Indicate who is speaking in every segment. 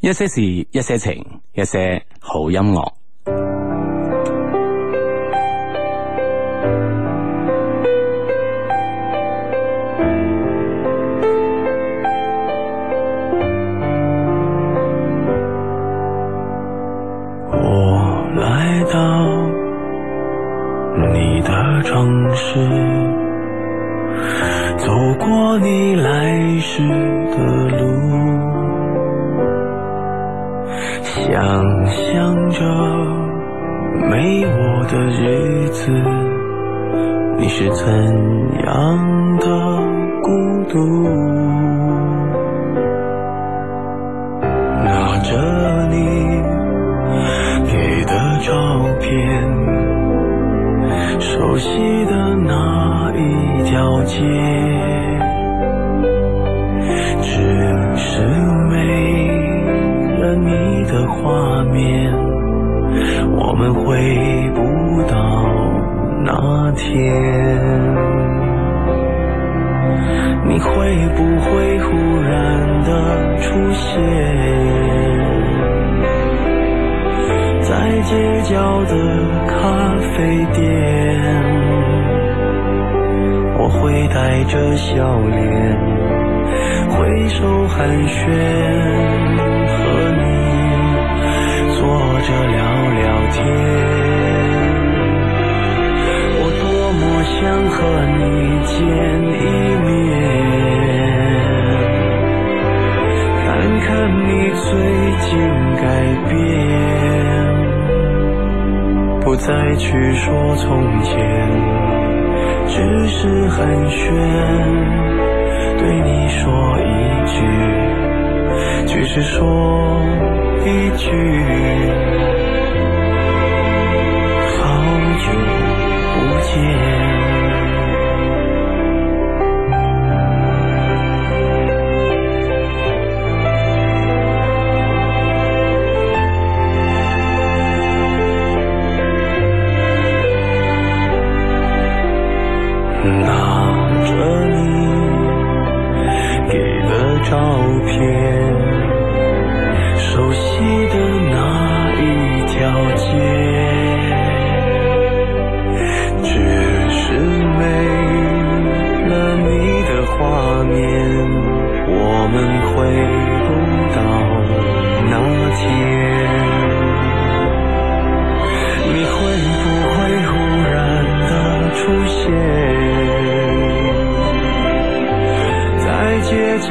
Speaker 1: 一些事，一些情，一些好音樂。
Speaker 2: 我来到你的城市，走过你来时的路，想象着没我的日子，你是怎样的孤独？拿着你给的照片，熟悉的那一条街，只是没了你的画面，我们回不到那天。你会不会忽然的出现，在街角的咖啡店？我会带着笑脸，挥手寒暄，和你坐着聊聊天。我多么想和你见一面，看看你最近改变，不再去说从前，只是寒暄，对你说一句，只是说一句。好久不见。拿着你给的照片。熟悉的那一条街，只是没了你的画面，我们回不到那天。你会不会忽然的出现？在街角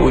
Speaker 2: 不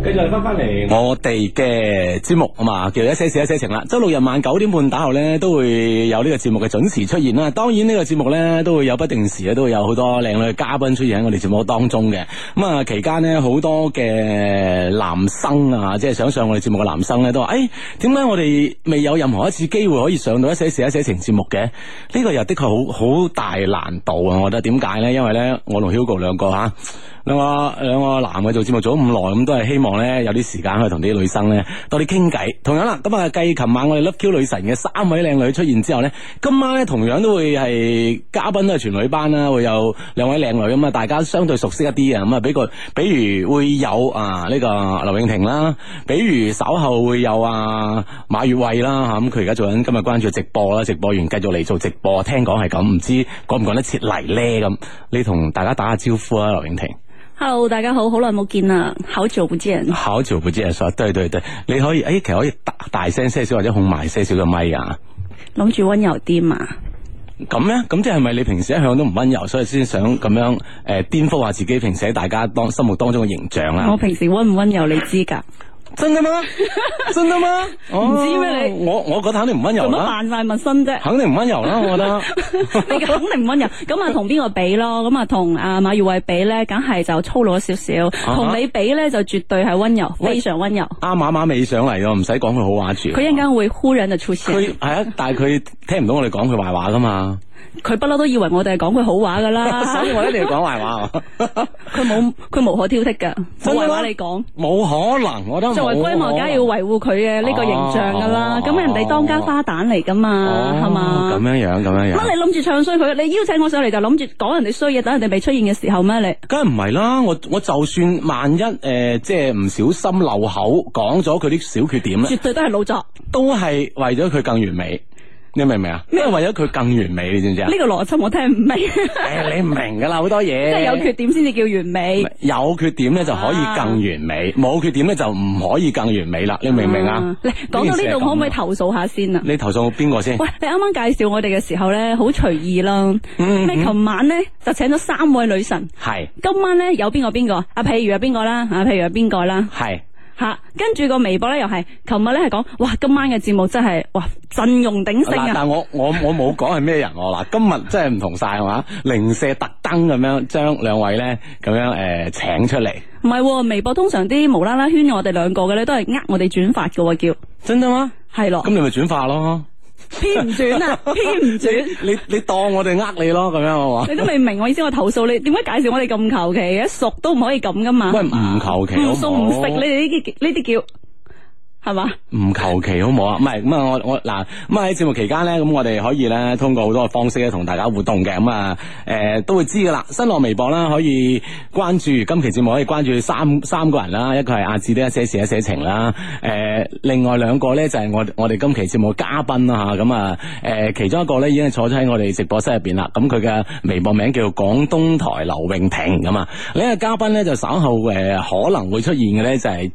Speaker 3: 繼續翻翻嚟，
Speaker 1: 我哋嘅節目啊嘛，叫做一些事一些情啦。周六日晚九點半打後咧，都會有呢個節目嘅準時出現啦。當然呢個節目咧都會有不定時咧，都會有好多靚女嘅嘉賓出現喺我哋節目當中嘅。咁啊，期間咧好多嘅男生啊，即係想上我哋節目嘅男生咧，都話：，誒點解我哋未有任何一次機會可以上到一些事一些情節目嘅？呢、個又的確好好大難度啊！我覺得點啊解咧？因為咧，我同 Hugo 兩個嚇。兩個兩個男嘅做節目做咗咁耐，咁都係希望咧
Speaker 2: 咧有啲時間去同啲女生咧多啲傾偈。同樣啦，咁啊繼琴晚我哋 Love Q 女神嘅三位靚女出現之後咧，今晚咧同樣都會係嘉賓都係全女班啦，會有兩位靚女咁啊，大家相對熟悉一啲啊，咁啊，比個比如會有啊呢、個劉永婷啦，比如稍後會有啊馬月慧啦嚇，咁佢而家做緊今日關注直播啦，直播完繼續嚟做直播，聽講係咁，唔知講唔講得切嚟咧咁，你同大家打下招呼啊，劉永婷。
Speaker 4: Hello，大家好，好耐冇見啦，好久不見。
Speaker 2: 好久不見啊！對對對，你可以，誒、哎其實可以大大聲些少或者控埋些少嘅咪啊。
Speaker 4: 諗住温柔啲嘛，
Speaker 2: 咁咧，咁即係咪你平時一向都唔温柔，所以先想咁樣誒、呃、顛覆下自己平時喺大家當心目當中嘅形象啦
Speaker 4: 我？平時温唔温柔你知
Speaker 2: 啊
Speaker 4: 噶，
Speaker 2: 真 嘅嗎？真嘅嗎？
Speaker 4: 唔知咩你
Speaker 2: 哦我我覺得肯定唔温柔
Speaker 4: 做乜
Speaker 2: 啦，
Speaker 4: 扮晒陌 生啫？
Speaker 2: 肯定唔温柔啦，我覺得。
Speaker 4: 你肯定唔温柔。咁啊，同邊個比咯？咁啊，同阿馬月慧比咧，梗係就粗魯少少。
Speaker 2: 啊哈
Speaker 4: 同你比咧，就絕對係温柔，
Speaker 2: 喂
Speaker 4: 非常温柔。
Speaker 2: 啱啱啱尾上嚟喎，唔使講佢好話住。
Speaker 4: 佢一陣間會忽然就出現，
Speaker 2: 佢係啊，但係佢聽唔到我哋講佢壞話噶 嘛，
Speaker 4: 佢不嬲都以為我哋係講佢好話噶啦
Speaker 2: 所，以我一定要講壞話。
Speaker 4: 佢冇佢無可挑剔噶，
Speaker 2: 真
Speaker 4: 冇
Speaker 2: 嘅
Speaker 4: 話
Speaker 2: 嗎
Speaker 4: 話你講。
Speaker 2: 冇可能，我覺得
Speaker 4: 作為
Speaker 2: 冇
Speaker 4: 閨蜜，
Speaker 2: 可
Speaker 4: 梗係
Speaker 2: 能
Speaker 4: 要維護佢嘅呢個形象噶啦。
Speaker 2: 哦
Speaker 4: 咁人哋當家花旦嚟噶嘛，係嘛？
Speaker 2: 咁樣樣，咁樣樣，
Speaker 4: 乜你諗住唱衰佢？你邀請我上嚟就諗住講人哋衰嘢，等人哋未出現嘅時候咩？你
Speaker 2: 梗係唔係啦？我我就算萬一诶、呃即係唔小心漏口講咗佢啲小缺點咧，
Speaker 4: 絕對都係老作，
Speaker 2: 都係為咗佢更完美。你明唔明啊？因為為咗佢更完美，你知唔知啊
Speaker 4: 呢、？個邏輯我聽唔明，即
Speaker 2: 誒你唔明噶啦，好多嘢。
Speaker 4: 係有缺點先至叫完美。
Speaker 2: 有缺點咧就可以更完美，冇、缺點咧就唔可以更完美啦。你明唔明啊？
Speaker 4: 嗯你講到
Speaker 2: 呢件事
Speaker 4: 呢
Speaker 2: 係
Speaker 4: 度，
Speaker 2: 咁
Speaker 4: 可唔可以
Speaker 2: 啊
Speaker 4: 投訴下先啊？
Speaker 2: 你投訴邊個先？
Speaker 4: 喂，你啱啱介紹我哋嘅時候咧，好隨意啦。
Speaker 2: 嗯
Speaker 4: 咩？琴晚咧就請咗三位女神，
Speaker 2: 係
Speaker 4: 今晚咧有邊個邊個？啊，譬如有邊個啦，啊，譬如有邊個啦，
Speaker 2: 係
Speaker 4: 吓、跟住個微博咧又係，琴日咧係講，哇，今晚嘅節目真係，哇，陣容 鼎盛
Speaker 2: 嗱，
Speaker 4: 啊！
Speaker 2: 但我我我冇講係咩人喎，嗱，今日真係唔同晒係嘛，零舍特登咁樣將兩位咧咁樣诶、呃、请出嚟，
Speaker 4: 唔係喎，微博通常啲無啦啦圈我哋兩個嘅咧，都係呃我哋轉發嘅喎，叫
Speaker 2: 真得嗎？
Speaker 4: 係咯
Speaker 2: 咁，你咪轉化咯，
Speaker 4: 偏唔轉 啊，偏唔轉。
Speaker 2: 你你當我哋呃你咯，咁樣好嘛？
Speaker 4: 你都未明我意思，我投訴你點解介紹我哋咁求其嘅，熟都唔可以咁噶嘛？
Speaker 2: 喂，唔求其好
Speaker 4: 唔
Speaker 2: 唔
Speaker 4: 熟
Speaker 2: 好
Speaker 4: 唔食，你哋呢啲呢啲叫係嘛？
Speaker 2: 唔求其好唔好啊？唔係咁啊，我我嗱咁啊喺節目期間咧，咁我哋可以咧通過好多嘅方式咧同大家互動嘅，咁啊誒都會知噶啦。新浪微博啦，可以關注今期節目可以關注三 三個人啦，一個係阿志的一些事一些情啦，誒、另外兩個咧就係、我我哋今期節目嘅嘉賓啦嚇，咁啊誒其中一個咧已經係坐咗喺我哋直播室入邊啦，咁啊佢嘅微博名叫做廣東台劉永婷咁啊，另一個嘉賓咧就稍後誒、可能會出現嘅咧就係、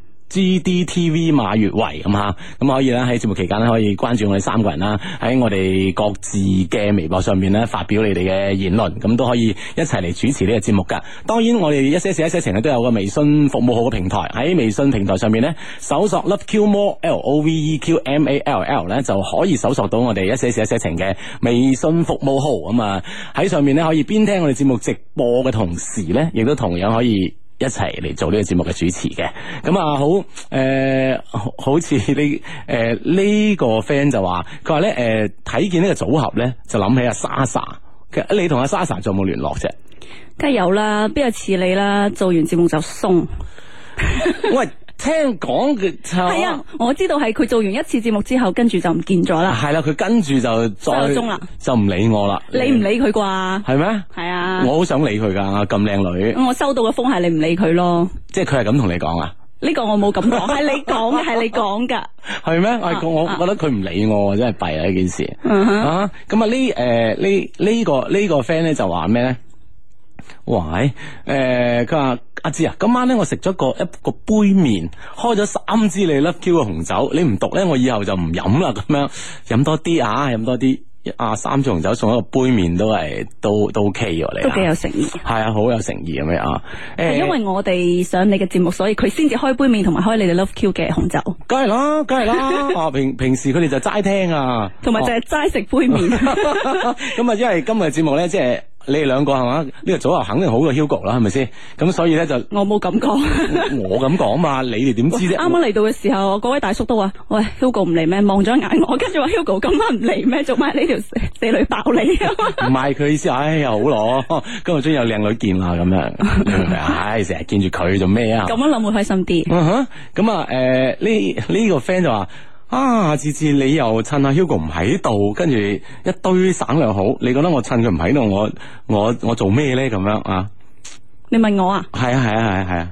Speaker 2: GDTV 馬月維咁吓，咁可以咧喺節目期間咧可以關注我哋三個人啦，喺我哋各自嘅微博上面咧發表你哋嘅言論，咁都可以一齊嚟主持呢個節目噶。當然我哋一些事一些情咧都有個微信服務號嘅平台，喺微信平台上面咧搜索 Love Q More L O V E Q M A L L 咧就可以搜索到我哋一些事一些情嘅微信服務號，咁啊喺上面咧可以邊聽我哋節目直播嘅同時咧，亦都同樣可以。一齊嚟做呢個節目嘅主持嘅。咁啊，好誒、呃好好似呢誒呢個 friend 就話，佢話咧誒睇見呢個組合咧，就諗起阿莎莎。其實你同阿莎莎仲有冇聯絡 啫？
Speaker 4: 梗係有啦，邊有似你啦？做完節目就鬆。
Speaker 2: 喂，聽講嘅就
Speaker 4: 係啊，我知道係佢做完一次節目之後，跟住就唔見咗啦。
Speaker 2: 啊係啦，佢跟住就再
Speaker 4: 失咗蹤啦
Speaker 2: 就唔理我啦。
Speaker 4: 你唔理佢啩？
Speaker 2: 係咩？
Speaker 4: 係啊，嗯
Speaker 2: 我好想理佢㗎，咁靚女，
Speaker 4: 我收到嘅風係你唔理佢咯。
Speaker 2: 即係佢係咁同你講啊？
Speaker 4: 呢個我冇咁講，係你講嘅，係你講噶。
Speaker 2: 係啊咩？我係我
Speaker 4: 啊
Speaker 2: 覺得佢唔理我，真係弊啊！呢件事。
Speaker 4: 嗯哼，
Speaker 2: 啊，咁啊呢誒呢呢個呢、個 friend 咧就話咩咧？喂，誒佢話阿志啊，今晚咧我食咗個一個杯麵，開咗三支你 Love Q 嘅紅酒，你唔讀咧，我以後就唔飲啦，咁樣飲多啲啊，飲多啲啊，三支紅酒送一個杯麵都係都都 OK 喎，
Speaker 4: 都幾
Speaker 2: 你
Speaker 4: 有
Speaker 2: 啊，
Speaker 4: 誠意。
Speaker 2: 係啊，好有誠意咁樣啊，
Speaker 4: 係因為我哋上你嘅節目，所以佢先至開杯面同埋開你哋 Love Q 嘅紅酒，
Speaker 2: 梗係啦，梗係 啦，啊平平時佢哋就齋聽啊，哦
Speaker 4: 同埋就係齋食杯面。
Speaker 2: 咁啊，因為今日節目咧，即係你哋兩個係嘛？呢、個組合肯定好過 Hugo 啦，係咪先？咁所以咧就
Speaker 4: 我冇咁講。
Speaker 2: 我咁講嘛，你哋點知啫？
Speaker 4: 啱啱啊嚟到嘅時候，嗰位大叔都話：喂，Hugo 唔嚟咩？望咗一眼我，跟住話 Hugo 今晚唔嚟咩？做咩呢條死死女爆你？
Speaker 2: 唔係佢意思，唉、又好咯，今日終於有靚女見啦咁樣，你明唔明啊？唉，成日見住佢做咩啊？
Speaker 4: 咁樣諗會開心啲。
Speaker 2: 嗯哼，咁啊，诶、呢呢、個 friend 就話啊，次次你又趁阿 Hugo 唔喺度，跟住一堆省略好，你覺得我趁佢唔喺度，我我我做咩咧？咁樣啊？
Speaker 4: 你問我啊，
Speaker 2: 係啊係啊係啊係啊！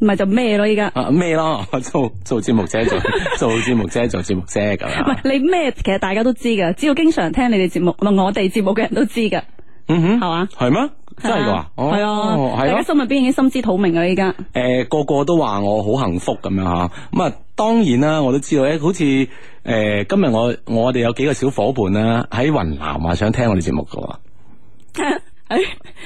Speaker 4: 咪就咩咯？依家
Speaker 2: 啊咩咯？ 做做節目啫，做 做節目啫，做節目啫咁啊
Speaker 4: 唔
Speaker 2: 樣。
Speaker 4: 係你咩？其實大家都知㗎，只要經常聽你哋節目，唔係我哋節目嘅人都知㗎，
Speaker 2: 嗯
Speaker 4: 係
Speaker 2: 哼，
Speaker 4: 嘛？
Speaker 2: 係咩？真係噶？哦
Speaker 4: 係啊，大
Speaker 2: 係
Speaker 4: 家
Speaker 2: 咯。
Speaker 4: 心入邊已經心知肚明啦。依家
Speaker 2: 诶、個個都話我好幸福咁樣吓，咁啊當然啦，我都知道咧，好似诶、誒今日我我哋有幾個小伙伴啦，喺雲南啊，想聽我哋節目噶喎。
Speaker 4: 誒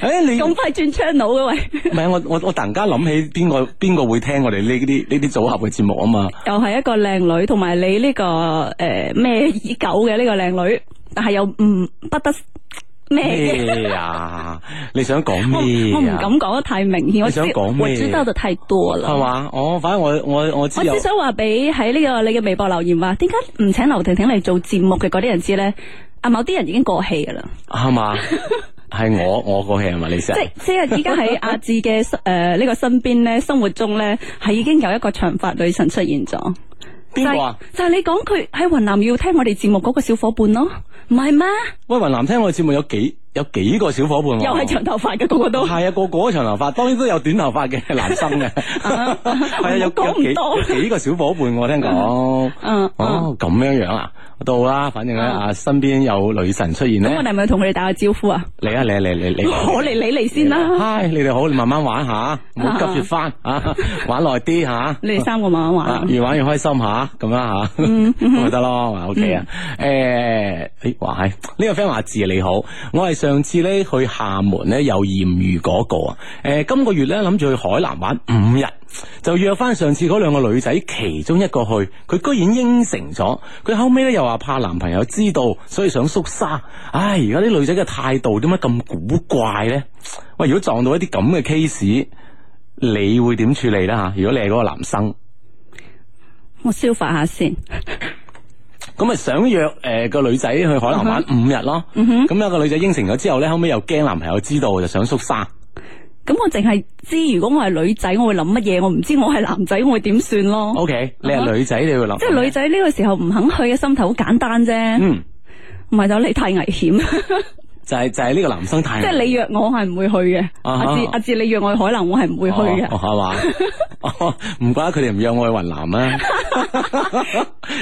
Speaker 2: 诶、你
Speaker 4: 哎咁快轉 channel 嘅喂，
Speaker 2: 唔係我我我突然間諗起邊個邊個會聽我哋呢啲呢啲組合嘅節目啊嘛？
Speaker 4: 又係一個靚女，同埋你呢個誒咩已久嘅呢個靚女，但係又唔不得咩嘅。
Speaker 2: 咩呀？你想講
Speaker 4: 我
Speaker 2: 咩啊
Speaker 4: 我唔
Speaker 2: 呀
Speaker 4: 敢講得太明顯，我
Speaker 2: 你
Speaker 4: 知
Speaker 2: 想講咩
Speaker 4: 我知道得太多啦。
Speaker 2: 係嘛？我反正我我我知
Speaker 4: 我
Speaker 2: 有
Speaker 4: 只想話俾喺呢個你嘅微博留言話，點解唔請劉婷婷嚟做節目嘅嗰啲人知咧？啊，某啲人已經過氣噶啦，
Speaker 2: 係 嘛？係我我個戲係咪？你啊成
Speaker 4: 即即係依家喺阿志嘅誒呢個身邊咧，生活中咧係已經有一個長髮女神出現咗。
Speaker 2: 邊個啊？
Speaker 4: 就係？就係你講佢喺雲南要聽我哋節目嗰個小伙伴咯，唔係咩？
Speaker 2: 喂，雲南聽我哋節目有幾有幾個小伙伴喎？
Speaker 4: 又係長頭髮嘅個個都。
Speaker 2: 哦 係啊，個個都長頭髮，當然都有短頭髮 嘅男生嘅，係啊，有
Speaker 4: 講
Speaker 2: 有
Speaker 4: 唔
Speaker 2: 幾
Speaker 4: 多
Speaker 2: 有幾個小伙伴我聽講。
Speaker 4: 嗯嗯，
Speaker 2: 哦，咁樣樣啊，到啦，反正咧
Speaker 4: 嗯
Speaker 2: 啊，身邊有女神出現
Speaker 4: 咁
Speaker 2: 咧
Speaker 4: 我，哋係咪要同佢哋打個招呼啊？
Speaker 2: 嚟啊嚟啊嚟啊嚟啊 嚟啊，
Speaker 4: 我嚟你嚟先啦，
Speaker 2: 嗨，你哋好，你慢慢玩下，唔好急住翻啊，玩耐啲吓。
Speaker 4: 你哋三個慢慢玩
Speaker 2: 啊
Speaker 4: 啊。
Speaker 2: 越玩越開心吓，咁啦吓， 咁咪得咯咪，OK 啊。诶，诶，哇，係呢個 friend 話字你好，我係上次咧去廈門咧有豔遇嗰個啊。诶，今個月咧諗住去海南玩五日，就約翻上次嗰兩個女仔其中一個去，佢居然應承咗。佢後尾咧又話怕男朋友知道，所以想縮沙。唉，而家啲女仔嘅態度點解咁古怪咧？喂，如果撞到一啲咁嘅 case，你會點處理啦吓？如果你係嗰個男生？
Speaker 4: 我消化下先。
Speaker 2: 咁咪想約诶个女仔去海南玩
Speaker 4: 嗯
Speaker 2: 五日咯，咁有個女仔應承咗之後咧，後尾又驚男朋友知道，就想縮沙。
Speaker 4: 咁我淨係知，如果我係女仔，我會諗乜嘢？我唔知我係男仔，我會點算咯
Speaker 2: O K，你係女仔，你會諗，
Speaker 4: 嗯即係女，仔呢個時候唔肯去嘅心頭好簡單啫，
Speaker 2: 嗯，
Speaker 4: 唔係就你太危險。
Speaker 2: 就係就係呢個男生太，
Speaker 4: 即係你約我，我係唔會去嘅。
Speaker 2: 啊哈
Speaker 4: 阿志阿志，你約我去海南，我係唔會去啊嘅。
Speaker 2: 哦係嘛？ 哦唔怪得佢哋唔約我去雲南啦，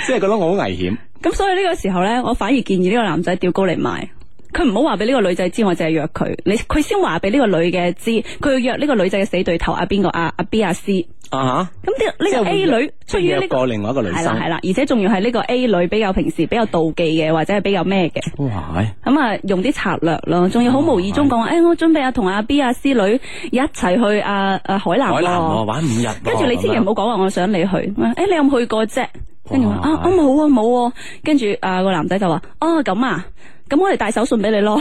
Speaker 2: 即係覺得我好危險。
Speaker 4: 咁所以呢個時候咧，我反而建議呢個男仔吊高嚟賣。佢唔好話俾呢個女仔知，我淨係約佢。你佢先話俾呢個女嘅知，佢要約呢個女仔嘅死對頭阿邊個阿阿 B 阿 C。
Speaker 2: 啊
Speaker 4: 咁呢
Speaker 2: 即係
Speaker 4: 呢個
Speaker 2: 會
Speaker 4: A 女
Speaker 2: 吓，
Speaker 4: 出於呢
Speaker 2: 約
Speaker 4: 個
Speaker 2: 過另外一個女
Speaker 4: 係啦係
Speaker 2: 生，
Speaker 4: 啦，而且仲要係呢個 A 女比較平時比較妒忌嘅，或者係比較咩嘅。
Speaker 2: 哇！係
Speaker 4: 咁啊，用啲策略咯，仲要
Speaker 2: 哦
Speaker 4: 好無意中講話，誒，我準備啊同阿 B 阿 C 女一齊去啊啊海南
Speaker 2: 海南喎
Speaker 4: 喎。
Speaker 2: 玩五日喎，
Speaker 4: 跟住你千祈唔好講話我想你去，誒你有冇去過啫？跟住我
Speaker 2: 哇
Speaker 4: 啊我冇啊冇啊，跟住啊個男仔就話哦咁啊，咁我哋帶手信俾你 咯，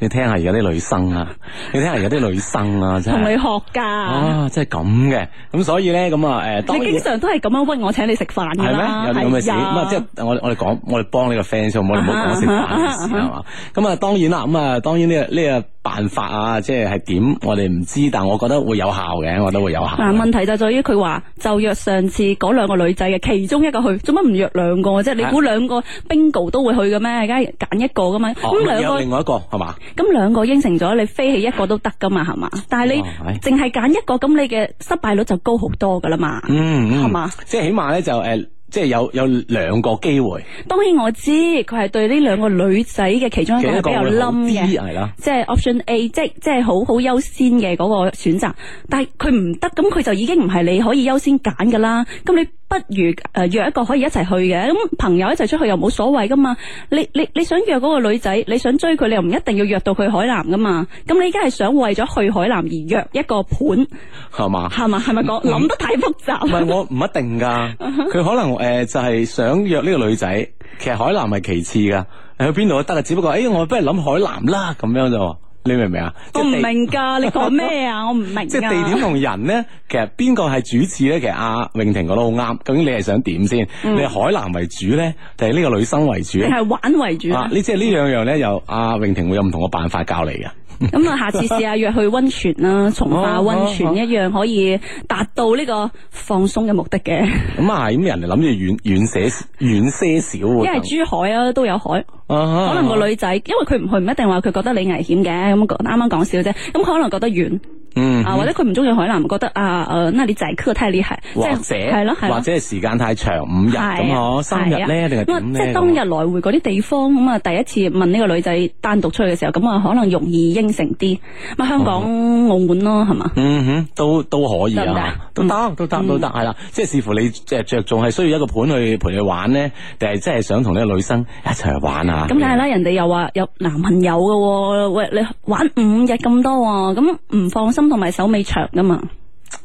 Speaker 2: 你聽下而家啲女生啊，你聽下而家啲女生啊，真
Speaker 4: 同你
Speaker 2: 係
Speaker 4: 學㗎。
Speaker 2: 啊，真係咁嘅。咁所以咧，咁啊，诶，當
Speaker 4: 你
Speaker 2: 然
Speaker 4: 經。常都係咁樣屈我請你食飯
Speaker 2: 系
Speaker 4: 㗎
Speaker 2: 咩？
Speaker 4: 啦，
Speaker 2: 有啲咁嘅事，
Speaker 4: 係
Speaker 2: 咁
Speaker 4: 啊
Speaker 2: 啊，即係我我哋講，我哋幫呢個 fans 好唔好？你唔好講食飯嘅事係嘛？咁啊，當然啦，咁啊，當然呢個呢個辦法啊，即係係點，我哋唔知，但係我覺得會有效嘅，我覺得會有效嘅。
Speaker 4: 嗱，啊問題就在於佢話就約上次嗰兩個女仔嘅其中一個去，做乜唔約兩個啫？你估兩個 bingo 都會去嘅咩？梗係揀一個噶嘛。
Speaker 2: 哦
Speaker 4: 咁兩
Speaker 2: 有
Speaker 4: 個
Speaker 2: 另外一個係嘛？
Speaker 4: 咁兩個應承咗，你飛起一個都得噶嘛，係嘛？但係你
Speaker 2: 哇係
Speaker 4: 淨係揀一個，咁你嘅失敗率就高好多噶啦嘛。
Speaker 2: 嗯，嗯
Speaker 4: 係嘛？
Speaker 2: 即係起碼咧就誒，即係有有兩個機會，
Speaker 4: 當然我知佢係對呢兩個女仔嘅其中一
Speaker 2: 其
Speaker 4: 個係
Speaker 2: 一個
Speaker 4: 比較
Speaker 2: 會好啊
Speaker 4: 冧
Speaker 2: 啲
Speaker 4: 嘅。
Speaker 2: 係啦。
Speaker 4: 即係 option A，即係即係好好優先嘅嗰個選擇，但係佢唔得，咁佢就已經唔係你可以優先揀噶啦。咁你不如誒、呃、約一個可以一齊去嘅，咁朋友一齊出去又冇所謂噶嘛。你你你想約嗰個女仔，你想追佢，你又唔一定要約到去海南噶嘛。咁你而家係想為咗去海南而約一個伴，
Speaker 2: 係嘛？
Speaker 4: 係嘛？係咪講諗得太複
Speaker 2: 嗯唔
Speaker 4: 雜？
Speaker 2: 係 我唔一
Speaker 4: Uh-huh
Speaker 2: 定㗎，佢可能誒、呃就係、想約呢個女仔，其實海南係其次㗎。去邊度都得啊，只不過诶、哎我不如諗海南啦，咁樣就，你明唔明啊？
Speaker 4: 我
Speaker 2: 即
Speaker 4: 哦唔
Speaker 2: 係地
Speaker 4: 明噶，你講咩啊？我唔明㗎。
Speaker 2: 即係地點同人咧，其實邊個係主次咧？其實阿永婷講得好啱，究竟你係想點先？你係海南為主咧，定係呢個女生為主
Speaker 4: 定
Speaker 2: 呢
Speaker 4: 嗯係玩為主
Speaker 2: 啊
Speaker 4: 啊？
Speaker 2: 呢即係呢兩樣咧，又阿永婷會有唔同嘅辦法教你嘅。
Speaker 4: 咁啊，下次試下約去温泉啦，從化温泉
Speaker 2: 哦
Speaker 4: 一樣可以達到呢個放鬆嘅目的嘅。
Speaker 2: 咁啊係，咁人哋諗住遠遠些遠些少
Speaker 4: 因為
Speaker 2: 喎。
Speaker 4: 珠海啊都有海，
Speaker 2: 可
Speaker 4: 可能個女仔因為佢唔去唔一定話佢覺得你危險嘅，咁講啱啱講笑啫。咁佢可能覺得遠
Speaker 2: 嗯
Speaker 4: 啊，或者佢唔中意海南，覺得啊誒，那你仔科太厲害，即
Speaker 2: 或
Speaker 4: 係
Speaker 2: 者
Speaker 4: 係咯係咯
Speaker 2: 或。者係時間太長，五日咁嗬，三日咧定係
Speaker 4: 咁啊
Speaker 2: 點
Speaker 4: 即
Speaker 2: 咧？
Speaker 4: 係當日來回嗰啲地方咁啊，第一次問呢個女仔單獨出去嘅時候，咁啊可能容易應承啲。咁啊香港、
Speaker 2: 哦
Speaker 4: 澳門咯，係嘛？
Speaker 2: 嗯哼，都都可以
Speaker 4: 得唔得
Speaker 2: 啊
Speaker 4: 啊，
Speaker 2: 都得都得都得，係啦，即係視乎你即係着重係需要一個伴去陪你玩咧，定係真係想同呢個女生一齊去玩啊？
Speaker 4: 咁梗係啦，人哋又話有男朋友嘅喎，喂你玩五日咁多喎，咁唔放心同埋手尾長噶嘛。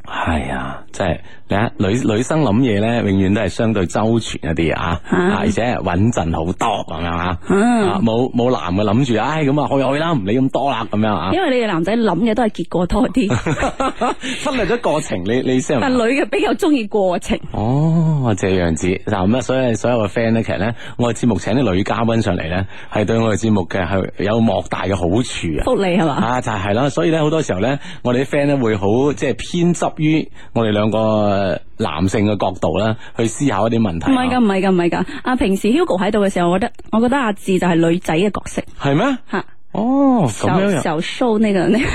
Speaker 2: 係啊，即係你睇女女生諗嘢咧，永遠都係相對周全一啲啊，
Speaker 4: 啊
Speaker 2: 啊而且係穩陣好多咁樣啊，
Speaker 4: 嗯，
Speaker 2: 啊冇冇男嘅諗住，唉咁啊去去啦，唔理咁多啦咁樣 啊，
Speaker 4: 因為你哋男仔諗嘅都係結果多 啲，
Speaker 2: 忽略咗過程，你你先。
Speaker 4: 但女嘅比較中意過程。
Speaker 2: 哦，這樣子嗱咁啊，所以所有嘅 friend 咧，其實咧，我哋節目請啲女嘉賓上嚟咧，係對我哋節目嘅係有莫大嘅好處啊！
Speaker 4: 福利係嘛？
Speaker 2: 啊，就係啦，所以咧好多時候咧，我哋啲 friend 咧會好即係偏執於我哋兩個男性嘅角度啦，去思考一啲問題
Speaker 4: 唔。係㗎，唔係㗎，唔係㗎。啊，平時 Hugo 喺度嘅時候，我覺得我覺得阿志就係女仔嘅角色
Speaker 2: 係咩？
Speaker 4: 吓。
Speaker 2: 哦，咁樣
Speaker 4: 小
Speaker 2: 樣
Speaker 4: 小瘦那个那个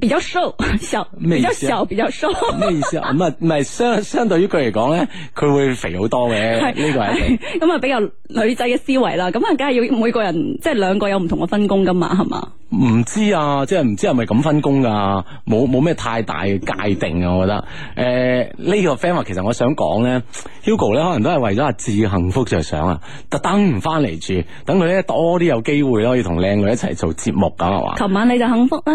Speaker 4: 比较瘦，小
Speaker 2: 咩意
Speaker 4: 比较
Speaker 2: 思啊
Speaker 4: 小比较瘦。
Speaker 2: 咩意思啊？咁啊，唔係相相對於佢嚟講咧，佢會肥好多嘅，
Speaker 4: 係
Speaker 2: 呢個係一定。
Speaker 4: 咁啊，比較女仔嘅思維啦，咁啊，梗係要每個人即係兩個有唔同嘅分工噶嘛，係嘛？
Speaker 2: 唔知啊，即系唔知系咪咁分工噶，冇冇咩太大嘅界定啊，我覺得。诶、呢、個 friend 話其實我想講咧，Hugo 咧可能都係為咗阿志嘅幸福着想啊，特登唔翻嚟住，等佢咧多啲有機會咯，可以同靚女一齊做節目咁係嘛。
Speaker 4: 琴晚你就幸福啦，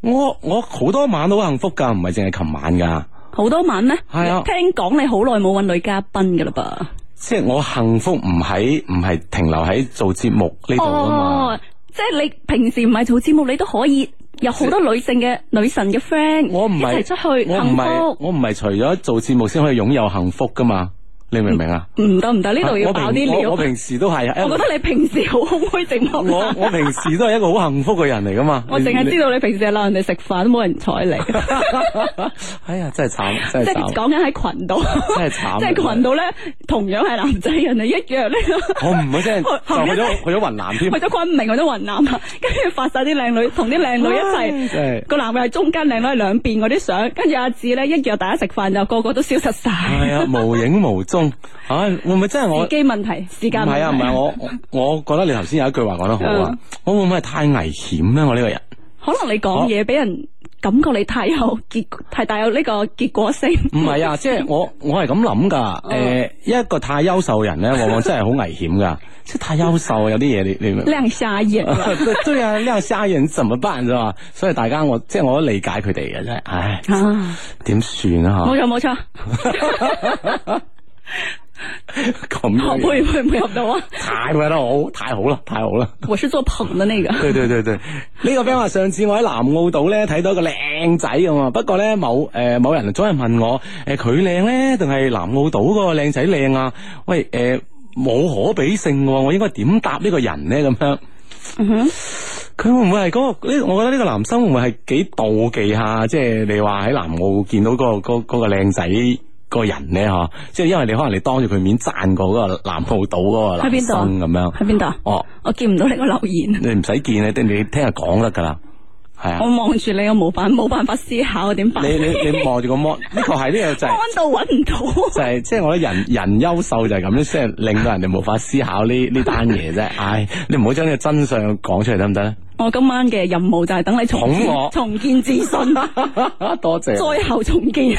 Speaker 2: 我我好多晚都好幸福㗎，唔係淨係琴晚㗎，
Speaker 4: 好多晚咩？
Speaker 2: 係啊
Speaker 4: 聽講你好耐冇揾女嘉賓噶啦
Speaker 2: 即係我幸福唔喺唔係停留喺做節目呢
Speaker 4: 噃。
Speaker 2: 度啊嘛。，
Speaker 4: 即係你平時唔係做節目，你都可以有好多女性嘅女神嘅 friend，
Speaker 2: 我唔
Speaker 4: 一齊
Speaker 2: 係
Speaker 4: 出去
Speaker 2: 我唔
Speaker 4: 幸
Speaker 2: 係
Speaker 4: 福。
Speaker 2: 我唔係除咗做節目先可以擁有幸福㗎嘛，你明唔明啊？
Speaker 4: 唔得唔得，呢度要
Speaker 2: 我平
Speaker 4: 爆啲料。啊
Speaker 2: 我我平時都係，
Speaker 4: 我覺得你平時好空虛寂寞。
Speaker 2: 我我平時都係一個好幸福嘅人嚟噶嘛。
Speaker 4: 啊 我淨係知
Speaker 2: 道。
Speaker 4: 道你平時係鬧人哋食飯，都冇人睬你，
Speaker 2: 哎呀，真係慘，真
Speaker 4: 即
Speaker 2: 係
Speaker 4: 係
Speaker 2: 慘，
Speaker 4: 講緊喺群度，
Speaker 2: 真係慘。啊
Speaker 4: 即係群度咧，同樣係男仔，人哋一樣咧，
Speaker 2: 我唔會真係
Speaker 4: 後
Speaker 2: 就
Speaker 4: 面
Speaker 2: 去咗去咗雲南添
Speaker 4: 去。咗昆明，去咗雲南啊，跟住發晒啲靚女，同啲靚女一
Speaker 2: 唉
Speaker 4: 齊，
Speaker 2: 真係。
Speaker 4: 個男嘅係中間，靚女係兩邊嗰啲相，跟住阿志咧一約大家食飯就個個都消失晒，
Speaker 2: 係啊，無影無蹤。唉，會唔會真係我
Speaker 4: 時？機問題，時
Speaker 2: 唔
Speaker 4: 間
Speaker 2: 係啊，唔係
Speaker 4: 問題，
Speaker 2: 我我我覺得你頭先有一句話講得好啊
Speaker 4: 嗯，
Speaker 2: 我會唔會係太危險咧？我呢個人
Speaker 4: 可能你講嘢俾人感覺你太有結，太大有呢個結果性，
Speaker 2: 唔係啊，即係我我係咁諗㗎。
Speaker 4: 嗯
Speaker 2: 誒，一個太優秀嘅人咧，往往真係好危險㗎。即係太優秀，啊有啲嘢你你明唔明
Speaker 4: 亮 瞎眼。
Speaker 2: 对对啊，呢個虾人怎麼辦啫嘛？所以大家我即係我都理解佢哋嘅，真係，唉，
Speaker 4: 啊！
Speaker 2: 點算啊
Speaker 4: 冇錯冇錯，
Speaker 2: 吓？咁 樣
Speaker 4: 我配唔配唔配合到啊？
Speaker 2: 太喂得好，太好啦，太好啦！
Speaker 4: 我是做捧的那个。
Speaker 2: 對對對對， 呢個 friend 話上次我喺南澳島咧睇到一個靚仔咁啊，不過咧某诶、某人總係問我诶佢靚咧定係南澳島嗰個靚仔靚啊？喂诶冇、可比性喎，我應該點答呢個人咧咁樣？
Speaker 4: 嗯哼，
Speaker 2: 佢會唔會係嗰、個？呢？我覺得呢個男生會唔會係幾妒忌下？即係你話喺南澳見到嗰、個嗰嗰、個靚仔個人咧，嗬？即係因為你可能你當住佢面讚過嗰個南澳島嗰個
Speaker 4: 喺
Speaker 2: 男
Speaker 4: 邊度啊
Speaker 2: 生咁樣。
Speaker 4: 喺邊度啊？
Speaker 2: 哦，
Speaker 4: 我見唔到你個留言，
Speaker 2: 你唔使見你聽你聽日講得㗎啦，係
Speaker 4: 我
Speaker 2: 啊。
Speaker 4: 望住你，我冇辦冇辦法思考，我點辦？
Speaker 2: 你你你望住個 mon，呢個係呢個就係、
Speaker 4: 安到揾唔到，啊
Speaker 2: 就係即係我覺得人人優秀就係咁樣，即係令到人哋無法思考呢呢單嘢啫。唉，你唔好將呢個真相講出嚟得唔得咧？
Speaker 4: 我今晚嘅任務就係等你重
Speaker 2: 捧我
Speaker 4: 建重建自 信，災
Speaker 2: 多謝。
Speaker 4: 後重建。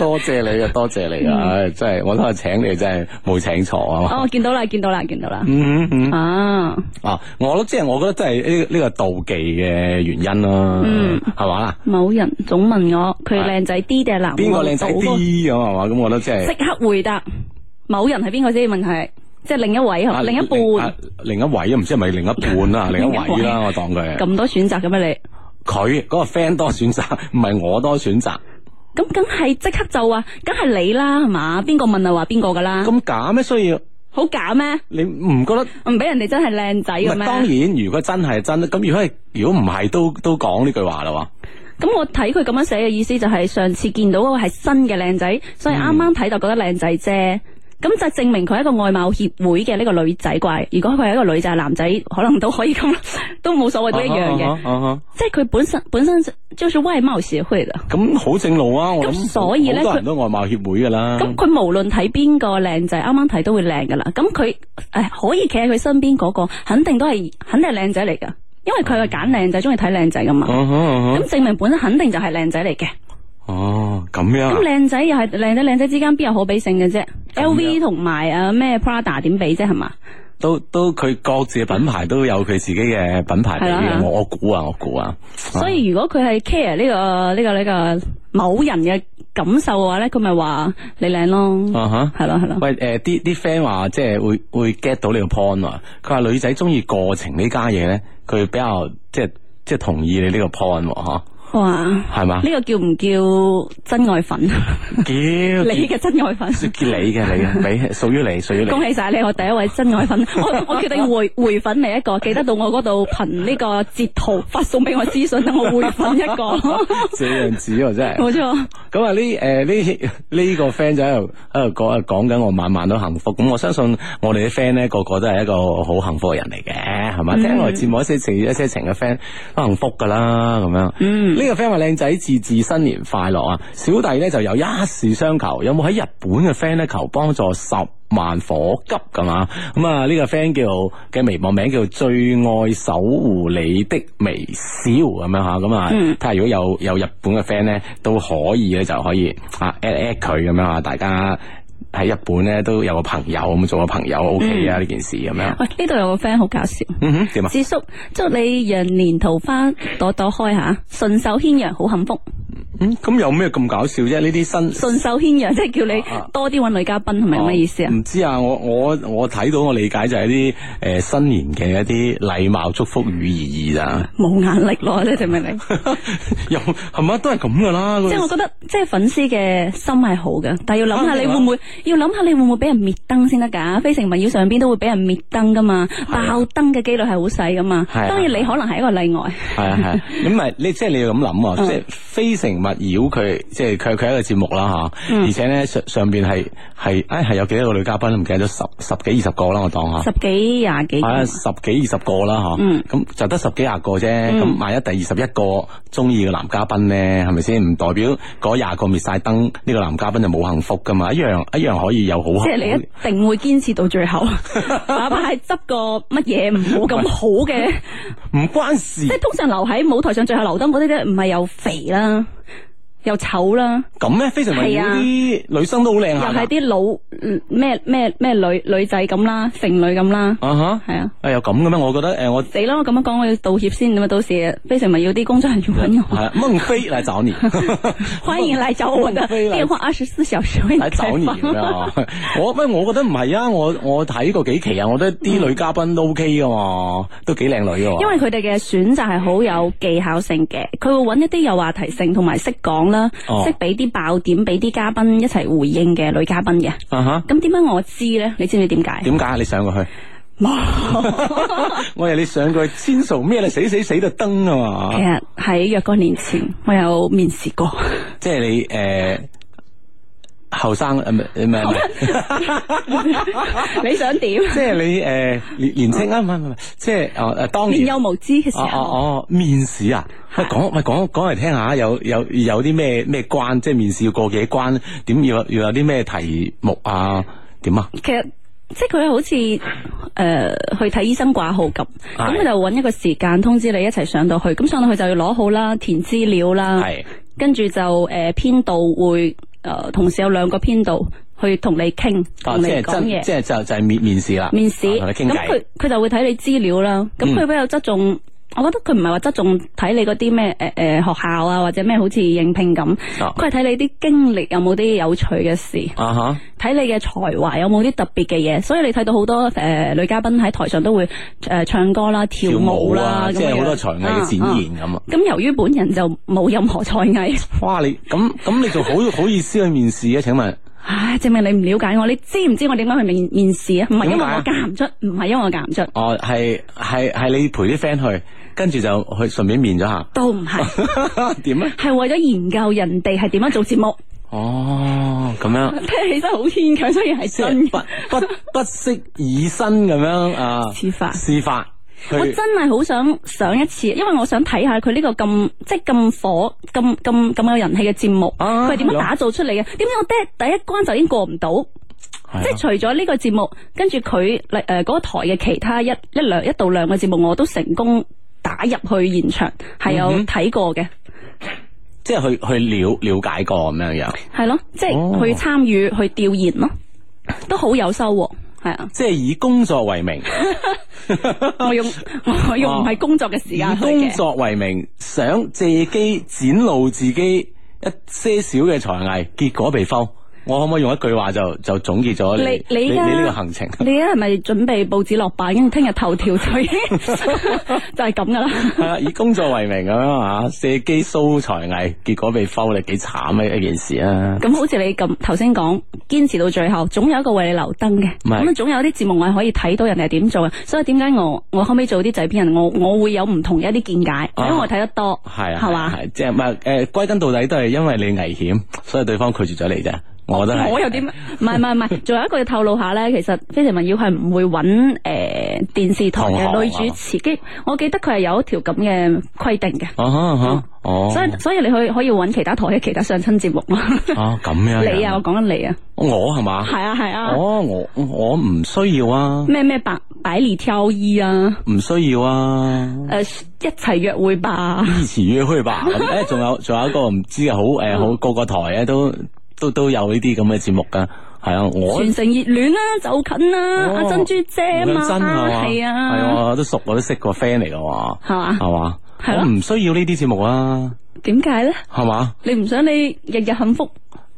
Speaker 2: 多謝你啊，多謝你
Speaker 4: 嗯
Speaker 2: 啊，唉真係我都係請你，真係冇請錯啊嘛。
Speaker 4: 哦，見到啦，見到啦，見到啦。
Speaker 2: 嗯嗯
Speaker 4: 啊，
Speaker 2: 啊，我覺得即係我覺得真係呢呢個妒忌嘅原因啦，
Speaker 4: 嗯
Speaker 2: 係嘛啦？
Speaker 4: 某人總問我佢
Speaker 2: 係
Speaker 4: 靚仔啲定係男？
Speaker 2: 啊邊個靚仔？啲咁係嘛？咁我覺得即係
Speaker 4: 即刻回答。某人係邊個先？問題係即係另一位
Speaker 2: 啊
Speaker 4: 係咪？另一
Speaker 2: 啊
Speaker 4: 半
Speaker 2: 另一位啊，唔知係咪另一半啦，另一位啦，我當佢係
Speaker 4: 咁多選擇嘅咩你？
Speaker 2: 佢嗰個 friend 多選擇，唔係我多選
Speaker 4: 啊
Speaker 2: 擇，
Speaker 4: 咁梗係即刻就話，梗係你啦，係嘛？邊個問就話邊個噶啦，
Speaker 2: 咁假咩？需要
Speaker 4: 好假咩？
Speaker 2: 你唔覺得？
Speaker 4: 唔俾人哋真係靚仔
Speaker 2: 唔
Speaker 4: 嘅
Speaker 2: 係
Speaker 4: 咩？
Speaker 2: 當然，如果真係真，咁如果係如果唔係，都都講呢句話啦喎。
Speaker 4: 咁我睇佢咁樣寫嘅意思就係上次見到嗰個係新嘅靚仔，所以
Speaker 2: 嗯
Speaker 4: 啱啱睇就覺得靚仔啫。咁就證明佢係一個外貌協會嘅呢個女仔怪。如果佢係一個女仔，男仔可能都可以咁， 都冇所謂，都一樣
Speaker 2: 啊
Speaker 4: 嘅。
Speaker 2: 哈。啊哈
Speaker 4: 即係佢本身本身就是外貌協會嘅。
Speaker 2: 咁好正路啊！我諗
Speaker 4: 咁所以呢
Speaker 2: 好多
Speaker 4: 佢
Speaker 2: 人都外貌協會噶啦。
Speaker 4: 咁佢無論睇邊個靚仔，啱啱睇都會靚噶啦。咁佢诶可以企喺佢身邊嗰、個，肯定都係肯定係靚仔嚟噶，因為佢係揀靚仔，中意睇靚仔噶嘛。
Speaker 2: 啊哈啊哈
Speaker 4: 咁證明本身肯定就係靚仔嚟嘅。
Speaker 2: 哦，咁樣
Speaker 4: 咁
Speaker 2: 啊
Speaker 4: 靚仔又係靚仔靚仔之間邊有可比性嘅啫？L V 同埋啊咩 Prada 點比啫係
Speaker 2: 啊
Speaker 4: 嘛？
Speaker 2: 都都佢各自嘅品牌都有佢自己嘅品牌比
Speaker 4: 係啦係啦
Speaker 2: 嘅。我我估啊，我估啊。
Speaker 4: 所以如果佢係 care 呢、個呢、個呢、個某人嘅感受嘅話咧，佢咪話你靚咯，
Speaker 2: 啊哈。
Speaker 4: 係咯係咯。
Speaker 2: 喂，誒啲啲 friend 話即係會會 get 到你個 point 啊！佢話女仔中意過程呢家嘢咧，佢比較即係即係同意你呢個 point 喎，嚇
Speaker 4: 哇！呢
Speaker 2: 係嘛？
Speaker 4: 個叫唔叫真 愛粉？你
Speaker 2: 屌，你
Speaker 4: 嘅真愛粉。
Speaker 2: 你嘅你嘅，俾屬於你，屬於
Speaker 4: 恭
Speaker 2: 你。
Speaker 4: 喜晒你，我第一位真愛粉， 我我決定回 回粉你一個，記得到我嗰度憑呢個截圖發送俾我資訊，等我回粉一個，
Speaker 2: 這樣子喎，真係。
Speaker 4: 冇錯。
Speaker 2: 咁啊呢 誒呢呢個 friend 就喺度喺度講講緊我晚晚都幸福，咁我相信我哋啲 friend 咧個個都係一個好幸福嘅人嚟嘅，係嘛？聽我哋節目一些情一些情嘅 friend 都幸福噶啦，咁樣。嗯，呢個 friend 話靚仔自自新年快樂啊！小弟咧就有一事相求，有冇喺日本嘅 friend 咧求幫助十？萬火急㗎嘛，咁啊呢個 friend 叫嘅微博名叫最愛守護你的微笑咁樣吓，咁啊
Speaker 4: 嗯
Speaker 2: 睇下如果有有日本嘅 friend 咧都可以咧就可以啊 at at 佢咁樣啊，大家喺日本咧都有個朋友咁做個朋友 OK
Speaker 4: 嗯
Speaker 2: 啊呢件事咁樣，
Speaker 4: 喂，呢度有個 friend 好搞笑。
Speaker 2: 嗯哼點啊？
Speaker 4: 智叔，祝你羊年桃花朵朵開吓，順手牽羊好幸福。
Speaker 2: 嗯咁有咩咁搞笑啫？呢啲新
Speaker 4: 順手牽羊即係叫你
Speaker 2: 啊
Speaker 4: 多啲揾女嘉賓，係咪咁嘅意思啊？
Speaker 2: 唔知啊，我我我睇到我理解就係一啲誒新年嘅一啲禮貌祝福語啊而已咋，
Speaker 4: 冇眼力咯，即係明唔明？
Speaker 2: 又係咪 都係咁噶啦？
Speaker 4: 即係我覺得，即係粉絲嘅心係好嘅，但係要諗下你會唔會，要諗下你會唔會俾人滅燈先得㗎？非誠勿擾上邊都會俾人滅燈㗎嘛，
Speaker 2: 啊
Speaker 4: 爆燈嘅機率係好細㗎嘛。
Speaker 2: 係啊
Speaker 4: 當然你可能係一個例外。
Speaker 2: 系啊系啊，咁咪你即系你要咁諗
Speaker 4: 嗯
Speaker 2: 啊，即係非誠勿擾佢，即係佢佢係一個節目啦吓，
Speaker 4: 嗯
Speaker 2: 而且咧上上边係係诶係有幾多個女嘉賓，唔記得咗十十幾二十個啦，我當吓。
Speaker 4: 十幾廿
Speaker 2: 啊系
Speaker 4: 幾個
Speaker 2: 啊，十幾二十個啦，吓、
Speaker 4: 嗯
Speaker 2: 咁就得十幾廿個啫。咁萬一第二十一個中意嘅男嘉賓咧，係咪先？唔代表嗰廿個滅晒燈，呢、個男嘉賓就冇幸福噶嘛？一樣一樣可以有好幸福。
Speaker 4: 即係你一定會堅持到最 後，哪怕係執個乜嘢唔好咁好嘅，
Speaker 2: 唔關事
Speaker 4: 即係通常留喺舞台上最後留燈嗰啲咧，唔係又肥啦，又醜啦，
Speaker 2: 咁咩？非誠勿擾
Speaker 4: 係啊
Speaker 2: 啲女生都好靚
Speaker 4: 又
Speaker 2: 下㗎
Speaker 4: 係啲老嗯咩咩咩女女仔咁啦，剩女咁啦，
Speaker 2: 啊哈，
Speaker 4: 係啊。
Speaker 2: 啊有咁嘅咩？我覺得诶、誒我
Speaker 4: 死啦！我咁樣講，我要道歉先咁啊！到時非常咪要啲工作人員揾
Speaker 2: 系
Speaker 4: 我。
Speaker 2: 啦，孟非來找你，
Speaker 4: 歡迎嚟找我的
Speaker 2: 非來
Speaker 4: 電話二十四小時為你
Speaker 2: 來找
Speaker 4: 開
Speaker 2: 你
Speaker 4: 放
Speaker 2: 咁樣啊！我喂，我覺得唔係啊，我我睇過幾期啊，我覺得啲女嘉賓都 OK 噶嘛，都幾靚女噶嘛。
Speaker 4: 因為佢哋嘅選擇係好有技巧性嘅，佢會揾一啲有話題性同埋識講啦
Speaker 2: 哦，
Speaker 4: 識俾啲爆點，俾啲嘉賓一齊回應嘅女嘉賓嘅。
Speaker 2: 啊哈，
Speaker 4: 咁點解我知咧？你知唔知點解？
Speaker 2: 點解你上過去？ 我話你上過去，千數咩你死死死到燈啊
Speaker 4: 其
Speaker 2: 嘛！
Speaker 4: 實喺若干年前，我有面試 過，
Speaker 2: 即係你诶後生呃唔係唔係唔係
Speaker 4: 你想點？
Speaker 2: 即係你诶年年青啊，唔係唔係唔係，即係哦诶當
Speaker 4: 年
Speaker 2: 年
Speaker 4: 幼無知嘅時
Speaker 2: 哦哦
Speaker 4: 候，
Speaker 2: 哦，面試啊！喂，講喂講講嚟聽下，有有有啲咩咩關，即係面試要過幾關，點要要有啲咩題目啊？點啊？
Speaker 4: 其實。即係佢好似誒、呃去睇醫生掛號咁，咁
Speaker 2: 係
Speaker 4: 佢就揾一個時間通知你一齊上到去，咁上到去就要攞好啦，填資料啦，
Speaker 2: 係
Speaker 4: 跟住就誒編導會誒、呃同時有兩個編導去同你傾，
Speaker 2: 啊，
Speaker 4: 同
Speaker 2: 即
Speaker 4: 你
Speaker 2: 係
Speaker 4: 講
Speaker 2: 真，
Speaker 4: 嘢。
Speaker 2: 即係就就係面面試啦，
Speaker 4: 面試，
Speaker 2: 啊同你傾偈嗯
Speaker 4: 咁佢佢就會睇你資料啦。咁佢比較側重我覺得佢唔係話側重睇你嗰啲咩诶诶学校啊，或者咩好似應聘咁，
Speaker 2: 啊
Speaker 4: 佢係睇你啲經歷有冇啲有趣嘅事，
Speaker 2: 啊哈，
Speaker 4: 睇你嘅才華有冇啲特別嘅嘢。所以你睇到好多诶、呃女嘉賓喺台上都會诶、呃唱歌啦、跳
Speaker 2: 跳
Speaker 4: 舞
Speaker 2: 舞
Speaker 4: 啦
Speaker 2: 啦，，即
Speaker 4: 咁
Speaker 2: 係
Speaker 4: 樣
Speaker 2: 好多才藝嘅展。
Speaker 4: 啊啊
Speaker 2: 現咁啊！
Speaker 4: 咁、由於本人就冇任何才藝，
Speaker 2: 哇，你咁咁你仲好好意思去面試嘅？請問
Speaker 4: 唉，證明你唔了解我。你知唔知我點解去面面試啊？唔係因為我
Speaker 2: 點解
Speaker 4: 嫁唔出，唔係因為我嫁唔出，
Speaker 2: 哦，係係係你陪啲 friend 去，跟住就去順便面咗下，
Speaker 4: 都唔係，
Speaker 2: 點啊咧？
Speaker 4: 係為咗研究人哋係點樣做節目。
Speaker 2: 哦，咁樣。
Speaker 4: 聽起身好牽強，雖然係
Speaker 2: 即
Speaker 4: 真
Speaker 2: 係
Speaker 4: 嘅
Speaker 2: 不不不惜以身咁樣啊，
Speaker 4: 試法
Speaker 2: 試法，
Speaker 4: 我
Speaker 2: 佢
Speaker 4: 真係好想上一次，因為我想睇下佢呢個咁即係咁火、咁咁咁有人氣嘅節目，
Speaker 2: 啊
Speaker 4: 佢係點樣
Speaker 2: 有啊
Speaker 4: 打造出嚟嘅？點解我第一第一關就已經過唔到？即係除咗呢個節目，跟住佢嚟誒嗰個台嘅其他一一兩一到兩個節目，我都成功打入去現場，係有
Speaker 2: 嗯哼
Speaker 4: 睇過嘅。
Speaker 2: 即係去去了了解過咁樣樣，
Speaker 4: 係咯，即
Speaker 2: 哦
Speaker 4: 係去參與去調研咯，都好有收穫。係啊，
Speaker 2: 即係以工作為名，
Speaker 4: 我用我用唔係工作嘅時
Speaker 2: 以
Speaker 4: 間去
Speaker 2: 哦工
Speaker 4: 嘅。
Speaker 2: 作為名，想借機展露自己一些少嘅才藝，結果被封。我可唔可以用一句話就就總結咗你
Speaker 4: 你你啊
Speaker 2: 你
Speaker 4: 而家
Speaker 2: 呢個行程？
Speaker 4: 你而家係咪準備報紙落版？因為聽日頭條就已經就係咁噶啦。
Speaker 2: 係啦，以工作為名咁樣啊，借機 show 才藝，結果被封，你幾慘嘅一件事啊！
Speaker 4: 咁好似你咁頭先講，堅持到最後，總有一個為你留燈嘅。
Speaker 2: 唔係
Speaker 4: 咁啊，總有啲節目我係可以睇到人哋係點做嘅。所以點解我我後尾做啲製片人，我我會有唔同嘅一啲見解，因
Speaker 2: 啊
Speaker 4: 為我睇得多，
Speaker 2: 係啊，
Speaker 4: 係
Speaker 2: 係啊
Speaker 4: 嘛？
Speaker 2: 係即係唔係誒？歸根到底都係因為你危險，所以對方拒絕咗你啫。我覺得係
Speaker 4: 我又點？唔係唔係 唔係，仲有一個要透露下咧，其實《非誠勿擾》係唔會揾诶電視台
Speaker 2: 同行
Speaker 4: 嘅
Speaker 2: 啊
Speaker 4: 女主持，跟我記得佢係有一條咁嘅規定嘅。
Speaker 2: 啊哈啊哈哦，
Speaker 4: 嗯所以所以你可以可以揾其他台嘅其他相親節目咯。
Speaker 2: 啊咁樣
Speaker 4: 你啊，
Speaker 2: 樣
Speaker 4: 我講緊你啊，
Speaker 2: 我係嘛？
Speaker 4: 係啊係啊，
Speaker 2: 哦，我我唔需要啊，
Speaker 4: 咩咩百百里挑一啊，
Speaker 2: 唔需要啊。
Speaker 4: 诶、一齊約會吧，
Speaker 2: 一起約會吧。 咁誒，仲有仲有一個唔知嘅好誒，好個個台咧都都都有呢啲咁嘅節目噶。係啊，我
Speaker 4: 全城熱戀啦，就近啦，
Speaker 2: 哦
Speaker 4: 阿珍珠姐啊
Speaker 2: 真係
Speaker 4: 嘛，
Speaker 2: 嘛，
Speaker 4: 係
Speaker 2: 係啊，
Speaker 4: 啊，
Speaker 2: 我都熟，我都識個 friend 嚟嘅喎，
Speaker 4: 係嘛
Speaker 2: 係嘛，
Speaker 4: 係咯
Speaker 2: 我唔需要呢啲節目啊，
Speaker 4: 點解咧？
Speaker 2: 係嘛。
Speaker 4: 你唔想你日日幸福？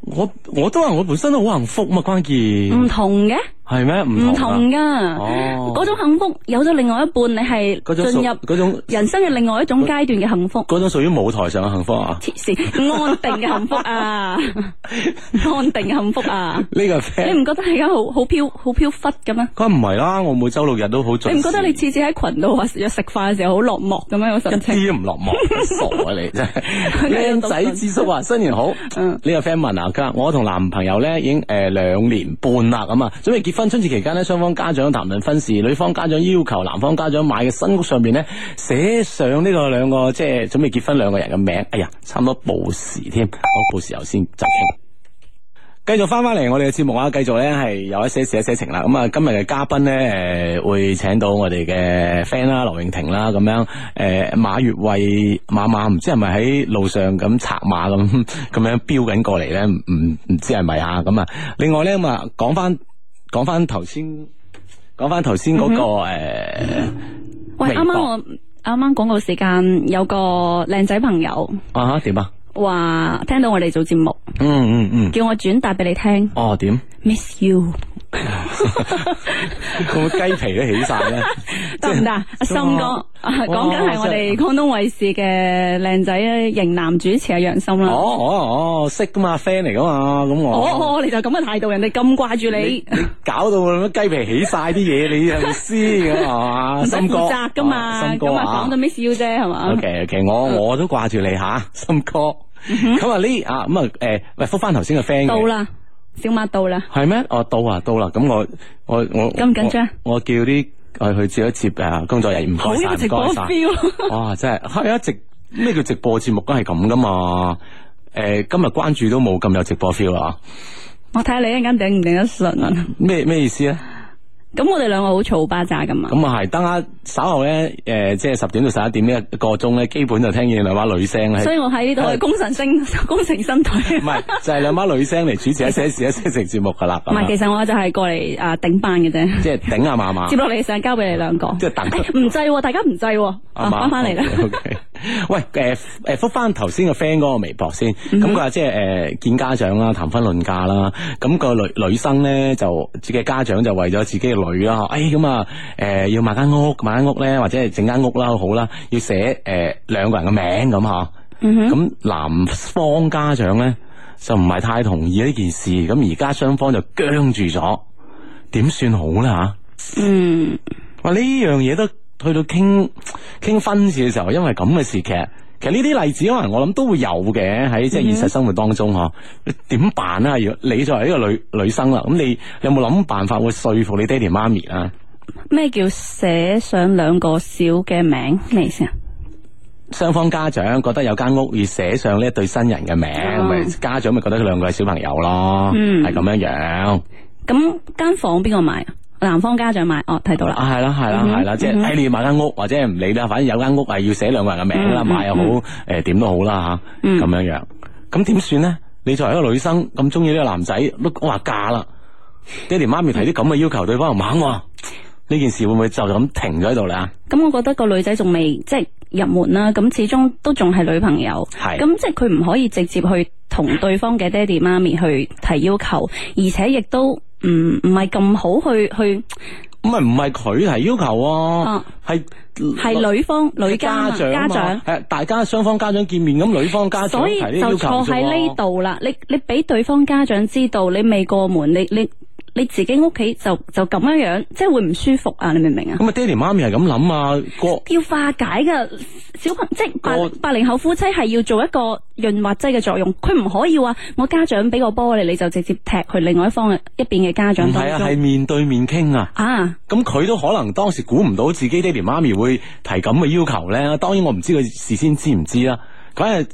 Speaker 2: 我我都話我本身都好幸福嘛，關鍵
Speaker 4: 唔同嘅，
Speaker 2: 係咩？
Speaker 4: 唔
Speaker 2: 唔同
Speaker 4: 同
Speaker 2: 啊
Speaker 4: 噶，
Speaker 2: 哦
Speaker 4: 嗰種幸福有咗另外一半，你
Speaker 2: 嗰種
Speaker 4: 係進入
Speaker 2: 屬嗰種
Speaker 4: 人生嘅另外一種階段嘅幸福。
Speaker 2: 嗰種屬於舞台上嘅幸福啊！
Speaker 4: 黐線，安定嘅幸福啊，安定嘅幸福啊！
Speaker 2: 呢個
Speaker 4: 你
Speaker 2: friend
Speaker 4: 唔覺得而家好好飄好飄忽嘅咩？
Speaker 2: 佢話唔係啦，我每周六日都好準時。
Speaker 4: 你唔覺得你次次喺群度話約食飯嘅時候好落寞咁樣個
Speaker 2: 一
Speaker 4: 神情？
Speaker 2: 啲都唔落寞，傻啊你真係！靚
Speaker 4: 佢
Speaker 2: 仔智叔話新年好，呢
Speaker 4: 嗯
Speaker 2: 個 friend 問啊，佢話我同男朋友咧已經誒兩年半啦，咁啊準備結婚，春節期間咧雙方家長談論婚事，女方家長要求男方家長買嘅新屋上邊咧寫上呢個兩個即係準備結婚兩個人嘅名，哎呀，差唔多報時添，好報時後先就傾。繼續翻翻嚟我哋嘅節目啊，繼續咧係有一些事一些情啦。咁啊，今日嘅嘉賓咧，誒會請到我哋嘅 friend 啦，劉永婷啦，咁樣誒馬月慧馬馬，唔知係咪喺路上咁 策馬咁咁樣飆緊過嚟咧？唔唔唔知係咪啊？咁啊，另外咧咁啊，講翻講翻頭先講翻頭先嗰個誒。
Speaker 4: 喂，
Speaker 2: 微
Speaker 4: 啱
Speaker 2: 博
Speaker 4: 啱我啱啱廣告時間有個靚仔朋友
Speaker 2: 啊哈點啊？
Speaker 4: 話聽到我哋做節目，
Speaker 2: 嗯嗯 嗯，
Speaker 4: 叫我轉達俾你聽
Speaker 2: 哦點？
Speaker 4: ，miss you
Speaker 2: 個雞皮都起晒咧，
Speaker 4: 得唔得啊？阿森哥
Speaker 2: 哇
Speaker 4: 啊講緊係我哋廣東衛視嘅靚仔啊型男主持阿楊森
Speaker 2: 哦
Speaker 4: 啦。
Speaker 2: 哦哦，識噶嘛，friend 嚟噶嘛，咁我。
Speaker 4: 哦哦，你就咁嘅態度，人哋咁掛住你
Speaker 2: 你。搞到咁樣雞皮起晒啲嘢，你係咪先咁啊？
Speaker 4: 唔使
Speaker 2: 森哥
Speaker 4: 負責噶嘛，
Speaker 2: 啊森哥
Speaker 4: 咁啊
Speaker 2: 啊
Speaker 4: 講到嗯 miss you 啫，係嘛
Speaker 2: ，O K O K，我我都掛住你吓， 森哥。咁啊呢啊咁啊誒，喂，復翻頭先個 friend
Speaker 4: 嗯到
Speaker 2: 嘅，
Speaker 4: 啦，小馬到啦，
Speaker 2: 係咩？哦，到啊到啦，咁我我我
Speaker 4: 咁緊張
Speaker 2: 我我叫啲我去接一接誒工作人員，唔
Speaker 4: 好
Speaker 2: 該晒
Speaker 4: 有直
Speaker 2: 唔
Speaker 4: 播
Speaker 2: 該晒。
Speaker 4: feel。
Speaker 2: 哇，真係係啊！直咩叫直播節目都係咁噶嘛？誒，今日關注都冇咁有直播 feel 啊！
Speaker 4: 我睇下你一陣間頂唔頂得順。啊
Speaker 2: 咩咩意思咧？啊
Speaker 4: 咁我哋兩個好嘈巴喳噶嘛。
Speaker 2: 咁啊係，等下稍後咧，诶、即係十點到十一點呢一個鐘咧，基本就聽見兩把女聲咧。
Speaker 4: 所以我喺呢度係功成身 功成身退
Speaker 2: 唔。係，就係兩把女聲嚟主持一些事一些情節目噶啦。啊
Speaker 4: 唔係，其實我就係過嚟啊頂班嘅啫。
Speaker 2: 即係頂下嫲嫲
Speaker 4: 接。落嚟想交俾你兩個。
Speaker 2: 啊即係等
Speaker 4: 哎唔制喎，大家唔制喎，啊翻翻嚟啦。
Speaker 2: O K，喂，诶诶，复翻頭先個 friend 嗰個微博先，
Speaker 4: 嗯
Speaker 2: 咁佢話即係诶見家長啦，談婚論嫁啦，咁個女女生咧就自己嘅家長就為咗自己嘅女啦，诶咁啊诶要買間屋，買間屋咧或者係整間屋啦好啦，要寫诶兩個人嘅名咁吓，
Speaker 4: 嗯
Speaker 2: 咁男方家長咧就唔係太同意呢件事，咁而家雙方就僵住咗，點算好啦吓？
Speaker 4: 嗯。
Speaker 2: 哇！呢樣嘢都去到傾傾婚事嘅時候，因為咁嘅事劇，其實呢啲例子可能我諗都會有嘅喺
Speaker 4: 嗯
Speaker 2: 即係現實生活當中嗬。點辦啊？如果你作為一個女女生啦，咁你有冇諗辦法會說服你爹哋媽咪啊？
Speaker 4: 咩叫寫上兩個小嘅名？咩意思啊？
Speaker 2: 雙方家長覺得有間屋要寫上呢一對新人嘅名，
Speaker 4: 哦
Speaker 2: 咪、家長咪覺得佢兩個係小朋友咯，
Speaker 4: 嗯
Speaker 2: 係咁、樣樣。
Speaker 4: 咁間房邊個買啊？男方家長買，哦，睇到啦。
Speaker 2: 啊，系啦，系啦，
Speaker 4: 嗯哼
Speaker 2: 系啦，即系
Speaker 4: 嗯哼
Speaker 2: 诶，你要買間屋或者唔理啦，反正有間屋係要寫兩個人嘅名啦，
Speaker 4: 嗯嗯
Speaker 2: 買又好，诶點都好啦吓，
Speaker 4: 嗯
Speaker 2: 咁樣樣。咁點算咧？你作為一個女生咁中意呢個男仔，都我話嫁啦，爹哋媽咪提啲咁嘅要求，對方唔肯喎，呢件事會唔會就咁停咗喺度咧？
Speaker 4: 咁我覺得個女仔仲未即係入門啦，咁始終都仲係女朋友，
Speaker 2: 係
Speaker 4: 咁即係佢唔可以直接去同對方嘅爹哋媽咪去提要求，而且亦都唔唔係咁好去去
Speaker 2: 咁咪唔係佢提要求喎
Speaker 4: 啊，
Speaker 2: 係
Speaker 4: 係女方女家
Speaker 2: 嗯家
Speaker 4: 長
Speaker 2: 長啊
Speaker 4: 家長
Speaker 2: 嘛，係大家雙方家長見面，咁女方家長
Speaker 4: 所以
Speaker 2: 提啲要
Speaker 4: 就
Speaker 2: 求
Speaker 4: 錯
Speaker 2: 啫
Speaker 4: 喺
Speaker 2: 喎。
Speaker 4: 呢度啦。你你俾對方家長知道，你未過門，你你你自己屋企就就咁樣樣，即係會唔舒服啊？你明唔明啊？
Speaker 2: 咁啊，爹哋媽咪係咁諗啊，過
Speaker 4: 要化解嘅小朋，即係八
Speaker 2: 我
Speaker 4: 八零後夫妻係要做一個潤滑劑嘅作用，佢唔可以話我家長俾個波你，你就直接踢去另外一方嘅一邊嘅家
Speaker 2: 唔
Speaker 4: 長當
Speaker 2: 係啊，
Speaker 4: 中
Speaker 2: 係面對面傾啊。
Speaker 4: 啊。
Speaker 2: 咁佢都可能當時估唔到自己爹哋媽咪會提咁嘅要求咧。當然我唔知佢事先知唔知啦。反正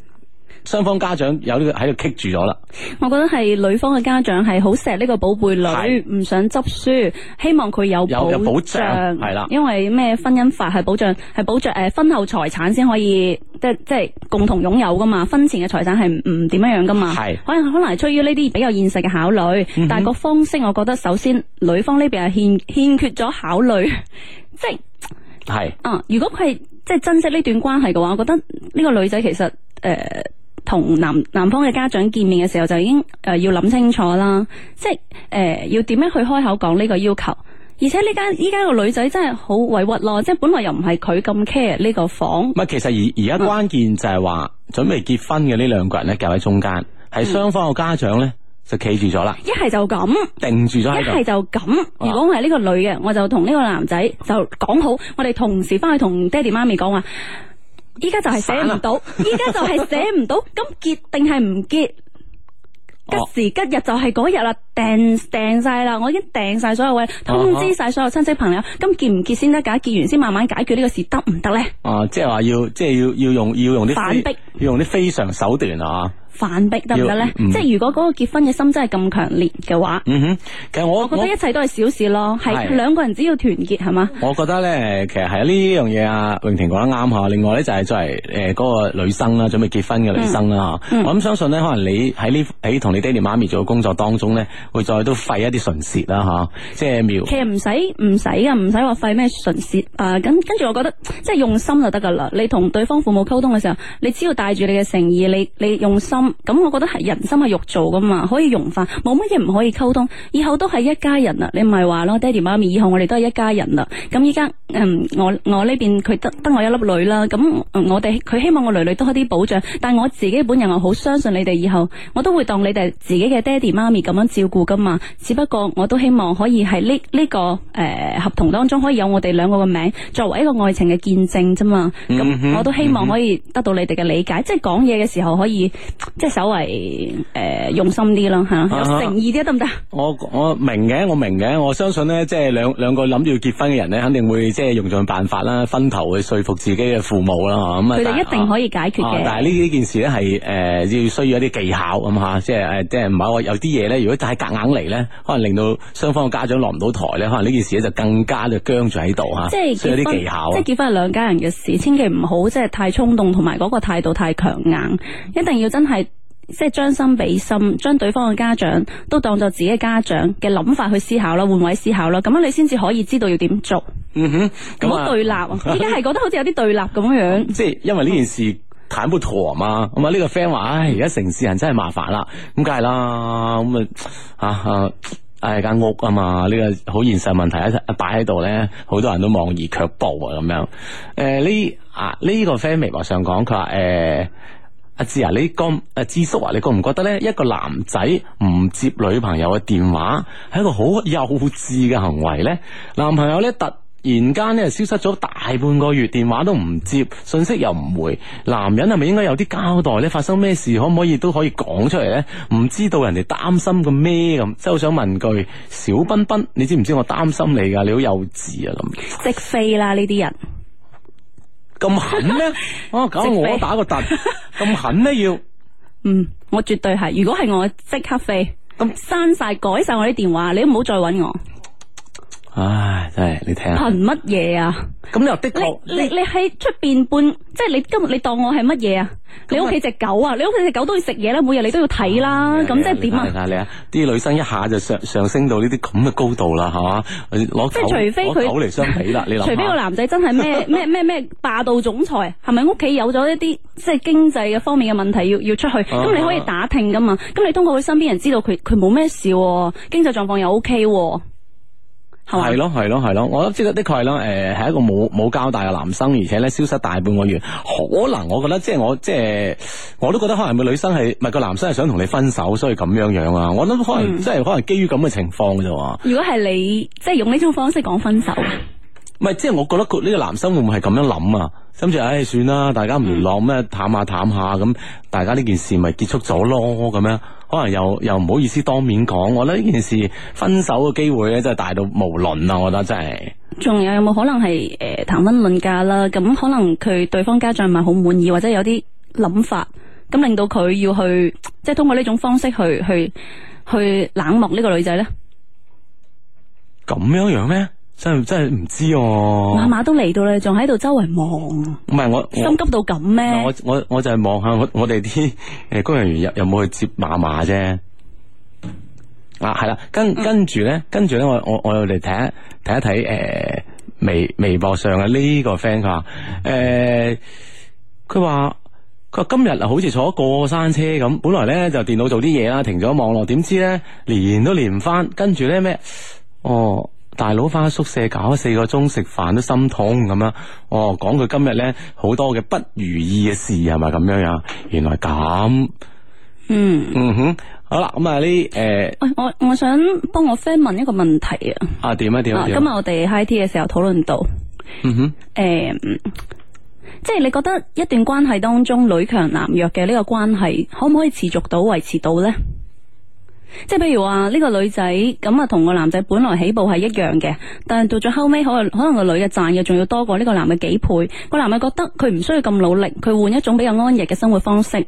Speaker 2: 雙方家長有呢個喺度棘住咗啦。
Speaker 4: 我覺得係女方嘅家長係好錫呢個寶貝
Speaker 2: 係
Speaker 4: 女，唔想執輸，希望佢有
Speaker 2: 有有保障係啦
Speaker 4: 因為咩婚姻法係保障係保障诶、呃婚後財產先可以即係即系共同擁有噶嘛，婚前嘅財產係唔唔點樣樣噶嘛。
Speaker 2: 係嗯
Speaker 4: 可能可能係出於呢啲比較現實嘅考慮，但係個方式我覺得首先女方呢邊係欠欠缺咗考慮， 即係
Speaker 2: 係
Speaker 4: 啊，如果佢係即係珍惜呢段關係嘅話，我覺得呢個女仔其實诶同、男男方嘅家長見面嘅時候就已經诶、呃要諗清楚啦，即係诶、呃要點樣去開口講呢個要求。而且呢間依家個女仔真係好委屈咯，即係本來又唔係佢咁 care 呢個房
Speaker 2: 唔，係？啊其實而而家關鍵就係話準備結婚嘅呢兩個人咧，夾喺中間，係雙方嘅家長咧就企住咗啦，
Speaker 4: 一係就咁，
Speaker 2: 定住咗
Speaker 4: 一
Speaker 2: 喺
Speaker 4: 係
Speaker 2: 度。
Speaker 4: 就咁。
Speaker 2: 啊
Speaker 4: 如果我係呢個女嘅，我就同呢個男仔就講好，我哋同時翻去同爹哋媽咪講話。依家就係寫唔到，依家就係寫 唔到，咁結定係唔結？
Speaker 2: 哦
Speaker 4: 吉時吉日就係嗰日啦，訂訂晒啦，我已經訂晒所有位，通知晒所有親戚朋友，咁結唔結先得㗎？結完先慢慢解決呢個事得唔得咧？
Speaker 2: 啊，即係話要，即係要要用要用啲
Speaker 4: 反
Speaker 2: 非
Speaker 4: 逼
Speaker 2: 要用啲非常手段啊！
Speaker 4: 反逼得唔得咧
Speaker 2: 要？嗯
Speaker 4: 即係如果嗰個結婚嘅心真係咁強烈嘅話，
Speaker 2: 嗯哼，其實
Speaker 4: 我覺得一切都係小事咯，係
Speaker 2: 係
Speaker 4: 兩個人只要團結係嘛？
Speaker 2: 我覺得咧，其實係呢樣嘢啊，穎婷講得啱嚇。另外咧就係作為誒嗰個女生啦，準備結婚嘅女生啦
Speaker 4: 嗯
Speaker 2: 嚇，我諗相信咧，可能你喺呢喺同你爹哋媽咪做嘅工作當中咧，會再都費一啲唇舌啦嚇，即係描
Speaker 4: 其實唔使唔使噶，唔使話費咩唇舌啊。咁跟住，我覺得即係用心就得噶啦。你同對方父母溝通嘅時候，你只要帶住你嘅誠意，你你用心，咁我覺得係人心係肉做噶嘛，可以融化，冇乜嘢唔可以溝通。以後都係一家人啦，你咪話咯，爹哋媽咪，以後我哋都係一家人啦。咁依家嗯，我我呢邊佢得得我一粒女啦，咁嗯我哋佢希望我女女多啲保障，但我自己本人我好相信你哋以後，我都會當你哋自己嘅爹哋媽咪咁樣照顧噶嘛。只不過我都希望可以喺呢呢個诶、呃合同當中可以有我哋兩個嘅名作為一個愛情嘅見證啫嘛。咁、
Speaker 2: 嗯哼
Speaker 4: 我都希望可以得到你哋嘅理解，即係講嘢嘅時候可以即係稍為诶、呃用心啲咯，
Speaker 2: 啊
Speaker 4: 吓，有誠意啲得唔得？
Speaker 2: 我我明嘅，我明嘅，我相信咧，即系兩两个谂住結婚嘅人咧，肯定會即係用盡辦法啦，分頭去說服自己嘅父母啦，嚇咁啊，
Speaker 4: 佢
Speaker 2: 但
Speaker 4: 哋
Speaker 2: 係
Speaker 4: 一定可以解決
Speaker 2: 啊
Speaker 4: 嘅。
Speaker 2: 但係呢呢件事咧係诶要需要一啲技巧咁吓，即係诶呃即係唔係話有啲嘢咧，如果太夾硬嚟咧，可能令到雙方嘅家長落唔到台咧，可能呢件事咧就更加就僵住喺度吓，
Speaker 4: 即係
Speaker 2: 需要
Speaker 4: 結
Speaker 2: 啲
Speaker 4: 婚，
Speaker 2: 技巧啊
Speaker 4: 即係。結婚係兩家人嘅事，千祈唔好即係太衝動，同埋嗰個態度太強硬，一定要真係即係將心比心，將對方嘅家長都當作自己嘅家長嘅諗法去思考啦，換位思考啦，咁樣你先至可以知道要點做，唔
Speaker 2: 嗯哼，咁
Speaker 4: 好
Speaker 2: 啊。
Speaker 4: 對立 啊！依家係覺得好似有啲對立咁樣樣。
Speaker 2: 即係因為呢件事坦不妥啊嘛，咁啊呢個 friend 話：，唉，而家城市人真係麻煩啦，咁梗係啦，咁啊啊。唉，間屋啊嘛，呢、個好現實問題一擺喺度咧，好多人都望而卻步啊咁樣。誒、呢啊呢、個 friend 微博上講，佢話誒阿志啊，你覺唔阿志叔啊，你覺唔覺得咧一個男仔唔接女朋友嘅電話係一個好幼稚嘅行為咧？男朋友咧突然間咧消失咗大半個月，電話都唔接，信息又唔回，男人係咪應該有啲交代咧？發生咩事可唔可以都可以講出嚟咧？唔知道人哋擔心個咩咁，即係好想問句小彬彬，你知唔知我擔心你㗎？你好幼稚啊咁，
Speaker 4: 即飛啦呢啲人，
Speaker 2: 咁狠 咩？啊，搞到
Speaker 4: 直飛
Speaker 2: 我打個突，咁狠咩要？
Speaker 4: 嗯，我絕對係。如果係我即刻飛，
Speaker 2: 嗯
Speaker 4: 咁刪晒改晒我啲電話，你都唔好再揾我，
Speaker 2: 唉，真係你聽下。
Speaker 4: 憑乜嘢啊？
Speaker 2: 咁又的
Speaker 4: 你
Speaker 2: 確，
Speaker 4: 你你喺出邊半，即係你今日你當我係乜嘢啊？你屋企只狗啊？你屋企只狗都要食嘢啦，每日你都要睇啦，咁即係點
Speaker 2: 你
Speaker 4: 啊？
Speaker 2: 睇你嗯啊，啲女生一下就上上升到呢啲咁嘅高度啦，係嘛？攞
Speaker 4: 即係除非
Speaker 2: 狗
Speaker 4: 佢
Speaker 2: 攞狗嚟相比 啦，你諗
Speaker 4: 除非個
Speaker 2: 下。
Speaker 4: 男仔真係 咩咩咩咩霸道總裁，係咪屋企有咗一啲即係經濟嘅方面嘅問題要要出去？
Speaker 2: 啊
Speaker 4: 咁你可以打聽噶嘛？咁你通過佢身邊人知道佢佢冇咩事喎，經濟狀況又 OK 喎，係咪
Speaker 2: 係？咯，係咯，係咯，我覺得的確係啦，誒、係一個冇冇交代嘅男生，而且咧消失大半個月，可能我覺得即係我即係我都覺得可能個女生係唔係個男生係想同你分手，所以咁樣樣啊，我諗可
Speaker 4: 嗯
Speaker 2: 能、即係可能基於咁嘅情況嘅啫喎。
Speaker 4: 如果係你即係用呢種方式講分手，啊
Speaker 2: 唔係，即係我覺得佢呢個男生會唔會係咁樣諗啊？甚至唉，算啦，大家唔聯絡咩，淡下淡下咁，大家呢件事咪結束咗咯咁樣。可能又又唔好意思當面講，我覺得呢件事分手嘅機會咧真係大到無論啊！我覺得真係。
Speaker 4: 仲有有冇可能係呃诶談婚論嫁啦？咁可能佢對方家長唔係好滿意，或者有啲諗法，咁令到佢要去即係通過呢種方式去去去冷漠呢個女仔咧，
Speaker 2: 咁樣樣咩？真係真係唔知哦、
Speaker 4: 晚晚都嚟到啦，仲喺度周圍望，
Speaker 2: 唔係我
Speaker 4: 心
Speaker 2: 我
Speaker 4: 急到咁咩
Speaker 2: 我？我我就係望下我我哋啲 诶工作人員有有冇去接馬馬啫。啊，係啦，跟跟住咧，跟住咧，我我我哋睇一睇一睇诶、呃微微博上嘅呢個 friend 佢話诶，佢話佢話今日啊，好似坐過山車咁，本來咧就電腦做啲嘢啦，停咗網絡，點知咧連都連唔翻，跟住咧咩？哦，大佬翻宿舍搞咗四個鐘，食飯都心痛咁樣。哦，講佢今日咧好多嘅不如意嘅事係咪咁樣樣？原來咁，
Speaker 4: 嗯。
Speaker 2: 嗯哼，好啦，咁啊呢诶
Speaker 4: 喂，我我想幫我 friend 問一個問題啊！
Speaker 2: 啊點啊點啊
Speaker 4: 啊，今
Speaker 2: 點
Speaker 4: 日
Speaker 2: 啊，
Speaker 4: 我哋 high tea 嘅時候討論到，
Speaker 2: 嗯哼，
Speaker 4: 诶、嗯即係你覺得一段關係當中女強男弱嘅呢個關係，可唔可以持續到維持到呢？即係譬如話呢個女仔咁啊，同個男仔本來起步係一樣嘅，但係到咗後尾，可能可能個女嘅賺嘅仲要多過呢個男嘅幾倍，個男嘅覺得佢唔需要咁努力，佢換一種比較安逸嘅生活方式。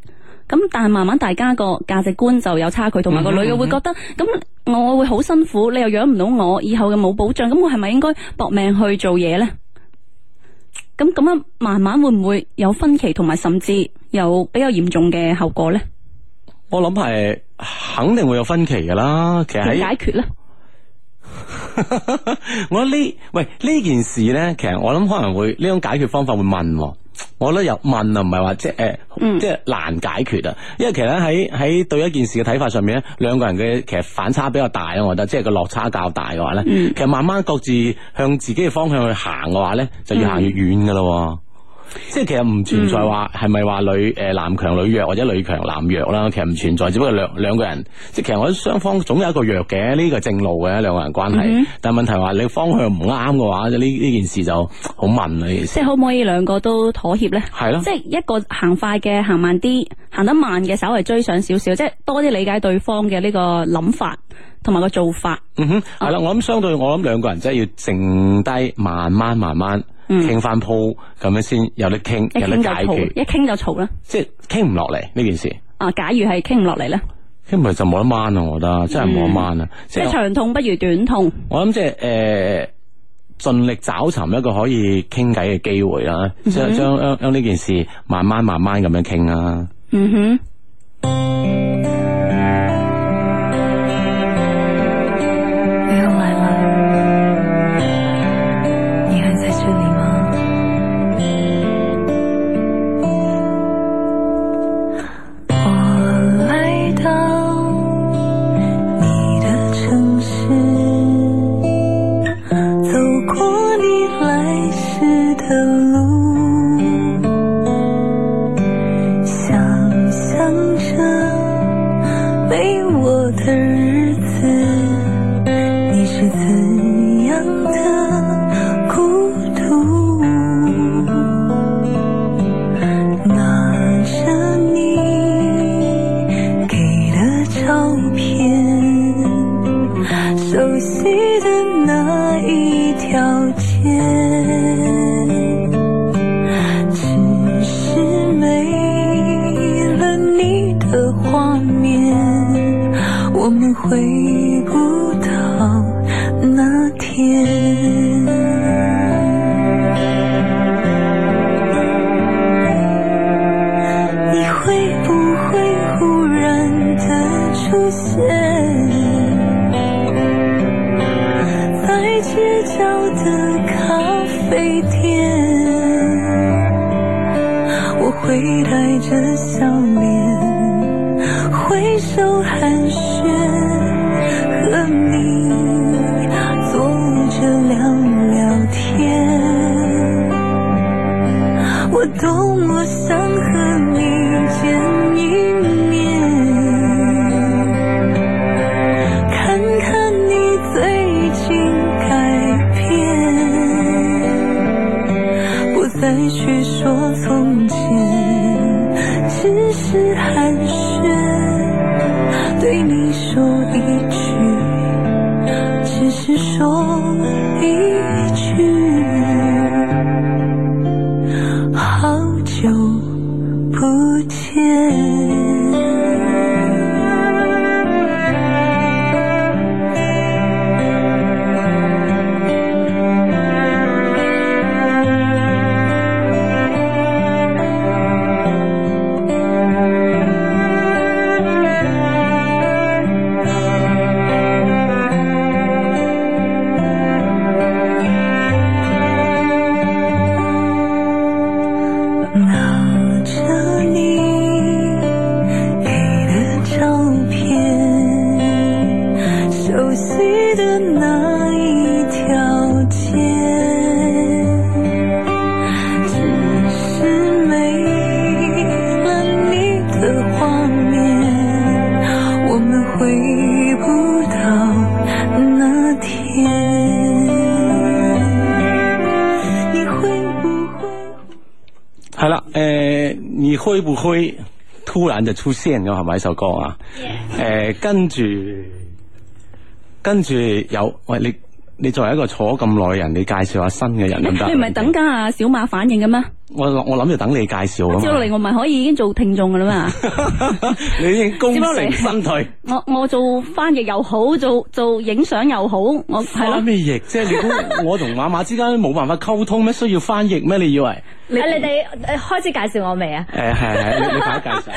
Speaker 4: 咁但係慢慢大家個價值觀就有差距，同埋個
Speaker 2: 嗯
Speaker 4: 女嘅會覺得咁、我會好辛苦，你又養唔到我，以後嘅冇保障，咁我係咪應該搏命去做嘢呢？咁咁樣慢慢會唔會有分歧，同埋甚至有比較嚴重嘅後果呢？
Speaker 2: 我諗係肯定會有分歧噶啦。其實
Speaker 4: 點
Speaker 2: 喺
Speaker 4: 解決呢？
Speaker 2: 我覺得呢喂呢件事咧，其實我諗可能會呢種解決方法會問喎。我覺得有問啊，唔係話即係誒，
Speaker 4: 嗯
Speaker 2: 即係難解決啊。因為其實喺喺對一件事嘅睇法上面咧，兩個人嘅其實反差比較大啊。我覺得即係個落差較大嘅話咧，
Speaker 4: 嗯嗯
Speaker 2: 其實慢慢各自向自己嘅方向去行嘅話咧，就越行越遠噶咯。即係其實唔存在話係咪話女诶男強女弱或者女強男弱啦，其實唔存在，只不過兩兩個人即係其實我覺得雙方總有一個弱嘅，呢個正路嘅兩個人關係。但係問題話你方向唔啱嘅話，呢呢件事就好問啊！呢件
Speaker 4: 即
Speaker 2: 事
Speaker 4: 係可唔可以兩個都妥協呢？
Speaker 2: 係咯
Speaker 4: 即，係一個行快嘅行慢啲，行得慢嘅稍微追上少少，即係多啲理解對方嘅呢個諗法同埋個做法。
Speaker 2: 嗯哼，係啦，我諗相對我諗兩個人真係要靜低，慢慢慢慢
Speaker 4: 嗯
Speaker 2: 傾翻鋪，咁樣先有得傾，
Speaker 4: 一
Speaker 2: 有
Speaker 4: 傾
Speaker 2: 得
Speaker 4: 就
Speaker 2: 解
Speaker 4: 嘈，
Speaker 2: 決，
Speaker 4: 一傾就嘈啦。
Speaker 2: 即係傾唔落嚟呢件事。
Speaker 4: 啊，假如係傾唔落嚟呢，
Speaker 2: 咁咪就冇得掹啊！我覺得真係冇得掹啊！即
Speaker 4: 即係
Speaker 2: 係
Speaker 4: 長痛不如短痛。
Speaker 2: 我諗即係誒，盡力找尋一個可以傾偈嘅機會啦，即係將將將呢件事慢慢慢慢咁樣傾啦。
Speaker 4: 嗯哼。
Speaker 5: 你又来了，你还在这里吗？我来到你的城市，走过你来时的路，想象着没我的日子。你是怎样的孤独？拿着你给的照片，熟悉的那一条街，只是没了你的画面。我们回不到那天。你会不会忽然的出现在街角的咖啡店？我会带着笑脸。挥手寒暄，和你坐着聊聊天。我懂，我想和你见一面，看看你最近改变，不再去说从前。只是寒暄，对你说一句，只是说一句，好久不见。拿着你给的照片，熟悉的那一条街，只是没了你的画面，我们回不到那天。你会不会？
Speaker 2: 係啦，誒，你會不會突然就出現咗係咪呢首歌啊？誒，跟住跟住有喂你。你作為一個坐咁耐嘅人，你介紹下新嘅人得唔得？
Speaker 4: 你唔係等緊阿小馬反應嘅咩？
Speaker 2: 我我諗住等你介紹啊
Speaker 4: 照落
Speaker 2: 嘛，
Speaker 4: 嚟我咪可以已經做聽眾噶啦嘛。
Speaker 2: 你已經功
Speaker 4: 接落嚟
Speaker 2: 成身退。
Speaker 4: 我我做翻譯又好，做做影相又好，我係
Speaker 2: 翻
Speaker 4: 咯。
Speaker 2: 咩譯啫？你估我同馬馬之間冇辦法溝通咩？需要翻譯咩？你以為？
Speaker 4: 你
Speaker 6: 啊你哋呃開始介紹我未啊？
Speaker 2: 誒係係，你你快啲介紹。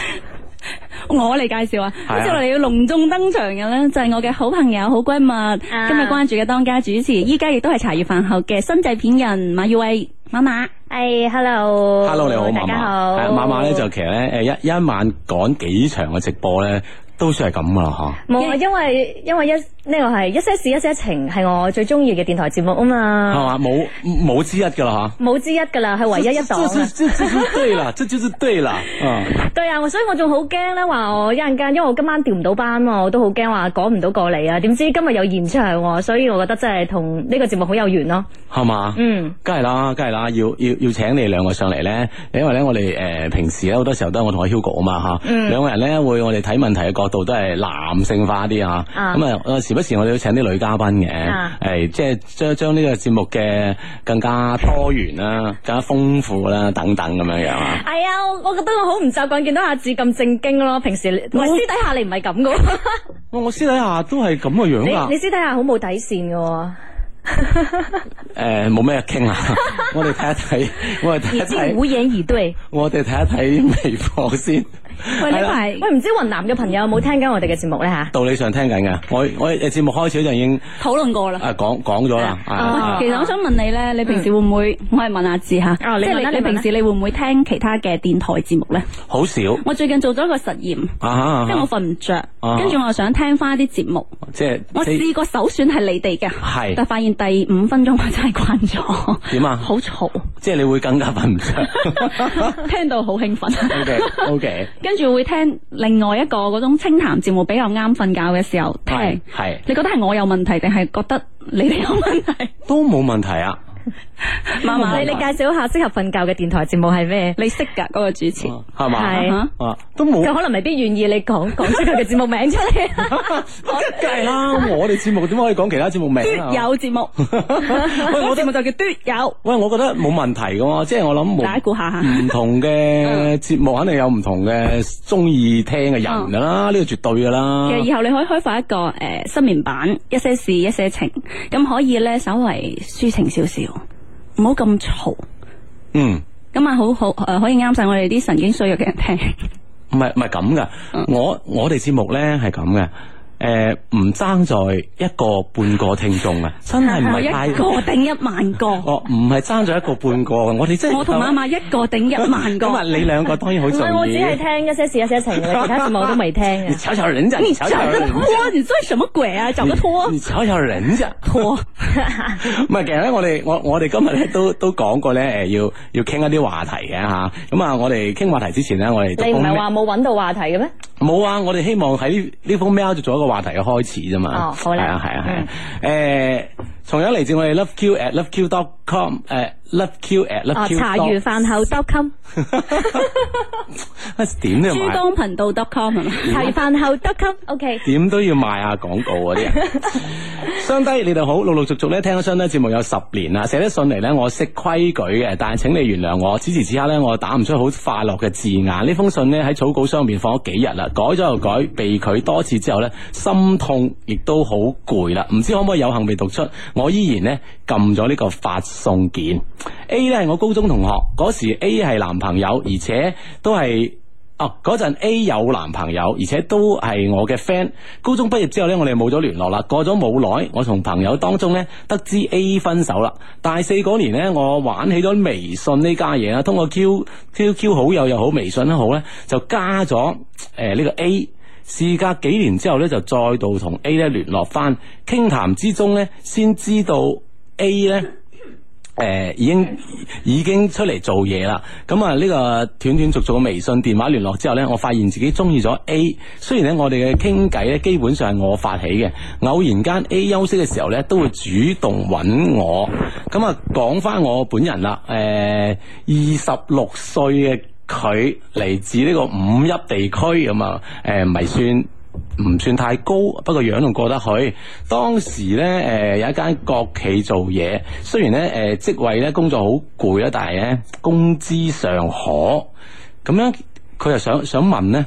Speaker 4: 我嚟介紹啊，
Speaker 2: 係啊
Speaker 4: 接落嚟要隆重登場嘅咧，就係我嘅好朋友、好閨
Speaker 6: 啊
Speaker 4: 蜜，今日關注嘅當家主持，依家亦都係茶餘飯後嘅新製片人馬耀威馬馬。
Speaker 6: 係 hello。
Speaker 2: Hello，你好，馬
Speaker 6: 大
Speaker 2: 馬。
Speaker 6: 家好。
Speaker 2: 係馬馬咧就其實咧誒一一晚趕幾場嘅直播咧，都算係咁噶啦嚇。
Speaker 6: 冇，因為因為一呢個係一些事一些情，係我最中意嘅電台節目啊
Speaker 2: 系嘛？
Speaker 6: 嘛，
Speaker 2: 冇冇之一噶啦吓。
Speaker 6: 冇之一噶啦，係唯一一檔
Speaker 2: 这
Speaker 6: 啊。
Speaker 2: 这这这就是对啦，这就是對啦，啊，
Speaker 6: 對啊，我所以我仲好驚咧，話我一陣間，因為我今晚調唔到班喎，我都好驚話趕唔到過嚟啊。點知今日有現場喎，所以我覺得真係同呢個節目好有緣咯。
Speaker 2: 係嘛？
Speaker 6: 嗯，
Speaker 2: 梗係啦，梗係啦，要要要請你哋兩個上嚟咧，因為咧我哋诶、呃平時咧好多時候都係我同阿 Hugo 啊嘛吓，
Speaker 6: 嗯
Speaker 2: 兩個人咧會我哋睇問題嘅角度都係男性化啲啊，
Speaker 6: 啊
Speaker 2: 咁啊我時不時我哋要請啲女嘉賓嘅，诶、
Speaker 6: 啊
Speaker 2: 即係將將呢個節目嘅更加多元啦，更加豐富啦，等等咁樣樣啊。
Speaker 6: 係啊，我我覺得我好唔習慣見到阿志咁正經咯。平時
Speaker 2: 嗯
Speaker 6: 你喂私底下你唔係咁噶喎，
Speaker 2: 我我私底下都係咁嘅樣啊
Speaker 6: 你你。私底下好冇底線噶喎。
Speaker 2: 诶冇咩傾 啊，我哋睇一睇，我哋睇一
Speaker 4: 已
Speaker 2: 睇
Speaker 4: 经。无言以對。
Speaker 2: 我哋睇一睇微博先。
Speaker 4: 喂，
Speaker 2: 係
Speaker 4: 呢
Speaker 2: 啦
Speaker 4: 排
Speaker 6: 喂，唔知雲南嘅朋友有冇聽緊我哋嘅節目咧吓？
Speaker 2: 道理上聽緊嘅，我我誒節目開始嗰陣已經
Speaker 4: 討論過啦。
Speaker 2: 啊講講咗啦，係
Speaker 6: 啊
Speaker 2: 啊嗯
Speaker 4: 其實我想問你咧，你平時會唔會？我係問阿志吓，即
Speaker 6: 啊你問
Speaker 4: 係你
Speaker 6: 啦你問啦
Speaker 4: 平時你會唔會聽其他嘅電台節目咧？
Speaker 2: 好少
Speaker 4: 我最近做咗一個實驗，
Speaker 2: 啊哈啊
Speaker 4: 因為我
Speaker 2: 哈，
Speaker 4: 瞓唔着，
Speaker 2: 啊
Speaker 4: 跟住我又想聽翻啲節目。
Speaker 2: 即係
Speaker 4: 我
Speaker 2: 即
Speaker 4: 試過首選係你哋嘅，
Speaker 2: 係
Speaker 4: 但發現第五分鐘我真係慣咗，
Speaker 2: 點啊
Speaker 4: 好嘈，
Speaker 2: 即係你會更加瞓唔 着。
Speaker 4: 聽到好興奮。
Speaker 2: O K O K，
Speaker 4: 跟住會聽另外一個嗰種清談節目比較啱瞓覺嘅時候
Speaker 2: 係
Speaker 4: 聽。
Speaker 2: 係
Speaker 4: 你覺得係我有問題定係覺得你哋有 問題？
Speaker 2: 都冇問題啊。
Speaker 4: 麻麻
Speaker 6: 你
Speaker 4: 你
Speaker 6: 你
Speaker 4: 你
Speaker 6: 介紹一下適合瞓覺嘅電台節目係咩？
Speaker 4: 你識㗎嗰個主持？
Speaker 2: 係
Speaker 6: 係
Speaker 2: 嘛？啊，都冇，
Speaker 6: 佢可能未必願意你講講出佢嘅節目名出嚟。
Speaker 2: 梗係啦。我哋節目點可以講其他節目名啊？
Speaker 4: 嘟有節目，
Speaker 2: 喂，我覺
Speaker 4: 嗰個節
Speaker 2: 得
Speaker 4: 目就叫嘟有，
Speaker 2: 喂，我覺得冇問題嘅喎，即係我諗
Speaker 4: 大家
Speaker 2: 冇。嗯
Speaker 4: 估下吓。
Speaker 2: 唔 同嘅
Speaker 4: 嗯
Speaker 2: 節目肯定有唔同嘅中意聽嘅人噶啦，呢個絕對噶啦
Speaker 4: 哦其。實以後你可以開發一個诶、呃失眠版，一些事一些情，咁可以咧稍為抒情少少，唔好咁嘈，
Speaker 2: 嗯，
Speaker 4: 咁啊好好诶、呃可以啱晒我哋啲神經衰弱嘅人聽。
Speaker 2: 唔係唔係咁噶，我我哋節目咧係咁嘅。誒唔爭在一個半個聽 眾啊，真係唔係
Speaker 4: 我一
Speaker 2: 太
Speaker 4: 個頂一萬個，
Speaker 2: 哦，唔係爭在一個半個，我哋真係
Speaker 4: 我 同阿嫲一個頂一萬個
Speaker 2: 咁。啊，你兩個當然好
Speaker 6: 唔
Speaker 2: 重
Speaker 6: 係，
Speaker 2: 要。
Speaker 6: 我只係聽一些事一些情嘅，其他節目我都未聽啊
Speaker 2: 你
Speaker 6: 嘅。
Speaker 2: 瞧瞧人家，你瞧瞧
Speaker 4: 找
Speaker 2: 人
Speaker 4: 個
Speaker 2: 家，
Speaker 4: 托，你做什麼鬼啊？找個托
Speaker 2: 你瞧瞧人家。
Speaker 4: 托，
Speaker 2: 唔係，其實咧，我哋我我哋今日咧都都講過咧，誒要要傾一啲話題嘅嚇。咁啊，我哋傾話題之前咧，我哋都
Speaker 6: 你唔係
Speaker 2: 講
Speaker 6: 話冇揾到話題嘅咩？
Speaker 2: 冇啊！我哋希望喺呢呢封 mail 就做一個話題嘅開始啫嘛。
Speaker 6: 哦好啦
Speaker 2: 係啊，係啊，係啊。誒，同樣嚟自我哋 loveq at loveq dot com 誒 loveq at
Speaker 6: 哦，
Speaker 2: loveq
Speaker 6: 茶餘
Speaker 2: dot
Speaker 6: 飯後 .com，
Speaker 2: 點都要
Speaker 4: 珠
Speaker 2: 賣，
Speaker 4: 江頻道 .com 係嘛？
Speaker 6: 茶餘飯後 .com，OK。
Speaker 2: 點都要賣下廣告嗰啲人。相低，你哋好，陸陸續續咧聽咗相低節目有十年啦，寫啲信嚟咧我識規矩嘅，但係請你原諒我，此時此刻咧我打唔出好快樂嘅字眼。呢封信咧喺草稿箱入面放咗幾日啦，改咗又改，被佢多次之後咧心痛，亦都好攰啦，唔知可唔可以有幸被讀出？我依然咧撳咗呢個發送鍵。A 咧係我高中同學，嗰時 A 係男朋友，而且都係。哦，嗰陣 A 有男朋友，而且都係我嘅 friend。高中畢業之後呢，我哋冇咗聯絡啦。過咗冇耐，我從朋友當中呢得知 A 分手啦。大四嗰年呢，我玩起咗微信呢家嘢啦，通過 Q Q Q 好友又好，微信都好呢，就加咗誒呢個 A。事隔幾年之後呢，就再度同 A 呢聯絡翻，傾談之中呢，先知道 A 呢。誒、呃已經已經出嚟做嘢啦，咁啊呢個斷斷續續嘅微信電話聯絡之後呢，我發現自己中意咗 A。雖然呢，我哋嘅傾偈呢基本上係我發起嘅，偶然間 A 休息嘅時候呢，都會主動揾我。咁啊講翻我本人啦，誒二十六歲嘅佢嚟自呢個五邑地區咁啊，誒唔係算。唔算太高，不過樣仲過得去。當時呢，誒、有一間國企做嘢，雖然呢，誒、職位呢工作好攰啊啦，但係呢工資尚可。咁樣佢又想想問呢，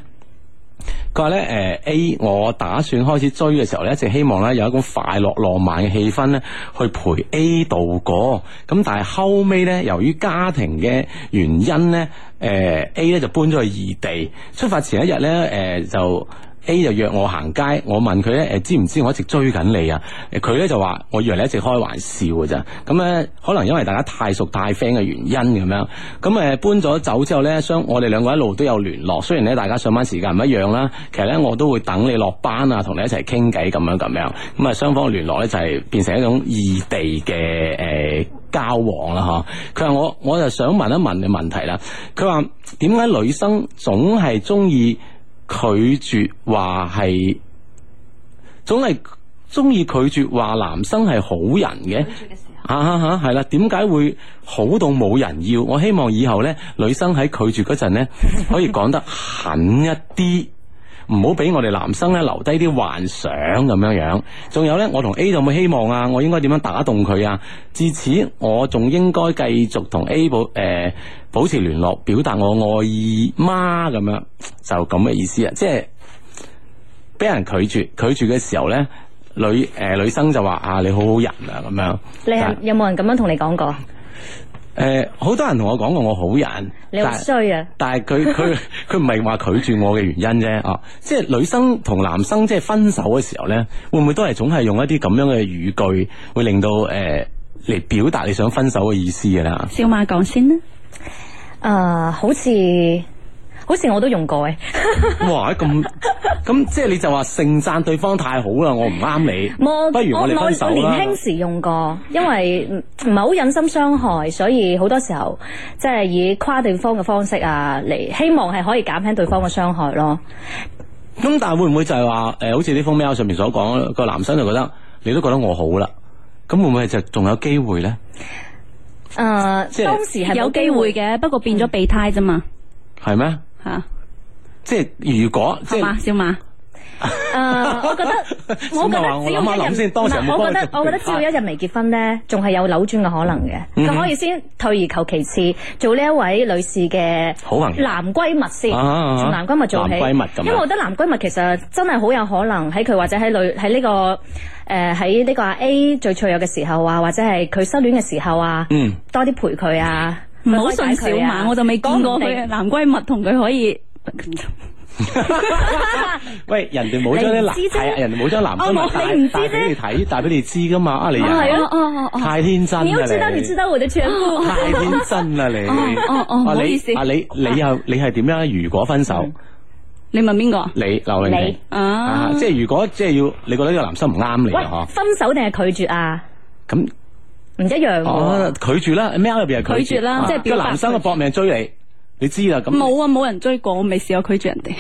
Speaker 2: 佢話呢，誒、A，我打算開始追嘅時候呢，一直希望呢有一種快樂浪漫嘅氣氛呢，去陪 A 度過。咁但係後尾呢，由於家庭嘅原因呢，誒、A 呢就搬咗去異地。出發前一日呢，誒、就。 A 就約我行街，我問佢咧誒知唔知我一直追緊你啊？誒佢咧就話我以為你一直開玩笑嘅咋，咁咧可能因為大家太熟太 friend 嘅原因咁樣，咁誒搬咗走之後咧，相我哋兩個一路都有聯絡，雖然咧大家上班時間唔一樣啦，其實咧我都會等你落班啊，同你一齊傾偈咁樣咁樣，咁啊雙方嘅聯絡咧就係變成一種異地嘅誒。交往啦吓，佢話我我就想問一問你問題啦。佢話點解女生總係中意拒絕話係，總係中意拒絕話男生係好人嘅？啊吓吓吓，係啦，點解會好到冇人要？我希望以後咧，女生喺拒絕嗰陣咧，可以講得狠一啲。唔好俾我哋男生咧留低啲幻想咁樣樣。仲有咧，我同 A 有冇希望啊？我應該點樣打動佢啊？至此，我仲應該繼續同 A 保誒、呃保持聯絡，表達我愛意嗎？咁樣就咁嘅意思啊，即係俾人拒絕拒絕嘅時候咧，女誒、呃女生就話啊你好好人啊咁樣。
Speaker 6: 你係
Speaker 2: 但
Speaker 6: 有冇人咁樣同你講過？
Speaker 2: 誒好、多人同我講過我好人，
Speaker 6: 你好
Speaker 2: 但係
Speaker 6: 衰啊！
Speaker 2: 但係佢 佢佢唔係話拒絕我嘅原因啫，啊，即係女生同男生即係分手嘅時候咧，會唔會都係總係用一啲咁樣嘅語句，會令到誒嚟、表達你想分手嘅意思嘅啦？
Speaker 4: 小馬講先啦，
Speaker 6: 啊，好似好似我都用過嘅，
Speaker 2: 哇，咁咁即係你就話盛讚對方太好啦，我唔啱你，
Speaker 6: 我
Speaker 2: 不如
Speaker 6: 我
Speaker 2: 我哋分手
Speaker 6: 我
Speaker 2: 啦
Speaker 6: 年輕時用過，因為唔唔係好忍心傷害，所以好多時候即係以誇對方嘅方式啊嚟，希望係可以減輕對方嘅傷害咯。
Speaker 2: 咁但係會唔會就係話誒，好似呢封 mail 上面所講，個男生就覺得你都覺得我好啦，咁會唔會就仲有機會咧？
Speaker 6: 誒、
Speaker 2: 即係
Speaker 6: 當時係冇
Speaker 4: 有機會嘅，不過變咗備胎啫嘛，
Speaker 2: 係咩？
Speaker 4: 吓
Speaker 2: 即係如果即
Speaker 4: 係
Speaker 2: 係
Speaker 4: 嘛，。小馬。
Speaker 6: 誒、呃我覺得 我覺
Speaker 2: 小馬話
Speaker 6: 得
Speaker 2: 我
Speaker 6: 只要
Speaker 2: 諗下
Speaker 6: 一
Speaker 2: 諗
Speaker 6: 日
Speaker 2: 先當時有
Speaker 6: 唔
Speaker 2: 冇
Speaker 6: 係
Speaker 2: 幫
Speaker 6: 我覺
Speaker 2: 佢
Speaker 6: 得我覺得
Speaker 2: 做
Speaker 6: 只要一日未結婚咧，仲係有扭轉嘅可能嘅。
Speaker 2: 嗯
Speaker 6: 佢、可以先退而求其次，做呢一位女士嘅
Speaker 2: 好朋友
Speaker 6: 男閨蜜先，
Speaker 2: 啊啊啊
Speaker 6: 從男閨蜜做起。
Speaker 2: 男閨蜜咁樣
Speaker 6: 因為我覺得男閨蜜其實真係好有可能喺佢或者喺女喺呢、個。誒喺呢個阿 A 最脆弱嘅時候啊，或者係佢失戀嘅時候啊，
Speaker 2: 嗯
Speaker 6: 多啲陪佢啊，
Speaker 4: 唔好
Speaker 6: 去
Speaker 4: 信
Speaker 6: 開解
Speaker 4: 小
Speaker 6: 佢啊
Speaker 4: 馬，我就未見過
Speaker 6: 講唔
Speaker 4: 佢
Speaker 6: 定
Speaker 4: 男閨蜜同佢可以。
Speaker 2: 喂，人哋冇將啲
Speaker 6: 你唔
Speaker 2: 男
Speaker 6: 知啫
Speaker 2: 係啊，人哋冇將男生
Speaker 4: 哦冇你唔知
Speaker 2: 帶
Speaker 4: 啫
Speaker 2: 俾你睇，帶俾你知噶嘛？啊，你
Speaker 6: 係
Speaker 2: 人
Speaker 6: 啊
Speaker 4: 哦哦
Speaker 2: 太天真啦！
Speaker 6: 你要知道，你知道我 的全部。
Speaker 2: 太天真啦你！
Speaker 4: 哦哦唔好
Speaker 2: 啊你
Speaker 4: 意思
Speaker 2: 啊你你又你係點樣？如果分手，
Speaker 4: 你問邊個？
Speaker 2: 你劉玲
Speaker 6: 你
Speaker 2: 玲
Speaker 4: 啊
Speaker 2: 啊，，即係如果即係要你覺得呢個男生唔啱你
Speaker 6: 喂
Speaker 2: 啊，
Speaker 6: 分手定係拒絕啊？
Speaker 2: 嗬？咁
Speaker 6: 唔一樣喎。
Speaker 2: 哦拒絕啦，mail 入邊係拒
Speaker 4: 拒絕啦
Speaker 2: 啊
Speaker 4: 即係表
Speaker 2: 個
Speaker 4: 白
Speaker 2: 男生啊搏命追你，你知啦咁，
Speaker 4: 冇啊，冇人追過，我未試過拒絕人哋，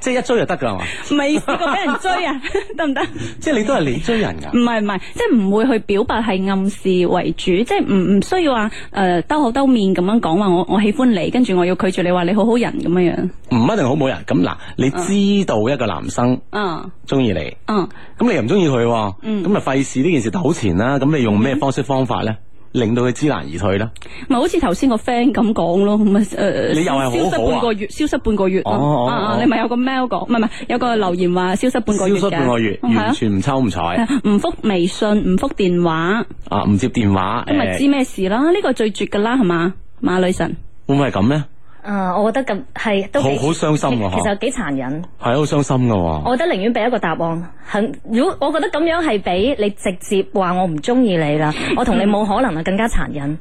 Speaker 2: 即係一追就得噶係嘛？
Speaker 4: 未試過俾人追啊， 得唔得？
Speaker 2: 即係你都係你追人㗎
Speaker 4: 唔。係唔係，即係唔會去表白係暗示為主，即係唔唔需要話誒、呃兜口兜面咁樣講話我我喜歡你，跟住我要拒絕你話你好好人咁樣樣。
Speaker 2: 唔一定好冇人咁嗱，你知道一個男生
Speaker 4: 嗯
Speaker 2: 中意你，
Speaker 4: 嗯，
Speaker 2: 咁你又唔中意佢喎，
Speaker 4: 嗯
Speaker 2: 咁咪費事呢件事糾纏啦。咁你用咩方式方法咧，令到佢知難而退咧？
Speaker 4: 咪好似頭先個 friend 咁講咯，咁啊誒，
Speaker 2: 你又係好
Speaker 4: 消失
Speaker 2: 好啊
Speaker 4: 半個月，消失半個月咯
Speaker 2: 哦哦哦
Speaker 4: 啊啊！你咪有個 mail 講，唔係唔係有個留言話消失半
Speaker 2: 消
Speaker 4: 個月嘅，
Speaker 2: 失半個月，
Speaker 4: 係啊
Speaker 2: 完全唔抽唔
Speaker 4: 係
Speaker 2: 睬
Speaker 4: 啊唔覆微信，唔覆電話，
Speaker 2: 啊，唔接電話，
Speaker 4: 咁咪
Speaker 2: 誒
Speaker 4: 知咩事啦？呢個最絕噶啦，係嘛，馬女神。
Speaker 2: 會唔會係咁咧？
Speaker 6: 啊、我覺得咁係都幾
Speaker 2: 好好傷心喎
Speaker 6: 其其實幾殘忍。
Speaker 2: 係好傷心噶
Speaker 4: 哦
Speaker 2: 喎。
Speaker 6: 我覺得寧願俾一個答案，肯如果我覺得咁樣係比你直接話我唔中意 你啦，我同你冇可能啊，更加殘忍。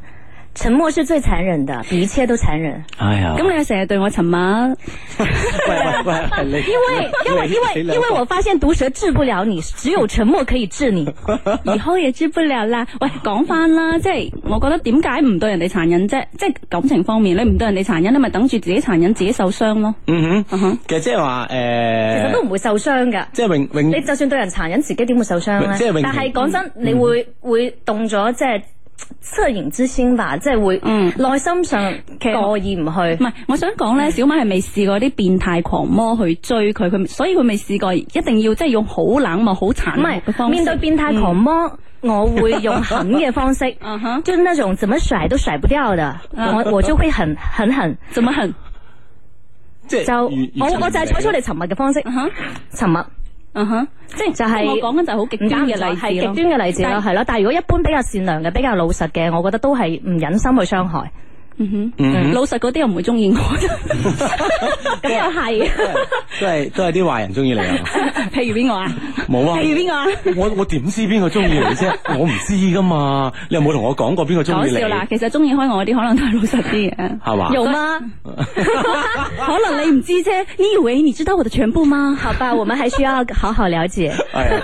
Speaker 6: 沉默是最殘忍的，比一切都殘忍。
Speaker 2: 哎呀，
Speaker 4: 咁你又成日對 我沉默，
Speaker 2: 喂喂喂，你
Speaker 6: 因為 因為因為因為我发现毒舌治不了你，只有沉默可以治 你。
Speaker 4: 以後也知不了啦。喂，講翻啦，即係我覺得點解唔對人哋殘忍啫？即係感情方面，你唔對人哋殘忍，你咪等住自己殘忍，自己受傷咯。
Speaker 2: 嗯
Speaker 4: 嗯
Speaker 2: 哼
Speaker 4: 哼，
Speaker 2: 其實即係話
Speaker 6: 其實都
Speaker 2: 誒，
Speaker 6: 唔會受傷噶。
Speaker 2: 即係
Speaker 4: 嗯
Speaker 2: 永
Speaker 6: 你
Speaker 2: 永
Speaker 6: 就算對人殘忍，自己點會受傷咧？
Speaker 2: 即係永遠
Speaker 6: 但係講真，你會、會動咗即係恻隱之心吧，即係會
Speaker 4: 嗯
Speaker 6: 內心上
Speaker 4: 其實
Speaker 6: 過意唔去
Speaker 4: 唔。係，我想講咧，小馬係未試過啲變態狂魔去追佢，佢所以佢未試過，一定要即係用好冷漠、好殘
Speaker 6: 唔
Speaker 4: 酷嘅
Speaker 6: 係
Speaker 4: 方式，
Speaker 6: 面對變態狂魔，我會用狠嘅方式
Speaker 4: 嗯哼
Speaker 6: 就是那種怎麼甩都甩不掉的，
Speaker 4: 嗯
Speaker 6: 我我就會很很狠，
Speaker 4: 怎麼恨？
Speaker 2: 即係
Speaker 6: 就我
Speaker 2: 如
Speaker 6: 我就係採取你沉默嘅方式，
Speaker 4: 嗯哼，
Speaker 6: 沉默。
Speaker 4: 嗯哼，即係
Speaker 6: 就係
Speaker 4: 我講緊就係好極
Speaker 6: 唔
Speaker 4: 端嘅例
Speaker 6: 係
Speaker 4: 子
Speaker 6: 極
Speaker 4: 咯
Speaker 6: 端嘅例子咯，
Speaker 4: 但係
Speaker 6: 係咯。但係如果一般比較善良嘅、比較老實嘅，我覺得都係唔忍心去傷害。
Speaker 4: 嗯
Speaker 2: 嗯
Speaker 4: 哼，老實嗰啲又唔會中意我，
Speaker 6: 咁又係。
Speaker 2: 都係都係啲壞人中意你 啊！
Speaker 4: 譬如邊個啊？
Speaker 2: 冇啊
Speaker 4: 譬如邊個啊？
Speaker 2: 我我點知邊個中意你啫？我唔知噶嘛，你有冇同我講過邊個中意
Speaker 4: 講
Speaker 2: 你？
Speaker 4: 笑啦，其實中意開我啲可能都係老實啲嘅，
Speaker 2: 係 嘛
Speaker 4: 有嗎？可能你唔知啫，你以為你知道我的全部嗎？
Speaker 6: 好吧，我们还需要好好 了解。
Speaker 2: 哎呀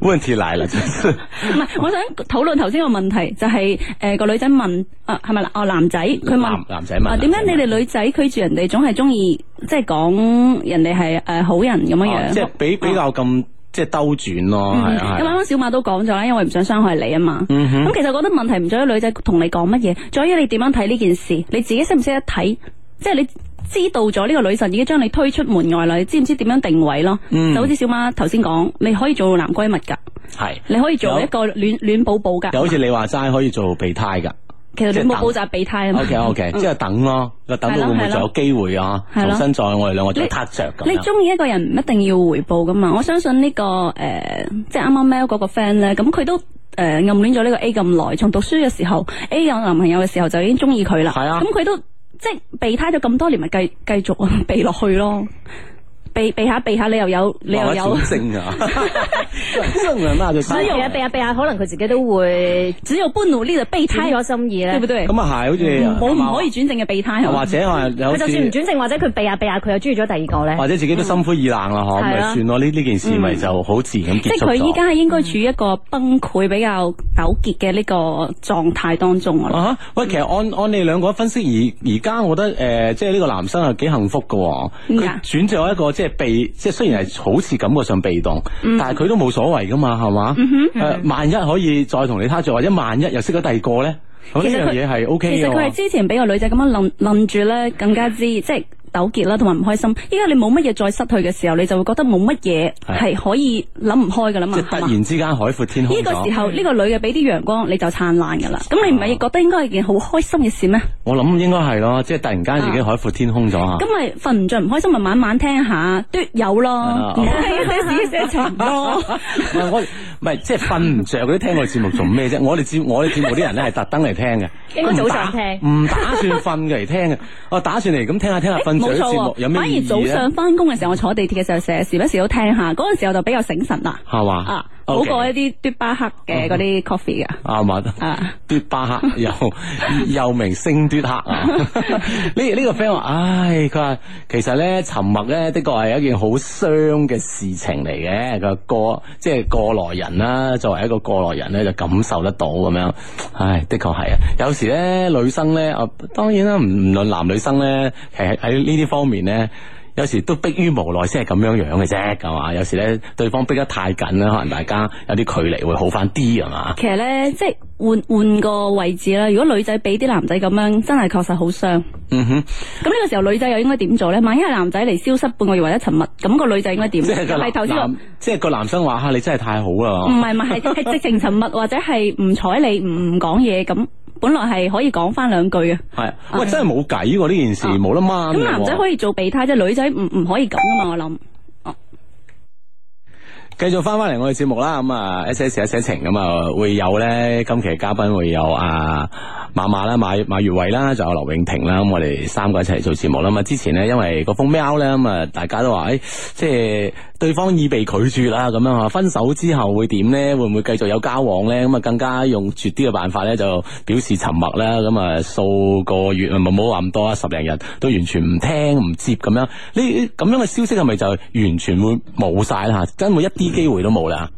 Speaker 2: 問題嚟啦，真是
Speaker 4: 唔係，我想討論頭先個問題，就係誒個女仔問，啊係咪啦哦男仔佢
Speaker 2: 男
Speaker 4: 問。
Speaker 2: 男仔問
Speaker 4: 啊，
Speaker 2: 男仔
Speaker 4: 點解你哋女仔拒絕人哋，總係中意即係講人哋係誒好人咁樣
Speaker 2: 哦
Speaker 4: 樣？
Speaker 2: 即係比比較咁即係兜轉咯，係啊嗯
Speaker 4: 嗯咁
Speaker 2: 係
Speaker 4: 啱
Speaker 2: 啊。
Speaker 4: 啱小馬都講咗啦，因為唔想傷害你啊嘛。咁、其實我覺得問題唔在於女仔同你講乜嘢，在於你點樣睇呢件事，你自己識唔識得睇，即係你。知道咗呢個女神已經將你推出門外啦，你知唔知點樣定位咯？
Speaker 2: 嗯
Speaker 4: 就好似小馬頭先講，你可以做男閨蜜㗎，
Speaker 2: 係
Speaker 4: 你可以做一個暖暖寶寶㗎。
Speaker 2: 就好似你話齋可以做備胎㗎。
Speaker 4: 其實
Speaker 2: 即係
Speaker 4: 暖寶
Speaker 2: 等
Speaker 4: 寶就係備胎啊嘛。
Speaker 2: O K O K，即係等咯，個等到會唔會
Speaker 4: 係
Speaker 2: 仲有
Speaker 4: 咯
Speaker 2: 機會啊？
Speaker 4: 係咯
Speaker 2: 重新再我哋兩個再撻着咁
Speaker 4: 你
Speaker 2: 樣。
Speaker 4: 中意一個人唔一定要回報噶嘛？我相信呢、個呃即係啱啱 Mel 嗰個 friend 咧，咁佢都诶、呃暗戀咗呢個 A 咁耐，從讀書嘅時候 A 有男朋友嘅時候就已經中意佢啦。
Speaker 2: 係啊
Speaker 4: 咁佢都即係備胎咗咁多年，咪繼繼續避落去咯。避避下避下，你又有你又有
Speaker 2: 哇，正 啊，正啊，那就
Speaker 6: 所以啊，避下避下，可能佢自己都
Speaker 2: 嗯
Speaker 6: 會
Speaker 4: 只有不努力嘅備
Speaker 6: 轉
Speaker 4: 胎，
Speaker 6: 咗心意咧
Speaker 4: 對。唔對？
Speaker 2: 咁啊係，好似
Speaker 4: 嗯我唔可以啊轉正嘅備胎係
Speaker 2: 或
Speaker 4: 嘛？
Speaker 2: 者係好
Speaker 6: 佢就算唔
Speaker 2: 似。嗯
Speaker 6: 轉正，或者佢避下避下，佢又中意咗第二個咧。
Speaker 2: 或者自己都心灰意冷啦，嗬，咁
Speaker 6: 係
Speaker 2: 咪
Speaker 6: 啊
Speaker 2: 算咯。呢呢件事咪就好自然咁
Speaker 4: 嗯即
Speaker 2: 結束
Speaker 4: 係佢依
Speaker 2: 咗。
Speaker 4: 家係應該處於一個崩潰、比較糾結嘅呢個狀態當中啊。
Speaker 2: 啊哈喂，其實按按你兩個分析，而而家我覺得誒，呃即係呢個男生係幾幸福嘅喎。
Speaker 4: 點解
Speaker 2: 佢選擇一個即係被，即係雖然係好似感覺上被動，
Speaker 4: 嗯
Speaker 2: 但係佢都冇所謂噶嘛，係嘛？誒，萬一可以再同你他著，或者萬一又識咗第二個咧，咁
Speaker 4: 其實
Speaker 2: 哦呢樣
Speaker 4: 佢
Speaker 2: 嘢係 O
Speaker 4: 其
Speaker 2: K
Speaker 4: 實
Speaker 2: 嘅
Speaker 4: 佢係
Speaker 2: 喎。
Speaker 4: 之前俾個女仔咁樣楞楞住咧，更加之即係糾結啦，同埋唔開心。依家你冇乜嘢再失去嘅時候，你就會覺得冇乜嘢係可以諗唔開噶啦嘛
Speaker 2: 即。係
Speaker 4: 係
Speaker 2: 突
Speaker 4: 嘛
Speaker 2: 然之間海闊天空
Speaker 4: 啊呢個時
Speaker 2: 咗。
Speaker 4: 候，呢個女嘅俾啲陽光，你就燦爛噶啦。咁你唔
Speaker 2: 啊
Speaker 4: 係覺得應該係件好開心嘅事咩？
Speaker 2: 我諗應該係咯，即係突然間自己海闊天空咗啊！
Speaker 4: 咁咪瞓唔着唔開心，咪晚晚聽下，都有
Speaker 2: 啊
Speaker 4: 咯。唔好聽寫自己寫情歌。
Speaker 2: 唔係我唔係即係瞓唔着嗰啲聽我哋節目做咩啫？我哋節我哋節目啲人咧係特登嚟聽嘅，
Speaker 6: 應該早上聽
Speaker 2: 唔打唔打算瞓嘅嚟聽嘅。 我打算嚟咁聽下聽下瞓
Speaker 4: 冇
Speaker 2: 着啲
Speaker 4: 錯
Speaker 2: 節目有咩
Speaker 4: 喎，反而
Speaker 2: 意義啊
Speaker 4: 早
Speaker 2: 咧
Speaker 4: 上？翻工嘅時候，我坐地鐵嘅時候成日時不時都聽下，嗰陣時候就比較醒神啦。
Speaker 2: 係嘛
Speaker 4: 啊，好
Speaker 2: OK
Speaker 4: 過一啲嘟巴克嘅嗰啲 coffee 噶。
Speaker 2: 啱嘛？
Speaker 4: 啊
Speaker 2: 奪巴克又又名星奪客啊！呢呢個 friend 話：，唉，佢話其實咧沉默咧，的確係一件好傷嘅事情嚟嘅。佢話過即係過來人啦，作為一個過來人咧，就感受得到咁樣。唉，的確係啊。有時咧，女生咧，啊，當然啦，唔唔論男女生咧，其實喺呢啲方面咧。有時都迫於無奈先係咁樣樣嘅啫，係嘛？有時咧對方逼得太緊啦，可能大家有啲距離會好翻啲，係嘛？
Speaker 4: 其實咧，即係換換個位置啦。如果女仔俾啲男仔咁樣，真係確實好傷。
Speaker 2: 嗯哼。
Speaker 4: 咁呢個時候女仔又應該點做咧？萬一係男仔嚟消失半個月或者沉默，咁個女仔應該點？
Speaker 2: 即係個
Speaker 4: 係頭
Speaker 2: 男
Speaker 4: 先我嗯
Speaker 2: 男，即係個男生話吓你真係太好
Speaker 4: 唔
Speaker 2: 啦，
Speaker 4: 係唔係，係係直情沉默或者係唔睬你，唔唔講嘢咁。本來係可以講翻兩句嘅。
Speaker 2: 係喂真係冇計喎呢件事，冇得掹嘅
Speaker 4: 啊咁
Speaker 2: 喎。
Speaker 4: 男仔可以做備胎，即係女仔唔唔可以咁噶嘛？我諗。
Speaker 2: 繼續翻翻嚟我哋節目啦，咁啊 S S S 情咁啊會有咧，今期嘅嘉賓會有啊馬馬啦、馬馬月偉啦，仲有劉永婷啦，咁我哋三個一齊做節目啦。咁啊之前咧，因為嗰封 mail 咧，咁啊大家都話誒、即係對方已被拒絕啦，咁樣啊，分手之後會點咧？會唔會繼續有交往咧？咁啊更加用絕啲嘅辦法咧，就表示沉默啦。咁啊數個月唔好話咁多啊，十零日都完全唔聽唔接咁樣。呢咁樣嘅消息係咪就完全會冇晒啦？嚇，真會一啲機會都冇啦。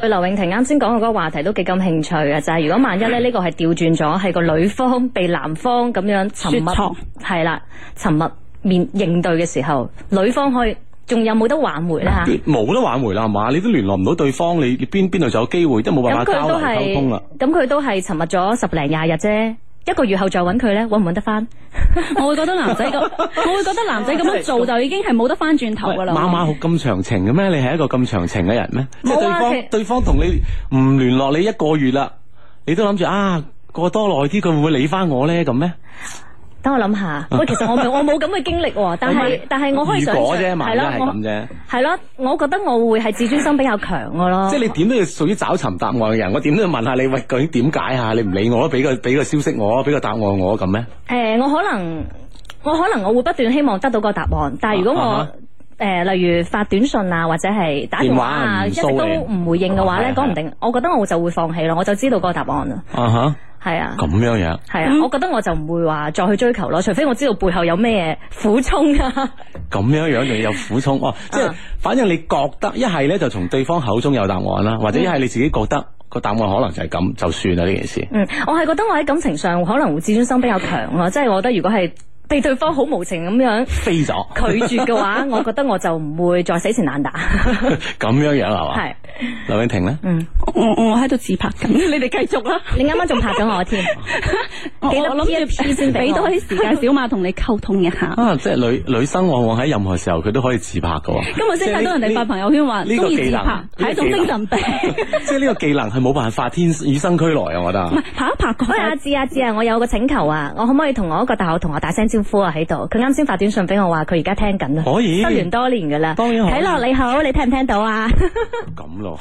Speaker 6: 對劉永婷啱先講嘅嗰個話題都幾感興趣啊嘅，就係、如果萬一
Speaker 2: 嗯
Speaker 6: 咧呢個係調轉咗，係個女方被男方咁樣沉默
Speaker 4: 雪藏，
Speaker 6: 係啦，沉默面應對嘅時候，女方可以仲有冇得挽回咧嚇？
Speaker 2: 冇得挽回啦，係嘛？你都聯絡唔到對方，你你邊邊度就有機會，即係冇辦
Speaker 6: 咁
Speaker 2: 法
Speaker 6: 佢
Speaker 2: 交
Speaker 6: 都
Speaker 2: 流溝通啦
Speaker 6: 係。，咁佢都係沉默咗十零廿日啫。一個月後再揾佢咧，揾唔揾得翻？
Speaker 4: 我會覺得男仔咁，我會覺得男仔咁樣做就已經係冇得翻轉頭噶啦。
Speaker 2: 馬馬好咁長情嘅咩？你係一個咁長情嘅人咩？即係
Speaker 6: 冇
Speaker 2: 對
Speaker 6: 啊
Speaker 2: 方
Speaker 6: 其
Speaker 2: 對方同你唔聯絡你一個月啦，你都諗住啊過多耐啲佢會唔會理翻我咧咁咩？
Speaker 6: 等我諗 下，喂，其實我冇我冇咁嘅經歷喎，但係但係我可以想
Speaker 2: 如果啫，
Speaker 6: 象
Speaker 2: 萬
Speaker 6: 係
Speaker 2: 一
Speaker 6: 咯
Speaker 2: 係，
Speaker 6: 我
Speaker 2: 咁啫。
Speaker 6: 係咯，我覺得我會係自尊心比較強嘅咯。
Speaker 2: 即係你點都要屬於找尋答案嘅人，我點都要問下你，喂，究竟點解啊？你唔理我，俾個俾個消息我，俾個答案我咁咩？
Speaker 6: 诶、我可能我可能我會不斷希望得到個答案，但係如果
Speaker 2: 啊
Speaker 6: 我
Speaker 2: 哈
Speaker 6: 诶、誒例如發短信啊，或者係打電話啊，一
Speaker 2: 電
Speaker 6: 直
Speaker 2: 話唔
Speaker 6: 都
Speaker 2: 掃你
Speaker 6: 唔回應嘅話
Speaker 2: 啊係
Speaker 6: 咧，講唔定，我覺得我就會放棄咯，我就知道個答案啦，
Speaker 2: 啊哈，
Speaker 6: 係啊。
Speaker 2: 咁嗯樣樣。
Speaker 6: 係啊，我覺得我就唔會話再去追求咯，除非我知道背後有咩苦衷啊。
Speaker 2: 咁樣樣仲有苦衷哦，即係
Speaker 6: 啊
Speaker 2: 反正你覺得一係咧就從對方口中有答案啦，或
Speaker 6: 嗯
Speaker 2: 者一係你自己覺得個答案可能就係咁就算啦呢件事。
Speaker 6: 嗯，我係覺得我喺感情上可能會自尊心比較強咯，即係我覺得如果係被對方好無情咁樣
Speaker 2: 飛 咗，
Speaker 6: 拒絕嘅話，我覺得我就唔會再死纏爛打。
Speaker 2: 咁樣樣係嘛？
Speaker 6: 係，
Speaker 2: 劉永婷咧，
Speaker 6: 嗯，
Speaker 4: 我我哦喺度自拍緊，你哋繼續啦。
Speaker 6: 你啱啱仲拍咗我 添。
Speaker 4: 我
Speaker 6: 記得
Speaker 4: 我諗
Speaker 6: P 一 P
Speaker 4: 住
Speaker 6: 先俾
Speaker 4: 俾
Speaker 6: 我
Speaker 4: 多啲時間小馬同你溝通一下。
Speaker 2: 啊，即係女女生往往喺任何時候佢都可以自拍嘅喎。
Speaker 4: 今日先睇到人哋發朋友圈話
Speaker 2: 呢呢
Speaker 4: 中意自
Speaker 2: 呢個
Speaker 4: 拍
Speaker 2: 技能
Speaker 4: 係一種精神病，
Speaker 2: 即係呢個技能係冇辦法天與生俱來啊！我覺 得
Speaker 4: 唔係拍一拍嗰
Speaker 6: 喂，阿
Speaker 4: 下
Speaker 6: 志阿志啊，我有個請求啊，我可唔可以同我一個大學同學打聲招呼啊？喺度，佢啱先發短信俾我話佢而家聽緊啊，
Speaker 2: 可以
Speaker 6: 失聯多年噶啦。
Speaker 2: 當然可以
Speaker 6: 睇落你好，你聽唔聽到 啊？
Speaker 2: 咁咯。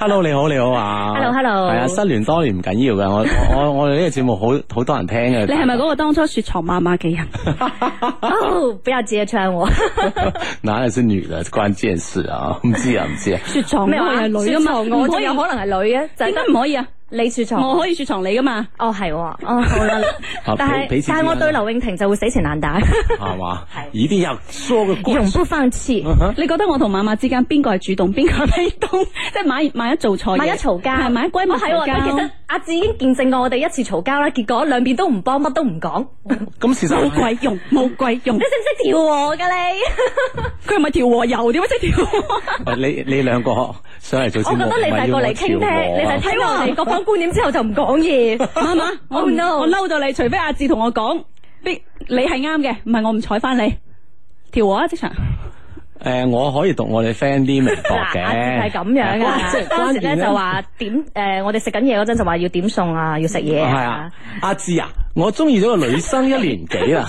Speaker 2: Hello，你好，你好啊。
Speaker 6: Hello，hello
Speaker 2: 係啊，失聯多年唔緊要嘅，我我我我哋呢個節目好好多人聽嘅。
Speaker 4: 你係咪嗰個當初雪藏媽媽嘅人？
Speaker 6: 哦，不要直接唱我。
Speaker 2: 哪里是女的關鍵事啊？唔知啊，唔知啊。
Speaker 4: 雪藏我係女噶啊嘛，
Speaker 6: 啊我
Speaker 4: 唔可
Speaker 6: 仲
Speaker 4: 以
Speaker 6: 有可能哦係女嘅，就
Speaker 4: 點
Speaker 6: 係
Speaker 4: 解唔可以啊？
Speaker 6: 你雪藏
Speaker 4: 我可以雪藏你噶嘛？
Speaker 6: 哦，係喎，哦，好啦
Speaker 2: 啊，彼
Speaker 6: 但係
Speaker 2: 此之間
Speaker 6: 但係我對劉永婷就會死纏 爛打，
Speaker 2: 係嘛
Speaker 6: 係？
Speaker 2: 一定要说个故
Speaker 6: 永
Speaker 2: 事。
Speaker 6: 不 放棄。
Speaker 2: 哦
Speaker 4: 你覺得我同馬馬之間邊個係主動，邊個係被動？ 即係萬一萬一做錯嘢，
Speaker 6: 萬一嘈交，
Speaker 4: 係萬一閨蜜
Speaker 6: 哦係
Speaker 4: 嘈
Speaker 6: 喎但其
Speaker 4: 交
Speaker 6: 實，阿志已經見證過我哋一次嘈交啦，結果兩邊都唔幫，乜都唔講。
Speaker 2: 嗯咁事實
Speaker 4: 冇鬼用，冇鬼 用
Speaker 6: 你。識唔識調和㗎你？
Speaker 4: 佢係咪調和油？點解即係調和？
Speaker 2: 係你你兩個上嚟做節
Speaker 6: 我覺
Speaker 2: 目，
Speaker 6: 得你就係過嚟傾
Speaker 2: 啊
Speaker 6: 聽，你就係聽我哋各方觀點之後就唔講嘢。
Speaker 4: 媽媽，我唔
Speaker 6: Oh
Speaker 2: 哦
Speaker 6: no
Speaker 4: 我嬲到你，除非阿志同我講，逼你係啱嘅，唔係我唔睬翻你。調和啊，即場。
Speaker 2: 誒，我可以讀我哋 friend 啲微博
Speaker 6: 嗱，阿
Speaker 2: 嘅，
Speaker 6: 係咁樣
Speaker 2: 即
Speaker 6: 嘅。
Speaker 2: 係
Speaker 6: 當時
Speaker 2: 關鍵
Speaker 6: 咧就話點誒，我哋食緊嘢嗰陣就話要點餸啊，要食嘢
Speaker 2: 係
Speaker 6: 啊
Speaker 2: 啊。，阿志啊，我中意咗個女生一年幾 啦，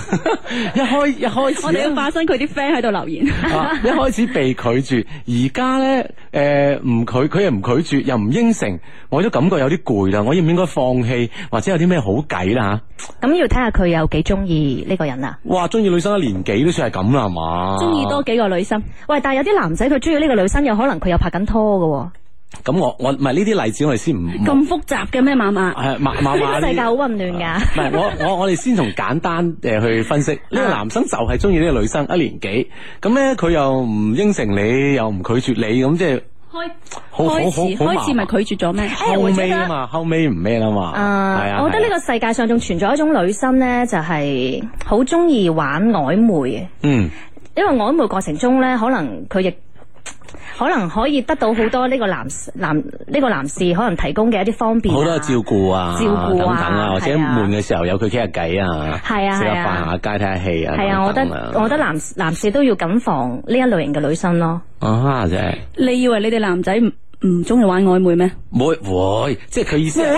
Speaker 2: 一開一開始
Speaker 4: 我哋要
Speaker 2: 咧。
Speaker 4: 化身佢啲 friend 喺度留 言。
Speaker 2: 啊！一開始被拒絕，而家咧誒唔拒，佢又唔拒絕，又唔應承，我都感覺有啲攰啦。我應唔應該放棄，或者有啲咩好計啦嚇？
Speaker 6: 咁要睇下佢有幾中意呢個人啊。
Speaker 2: 哇！中意女生一年幾都算係咁啦，係嘛？
Speaker 4: 中意多幾個女生，
Speaker 6: 喂，但係有啲男仔佢中意呢個女生，有可能佢又拍緊拖㗎
Speaker 2: 咁我我唔係呢啲例子，我哋先唔唔
Speaker 4: 咁複雜嘅咩，馬馬？
Speaker 2: 係麻麻麻
Speaker 6: 喎。世界好
Speaker 2: 啲。
Speaker 6: 混亂㗎。
Speaker 2: 唔係我我我哋先從簡單誒去分 析，呢、個男生就係中意呢個女生一年幾，咁咧佢又唔應承你，又唔拒絕你，咁即係
Speaker 4: 開
Speaker 2: 好好
Speaker 4: 開
Speaker 2: 好
Speaker 4: 始
Speaker 2: 好麻
Speaker 4: 開始咪拒絕咗咩？
Speaker 2: 後尾啊嘛，後尾唔咩啦嘛，係
Speaker 6: 啊，我覺
Speaker 2: 係
Speaker 6: 得呢
Speaker 2: 啊
Speaker 6: 個世界上仲存在一種女生咧，就係好中意玩曖昧嘅。
Speaker 2: 嗯
Speaker 6: 因為曖昧過程中咧，可能佢亦可能可以得到好多呢個男男呢、個男士可能提供嘅一啲方便、啊，
Speaker 2: 好多照顧啊，
Speaker 6: 照顧啊
Speaker 2: 等等啊，或者
Speaker 6: 係啊
Speaker 2: 悶嘅時候有佢傾下偈啊，
Speaker 6: 係啊
Speaker 2: 食下
Speaker 6: 係啊
Speaker 2: 飯下街睇下戲啊，
Speaker 6: 係啊，我覺
Speaker 2: 等
Speaker 6: 得
Speaker 2: 等
Speaker 6: 我覺得男男士都要谨防呢一類型嘅女生咯。
Speaker 2: 啊真係。
Speaker 4: 你以為你哋男仔唔唔中意玩曖昧咩？
Speaker 2: 會會，即係佢意思係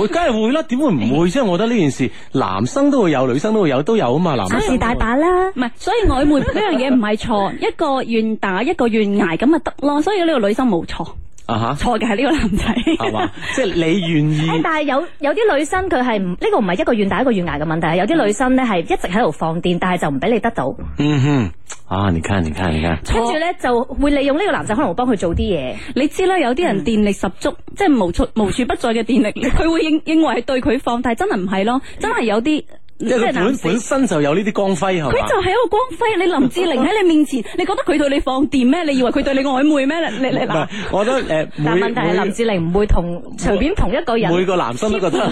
Speaker 2: 會，梗係會啦，點會唔會啫？我覺得呢件事，男生都會有，女生都會有，都有啊嘛，男
Speaker 6: 男士
Speaker 2: 生
Speaker 6: 大把啦，
Speaker 4: 唔係，所以曖昧呢樣嘢唔係錯，一個願打一個願挨咁咪得咯。所以呢個女生冇錯，
Speaker 2: 啊吓，
Speaker 4: 錯嘅係呢個男仔。
Speaker 2: 係嘛？ 即係你願意
Speaker 6: 哎誒，但係有有啲女生佢係唔呢個唔係一個願打一個願挨嘅問題，係有啲女生咧係一直喺度放電，但係就唔俾你得到，
Speaker 2: 嗯哼，啊，你看，你看，你看，
Speaker 6: 跟住咧就會利用呢個男仔可能會幫佢做啲嘢。
Speaker 4: 你知啦，有啲人
Speaker 2: 嗯
Speaker 4: 電力十足，即係無處無處不在嘅 電力，佢會認認為係對佢放，但係真係唔係咯，真係有啲即
Speaker 2: 因為嗯
Speaker 4: 係
Speaker 2: 佢
Speaker 4: 男
Speaker 2: 本
Speaker 4: 士。
Speaker 2: 本身就有呢啲光輝係
Speaker 4: 佢
Speaker 2: 嘛
Speaker 4: 就？係一個光輝，你林志玲喺你面前，你覺得佢對你放電咩？你以為佢對你曖昧咩？你你
Speaker 2: 唔
Speaker 4: 你嗱
Speaker 2: 係，，我覺得誒，
Speaker 6: 但
Speaker 2: 每
Speaker 6: 問題係林
Speaker 2: 每
Speaker 6: 志玲唔會同隨便同一個人
Speaker 2: 每個男生都覺得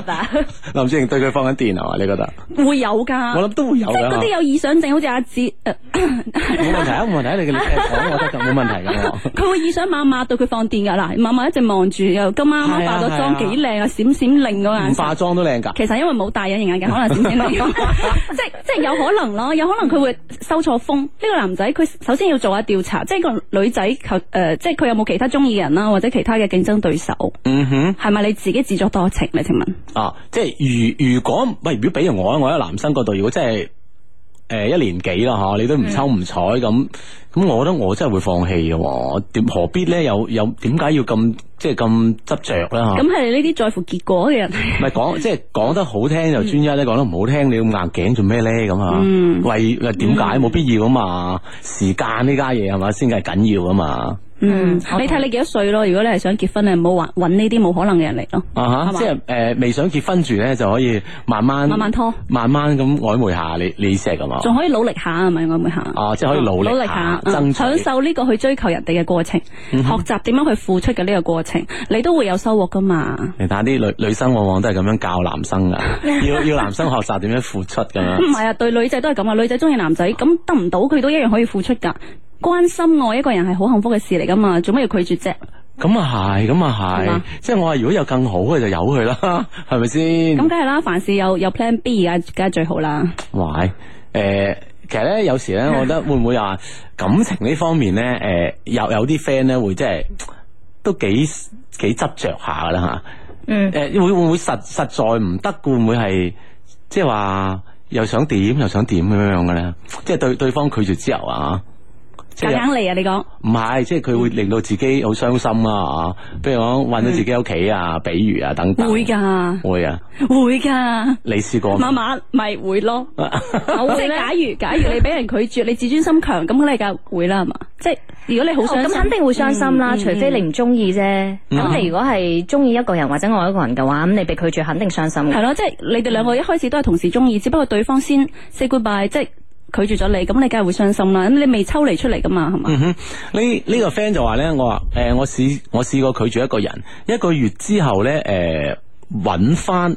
Speaker 6: 吧。
Speaker 4: 嗯
Speaker 2: 林志玲對佢放緊電係啊嘛？你覺得？
Speaker 4: 會有㗎。
Speaker 2: 我諗都會有
Speaker 4: 即係
Speaker 2: 㗎
Speaker 4: 嗰 啲
Speaker 2: 係嘛
Speaker 4: 啊有臆想症，好似阿志，呃
Speaker 2: 冇問題啊，冇問題啊，你嘅你嘅講我覺得冇問題㗎我。
Speaker 4: 佢會臆想晚晚對佢放電㗎嗱，晚晚一直望住，又今晚啱啱
Speaker 2: 係啊
Speaker 4: 化咗
Speaker 2: 係啊
Speaker 4: 妝幾靚啊，閃閃令嗰個
Speaker 2: 唔
Speaker 4: 眼神。
Speaker 2: 化妝都靚㗎。
Speaker 4: 其實因為冇戴隱形眼鏡，可能知唔知呢個 即係即係有可能咯，有可能佢會收錯風。呢、個男仔佢首先要做下調查，即係個女仔求誒，即係佢有冇其他中意嘅人啦，或者其他嘅競爭對手，
Speaker 2: 嗯哼，
Speaker 4: 係咪你自己自作多情咧？請問？
Speaker 2: 啊，即係如如果喂，如果比如我啊，我喺男生嗰度，如果真係诶、誒一年幾啦吓，你
Speaker 4: 嗯
Speaker 2: 都唔抽唔睬咁，咁、我覺得我真係會放棄嘅喎，點何必咧？有有點解要咁即係咁執着咧吓？
Speaker 4: 咁係呢啲在乎結果嘅人，
Speaker 2: 唔係講，即係講得好聽就專一咧，講得唔好聽你咁硬頸做咩咧咁啊？
Speaker 4: 嗯
Speaker 2: 為為點解冇必要啊嘛？時間呢家嘢係嘛，先係緊要啊嘛。
Speaker 4: 嗯，
Speaker 6: 我
Speaker 4: 你睇你幾多歲咯？如果你係想結婚，你唔好揾揾呢啲冇可能嘅人嚟咯。
Speaker 2: 啊
Speaker 4: 係
Speaker 2: 哈！
Speaker 4: 嘛
Speaker 2: 即係诶未想結婚住咧，就可以慢慢
Speaker 4: 慢慢拖
Speaker 2: 慢慢咁曖昧下你你意思係咁啊？
Speaker 4: 仲可以努力下，係咪我會下？
Speaker 2: 啊即係可以努力下
Speaker 4: 下，
Speaker 2: 爭取嗯
Speaker 4: 嗯享受呢個去追求人哋嘅過程，學習點樣去付出嘅呢個過程，你都會有收穫噶嘛？
Speaker 2: 你睇啲女女生往往都係咁樣教男生噶， 要要男生學習點樣付出咁樣。
Speaker 4: 唔係啊，對女仔都係咁啊，女仔中意男仔，咁得唔到佢都一樣可以付出噶。關心愛一個人係好幸福嘅事嚟噶嘛，做咩要拒絕啫？
Speaker 2: 咁啊係，咁啊
Speaker 4: 係
Speaker 2: 係
Speaker 4: 嘛，
Speaker 2: 即係我話如果有更好嘅就由佢啦，係咪先？
Speaker 4: 咁梗係啦，凡事有有 Plan B 而家梗係最好啦。
Speaker 2: 喂，诶、其實咧有時咧，我覺得會唔會話感情呢方面咧，诶、有有啲 friend 咧會即係都幾幾執着下噶啦吓。
Speaker 6: 嗯，
Speaker 2: 诶、會会唔會實实在唔得？會唔會係即係話又想點又想點咁樣樣嘅咧？即係對對方拒絕之後啊，即
Speaker 4: 夾
Speaker 2: 係
Speaker 4: 硬嚟啊，你講。
Speaker 2: 唔係即係佢會令到自己好傷心啊！譬如講困咗自己屋企啊，比如啊等等。
Speaker 4: 會㗎，
Speaker 2: 會啊！
Speaker 4: 會㗎，
Speaker 2: 你試過
Speaker 4: 慢
Speaker 2: 嗎？
Speaker 4: 慢咪會咯。
Speaker 2: 啊
Speaker 6: 我
Speaker 4: 即係
Speaker 6: 會咧
Speaker 4: 假如假如你俾人拒絕，你自尊心強，咁你梗係會啦，係嘛？即係如果你好
Speaker 6: 哦
Speaker 4: 傷
Speaker 6: 咁
Speaker 4: 心，嗯
Speaker 6: 肯定會傷心啦，除非你唔中意啫。
Speaker 2: 嗯
Speaker 6: 咁你如果係中意一個人或者愛一個人嘅話，咁你被拒絕肯定傷心
Speaker 4: 嗯
Speaker 6: 嘅
Speaker 4: 係咯，即係你哋兩個一開始都係同時中意，只不過對方先 say goodbye，即係拒絕咗你，咁你梗係會傷心啦。咁你未抽離出嚟噶嘛，係嘛？
Speaker 2: 嗯哼，呢呢、個 friend 就話咧，我話誒、我試我試過拒絕一個人，一個月之後咧誒揾翻，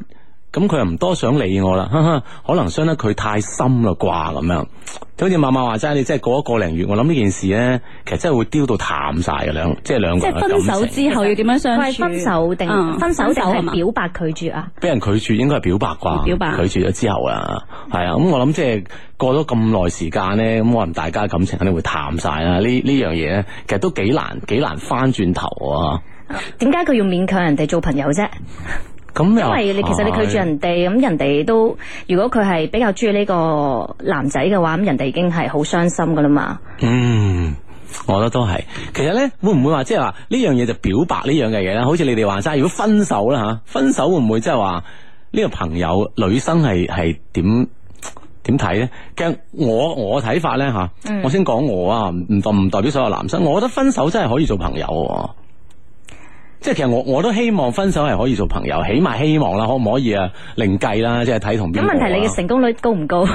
Speaker 2: 咁佢又唔多想理我啦，哈哈，可能傷得佢太深啦啩咁樣，就好似媽媽話齋，你真係過一個零月，我諗呢件事咧，其實真係會丟到淡晒嘅兩，即係
Speaker 6: 啊
Speaker 2: 兩
Speaker 4: 即
Speaker 2: 個人
Speaker 4: 係
Speaker 2: 嘅
Speaker 4: 分
Speaker 2: 感
Speaker 4: 手
Speaker 2: 情
Speaker 4: 之後要點樣相
Speaker 6: 佢
Speaker 4: 處？
Speaker 6: 係分手定
Speaker 4: 嗯
Speaker 6: 分手定
Speaker 4: 係
Speaker 6: 係
Speaker 4: 嘛？
Speaker 6: 表白拒絕啊？
Speaker 2: 俾人拒絕應該係表白啩，
Speaker 4: 表白
Speaker 2: 拒絕咗之後啊，係啊，咁我諗即係過咗咁耐時間咧，咁我諗大家感情肯定會淡晒啦。呢呢樣嘢咧，其實都幾難幾難翻轉頭啊。
Speaker 6: 點解佢要勉強人哋做朋友啫？
Speaker 2: 咁
Speaker 6: 因
Speaker 2: 因
Speaker 6: 為你其
Speaker 2: 哦
Speaker 6: 實你拒絕人哋，
Speaker 2: 哎
Speaker 6: 咁人哋都如果佢係比較中意呢個男仔嘅話，咁人哋已經係好傷心噶啦嘛。
Speaker 2: 嗯。我覺得都係，其實咧會唔會話即係話呢樣嘢就表白呢樣嘅嘢咧？好似你哋話齋，如果分手啦吓，分手會唔會即係話呢個朋友女生係係點點睇咧？其實我我睇法咧吓，
Speaker 6: 嗯
Speaker 2: 我先講我啊，唔唔代唔代表所有男生，我覺得分手真係可以做朋友喎。即係其實我我都希望分手係可以做朋友，起碼希望啦，可唔可以啊？另計啦，即係睇同邊個
Speaker 6: 咁
Speaker 2: 啊
Speaker 6: 問題你
Speaker 2: 啦
Speaker 6: 嘅成功率高唔高？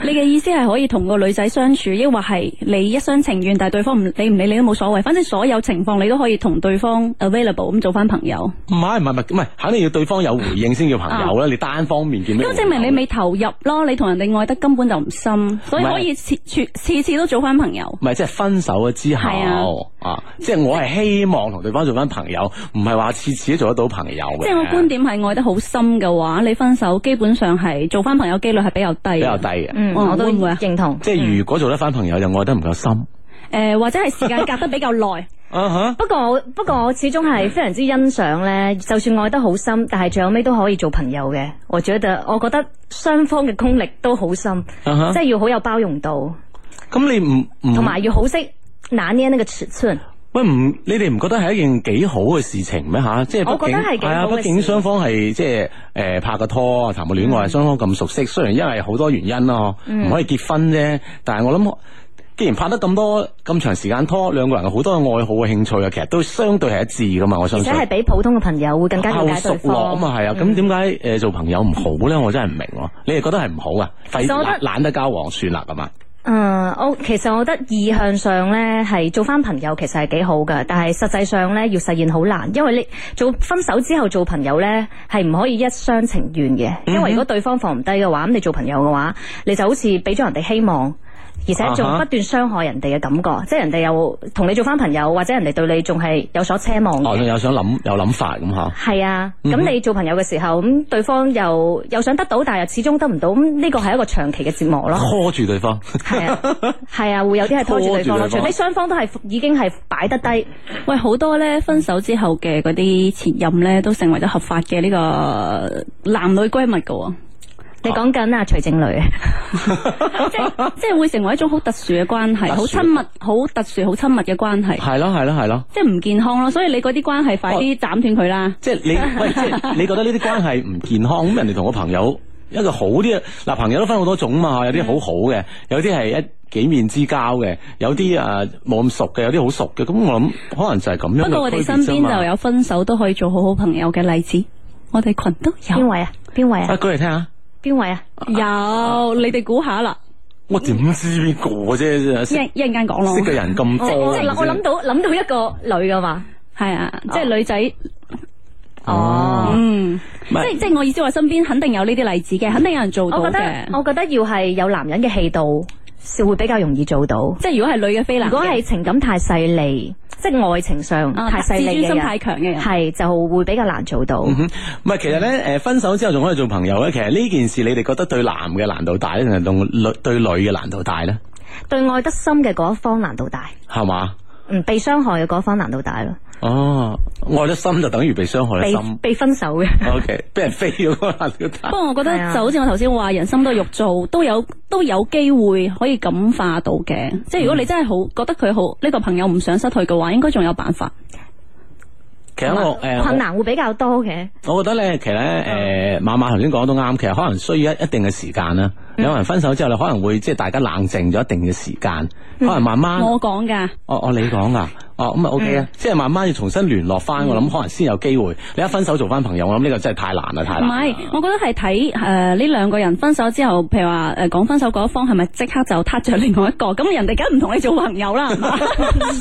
Speaker 4: 你嘅意思係可以同個女仔相處，抑或係你一廂情願，但係對方唔理唔理你都冇所謂。反正所有情況你都可以同對方 available 咁做翻朋友。
Speaker 2: 唔係唔係唔係唔係，肯定要對方有回應先叫朋友啦。你單方面見咩？
Speaker 4: 啊咁證明你未投入咯，你同人哋愛得根本就唔深，所以可以次次次次都做翻朋友。
Speaker 2: 唔係即係分手咗之後
Speaker 4: 係
Speaker 2: 啊，即係我係希望同對方做翻朋友，唔係話次次都做得到朋友嘅。
Speaker 4: 即係我觀點係愛得好深嘅話，你分手基本上係做翻朋友機率係比較低嘅。
Speaker 2: 比較低嘅，
Speaker 6: 嗯，
Speaker 4: 哦
Speaker 6: 我都
Speaker 4: 會唔會啊
Speaker 6: 認同。
Speaker 2: 即係如果做得翻朋友，就愛得唔夠深。
Speaker 4: 诶、或者係時間隔得比較 耐。
Speaker 2: 啊哈！
Speaker 6: 不過我不過我始終係非常之欣賞咧，就算愛得好深，但係最後尾都可以做朋友嘅。我覺得我覺得雙方嘅功力都好深，
Speaker 2: 啊哈
Speaker 6: 即係要好有包容度，
Speaker 2: 咁你唔唔
Speaker 6: 同埋要好識拿捏呢個尺寸。
Speaker 2: 喂唔，你哋唔覺得係一件幾好嘅事情咩吓？即係畢
Speaker 6: 嗯我覺
Speaker 2: 竟
Speaker 6: 得係幾
Speaker 2: 係啊，
Speaker 6: 好嘅
Speaker 2: 畢竟
Speaker 6: 事
Speaker 2: 雙方係即係誒拍個拖、啊談個戀
Speaker 6: 嗯
Speaker 2: 愛，雙方咁熟悉，雖然因為好多原因咯，唔可以結婚啫。但係我諗，既然拍得咁多咁長時間拖，兩個人有好多嘅愛好嘅興趣啊，其實都相對係一致噶嘛。我相
Speaker 6: 而
Speaker 2: 信
Speaker 6: 且。係比普通嘅朋友會更加了
Speaker 2: 後
Speaker 6: 解
Speaker 2: 熟
Speaker 6: 對
Speaker 2: 絡啊
Speaker 6: 方。嗯
Speaker 2: 嘛，係啊，咁點解誒做朋友唔好咧？我真係唔明喎，你哋覺得係唔好啊？費
Speaker 6: 實我覺
Speaker 2: 懶
Speaker 6: 得
Speaker 2: 懶得交往算啦咁啊，
Speaker 6: 嗯，我其實我覺得意向上咧係做翻朋友其實係幾好噶，但係實際上咧要實現好難，因為你做分手之後做朋友咧係唔可以一廂情
Speaker 2: 嗯
Speaker 6: 願嘅，因為如果對方放唔低嘅話，咁你做朋友嘅話，你就好似俾咗人哋希望。而且仲
Speaker 2: 啊哈
Speaker 6: 不斷傷害人哋嘅感覺，即係人哋又同你做翻朋友，或者人哋對你仲係有所奢望
Speaker 2: 哦，
Speaker 6: 嘅。
Speaker 2: 有想諗有諗法咁吓，
Speaker 6: 係嗯啊，
Speaker 2: 嗯
Speaker 6: 咁
Speaker 2: 哼
Speaker 6: 你做朋友嘅時候，咁對方又又想得到，但係又始終得唔到，咁呢個係一個長期嘅折磨咯。
Speaker 2: 拖住對 方。
Speaker 6: 係啊，係啊，會有啲係拖住對
Speaker 2: 拖
Speaker 6: 方咯，
Speaker 2: 住對方
Speaker 6: 除非雙方都係已經係擺得低。
Speaker 4: 喂，好多咧分手之後嘅嗰啲前任咧，都成為咗合法嘅呢個男女閨蜜噶、喎，
Speaker 6: 你講緊啊，徐靜蕾，
Speaker 4: 即係 即係會成為一種好特殊嘅關係，好
Speaker 2: 特殊啊
Speaker 4: 親密、好特殊、好親密嘅關係，
Speaker 2: 係咯係咯係咯，
Speaker 4: 即係唔健康咯。所以你嗰啲關係快啲斬斷佢啦。
Speaker 2: 即係 你喂，即係你覺得呢啲關係唔健康，咁人哋同我朋友一個好啲嘅嗱，朋友都分好多種嘛，有啲
Speaker 4: 嗯
Speaker 2: 好好嘅，有啲係一幾面之交嘅，有啲誒冇咁熟嘅，有啲好熟嘅，咁我諗可能就係咁樣嘅區別啫嘛。
Speaker 4: 不過我哋身邊就有分手都可以做好好朋友嘅例子，我哋群都
Speaker 6: 邊
Speaker 4: 有
Speaker 6: 位啊？邊位
Speaker 2: 啊，
Speaker 6: 啊？
Speaker 2: 舉嚟聽下。
Speaker 6: 邊位啊？
Speaker 4: 有，你哋估下啦，
Speaker 2: 我點知邊個啫？
Speaker 4: 一
Speaker 2: 識
Speaker 4: 陣一陣間講咯
Speaker 2: 識。嘅人咁
Speaker 6: 即係
Speaker 2: 多，
Speaker 6: 即係 我諗到諗到一個女噶嘛。
Speaker 4: 係啊，即係女仔，
Speaker 6: 哦。
Speaker 4: 嗯，
Speaker 2: 唔
Speaker 4: 即
Speaker 2: 係
Speaker 4: 係即係我意思話，身邊肯定有呢啲例子嘅，肯定有人做到
Speaker 6: 我覺
Speaker 4: 嘅
Speaker 6: 得。我覺得要係有男人嘅氣度，先會比較容易做到。
Speaker 4: 即係如果係女嘅飛男
Speaker 6: 如
Speaker 4: 嘅，
Speaker 6: 果係情感太細膩，即係愛情上
Speaker 4: 啊
Speaker 6: 太細
Speaker 4: 自尊
Speaker 6: 膩嘅
Speaker 4: 心太
Speaker 6: 人，
Speaker 4: 強嘅人，
Speaker 6: 係就會比較難做到。
Speaker 2: 嗯哼唔係，其實咧，誒，分手之後仲可以做朋友咧。其實呢件事，你哋覺得對男嘅難度大咧，定係同女對女嘅難度大咧？
Speaker 6: 對愛得深嘅嗰一方難度大，
Speaker 2: 係嘛？
Speaker 6: 嗯，被傷害嘅嗰一方難度大咯。
Speaker 2: 哦，愛得深就等於被傷害得
Speaker 6: 被
Speaker 2: 深。
Speaker 6: 被分手嘅，
Speaker 2: O K，俾人飛咗嗰個難度大
Speaker 4: 不。過我覺得
Speaker 6: 係啊
Speaker 4: 就好似我頭先話，人心都係肉做，都有都有機會可以感化到嘅。即係如果
Speaker 6: 嗯
Speaker 4: 你真係好覺得佢好呢個朋友唔想失去嘅話，應該仲有辦法。
Speaker 2: 其實我誒，
Speaker 6: 困啊
Speaker 2: 我
Speaker 6: 難會比較多嘅。
Speaker 2: 我覺得咧，其實咧，誒，馬馬頭先講得都啱，其實可能需要一一定嘅時間啦。兩個人分手之後，你可能會即係大家冷靜咗一定嘅時間，可能慢
Speaker 6: 嗯
Speaker 2: 慢。
Speaker 4: 我講㗎，
Speaker 2: 哦哦，你講啊，哦咁啊 OK 啊，即係慢慢要重新聯絡翻，我諗可能先有機會。你一分手做翻朋友，我諗呢個真係太難啦，太
Speaker 4: 唔
Speaker 2: 難啦。
Speaker 4: 係，我覺得係睇誒呢兩個人分手之後，譬如話誒講分手嗰一方係咪即刻就撻着另外一個？咁人哋梗唔同你做朋友啦，係嘛？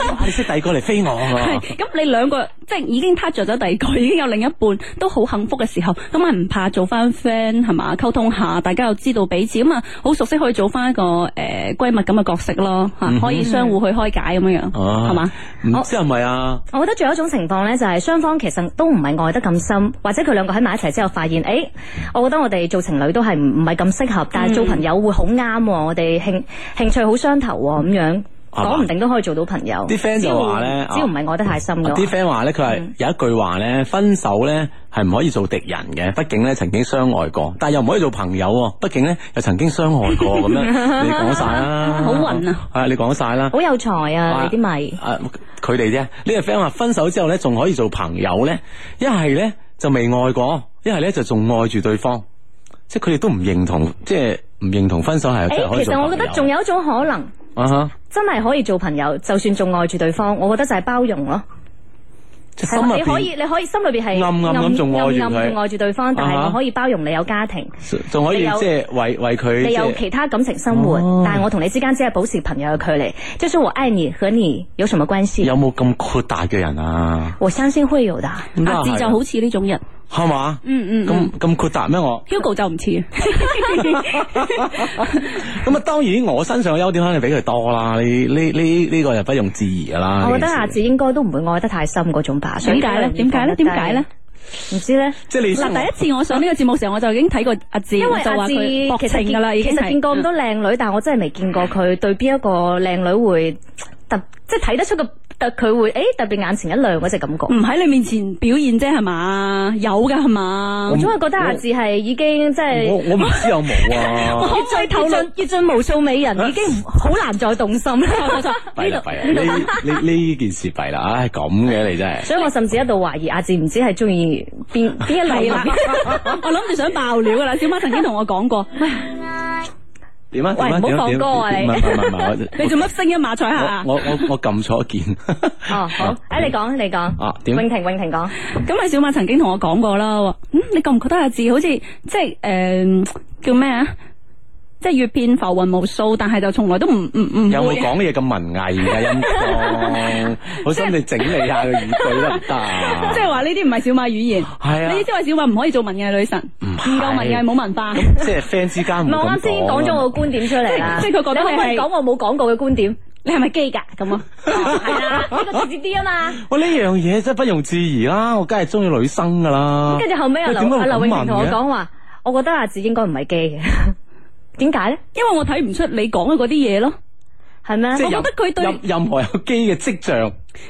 Speaker 2: 哇你識第二個嚟飛我
Speaker 4: 係
Speaker 2: 啊！
Speaker 4: 咁你兩個即係已經撻着咗第二個，已經有另一半都好幸福嘅時候，咁咪唔怕做翻 friend 係嘛？溝通下，大家又知道彼此咁啊，好熟悉可以做翻一個誒閨蜜咁嘅角色咯吓，
Speaker 6: 嗯
Speaker 4: 可以相互去開解咁樣樣，
Speaker 2: 哦
Speaker 6: 啊
Speaker 4: 係嘛？
Speaker 2: 唔知係咪啊？
Speaker 6: 我覺得仲有一種情況呢，就係、雙方其實都唔係愛得咁深，或者佢兩個喺埋一齊之後發現，誒、我覺得我哋做情侶都係唔唔係咁適合，但係做朋友會好啱喎，我哋興興趣好相投喎，咁樣
Speaker 2: 係嘛
Speaker 6: 講唔定都可以做到朋友。
Speaker 2: 啲 friend
Speaker 6: 只要
Speaker 2: 就話呢啊
Speaker 6: 只要唔係愛得太深嘅
Speaker 2: 啲
Speaker 6: 話，
Speaker 2: friend 話咧，佢
Speaker 6: 嗯
Speaker 2: 係有一句話咧，分手咧係唔可以做敵人嘅，畢竟咧曾經相愛過，但係又唔可以做朋友喎，畢竟咧又曾經傷害過咁樣。 你講晒啦，
Speaker 4: 好暈啊！
Speaker 2: 係啊，你講晒啦。
Speaker 6: 好有才啊！你啲咪
Speaker 2: 啊，佢哋啫。呢、個 friend 話分手之後咧，仲可以做朋友咧，一係咧就未愛過，一係咧就仲愛住對方，即係佢哋都唔認同，即係唔認同分手係真係
Speaker 6: 誒，
Speaker 2: 可以
Speaker 6: 其
Speaker 2: 做
Speaker 6: 實我覺得仲
Speaker 2: 有
Speaker 6: 有一種可能，
Speaker 2: 啊哈，
Speaker 6: 真係可以做朋友，就算仲愛住對方，我覺得就係包容咯。
Speaker 2: 即係心入
Speaker 6: 你可
Speaker 2: 邊
Speaker 6: 以你可以心裏邊係
Speaker 2: 暗暗咁仲愛住佢
Speaker 6: 暗暗仲愛住對方，但
Speaker 2: 啊
Speaker 6: 係
Speaker 2: 哈
Speaker 6: 我可以包容你有家庭。
Speaker 2: 仲可以
Speaker 6: 你有
Speaker 2: 即係為為佢
Speaker 6: 你
Speaker 2: 即
Speaker 6: 有
Speaker 2: 係
Speaker 6: 其他感情生活，
Speaker 2: 哦
Speaker 6: 但係我同你之間只係保持朋友嘅距離。就是我愛你和你有什麼關係？
Speaker 2: 有冇咁豁達嘅人啊？
Speaker 6: 我相信會有的。
Speaker 4: 阿志就好似呢種人，
Speaker 2: 係嘛？
Speaker 4: 嗯嗯嗯
Speaker 2: 咁咁豁達咩我？
Speaker 4: ，Hugo 就唔似，
Speaker 2: 咁啊，當然我身上嘅優點肯定比佢多啦。呢呢呢呢個就不用置疑噶啦。
Speaker 6: 我覺
Speaker 2: 呢
Speaker 6: 得
Speaker 2: 件事
Speaker 6: 阿志應該都唔會愛得太深嗰種吧？所以
Speaker 4: 點解咧？點解咧？點解咧？？
Speaker 6: 唔知咧，
Speaker 2: 即係你
Speaker 4: 嗱，第一次我上呢個節目嘅時候，我就已經睇過阿志，
Speaker 6: 因為
Speaker 4: 就
Speaker 6: 阿
Speaker 4: 話
Speaker 6: 志
Speaker 4: 佢薄
Speaker 6: 其實
Speaker 4: 情噶啦，已
Speaker 6: 見
Speaker 4: 經
Speaker 6: 其實見過咁
Speaker 4: 係
Speaker 6: 多靚女，但係我真係未見過佢對邊一個靚女會特即係睇得出個特佢會誒特別眼前一亮嗰隻感覺。
Speaker 4: 唔喺你面前表現啫係嘛？有噶係嘛
Speaker 6: 我？總係覺得阿志係已經即係
Speaker 2: 我我唔知有冇啊。
Speaker 6: 越盡透露越盡無數美人，已經唔好難再動心啦。
Speaker 2: 弊啦弊啦，呢呢呢件事弊啦，唉咁嘅你真係。
Speaker 6: 所以我甚至一度懷疑阿志唔知係中意邊邊一類啦。
Speaker 4: 我諗住想爆料噶啦，小馬曾經同我講 過，喂，
Speaker 2: 點啊？
Speaker 6: 喂
Speaker 2: 點啊
Speaker 6: 唔好放
Speaker 2: 點啊
Speaker 6: 歌啊
Speaker 2: 點
Speaker 6: 你
Speaker 2: 唔係唔係唔係唔
Speaker 4: 你做乜升一馬賽克
Speaker 2: 係
Speaker 4: 啊？
Speaker 2: 我我我我我撳錯鍵。
Speaker 6: 哦，好，誒，你講，你講，
Speaker 2: 啊點
Speaker 6: 永婷，永婷講，
Speaker 4: 咁啊，小馬曾經同我講過啦，話嗯，你覺唔覺得阿志好似即係誒、叫咩啊？即係越變浮雲無數，但係就從來都唔唔唔
Speaker 2: 有冇
Speaker 6: 啊
Speaker 4: 會。
Speaker 2: 講嘢咁文藝嘅音樂？好心你整理下個語句得唔得啊？
Speaker 4: 即係話呢啲唔係小馬語言，
Speaker 2: 係啊
Speaker 4: 呢啲即係話小馬唔可以做文藝女神，
Speaker 2: 唔
Speaker 4: 唔
Speaker 2: 係
Speaker 4: 夠文藝冇文化。
Speaker 2: 即係 friend 之間
Speaker 6: 唔
Speaker 2: 冇
Speaker 6: 係
Speaker 2: 咁
Speaker 6: 我啊
Speaker 2: 啊
Speaker 6: 啱先講咗我個觀點出嚟啦，
Speaker 4: 即係佢覺得
Speaker 6: 你可唔可
Speaker 4: 你
Speaker 6: 以
Speaker 4: 係
Speaker 6: 講我冇講過嘅 觀點？
Speaker 4: 你係咪基㗎咁啊？
Speaker 6: 係啦，呢個直接啲啊嘛。
Speaker 2: 我呢樣嘢真係不容置疑啦，我梗係中意女生噶啦。
Speaker 6: 跟住後尾阿
Speaker 2: 喂
Speaker 6: 啊
Speaker 2: 點
Speaker 6: 劉
Speaker 2: 解會咁
Speaker 6: 阿劉永平同我
Speaker 2: 問嘅
Speaker 6: 講話，我覺得阿志應該唔係 gay 嘅， 點解咧？
Speaker 4: 因為我睇唔出你講嘅嗰啲嘢咯。
Speaker 6: 係咩？
Speaker 2: 即係
Speaker 4: 我
Speaker 2: 任
Speaker 4: 覺得佢對
Speaker 2: 任任何有機嘅跡象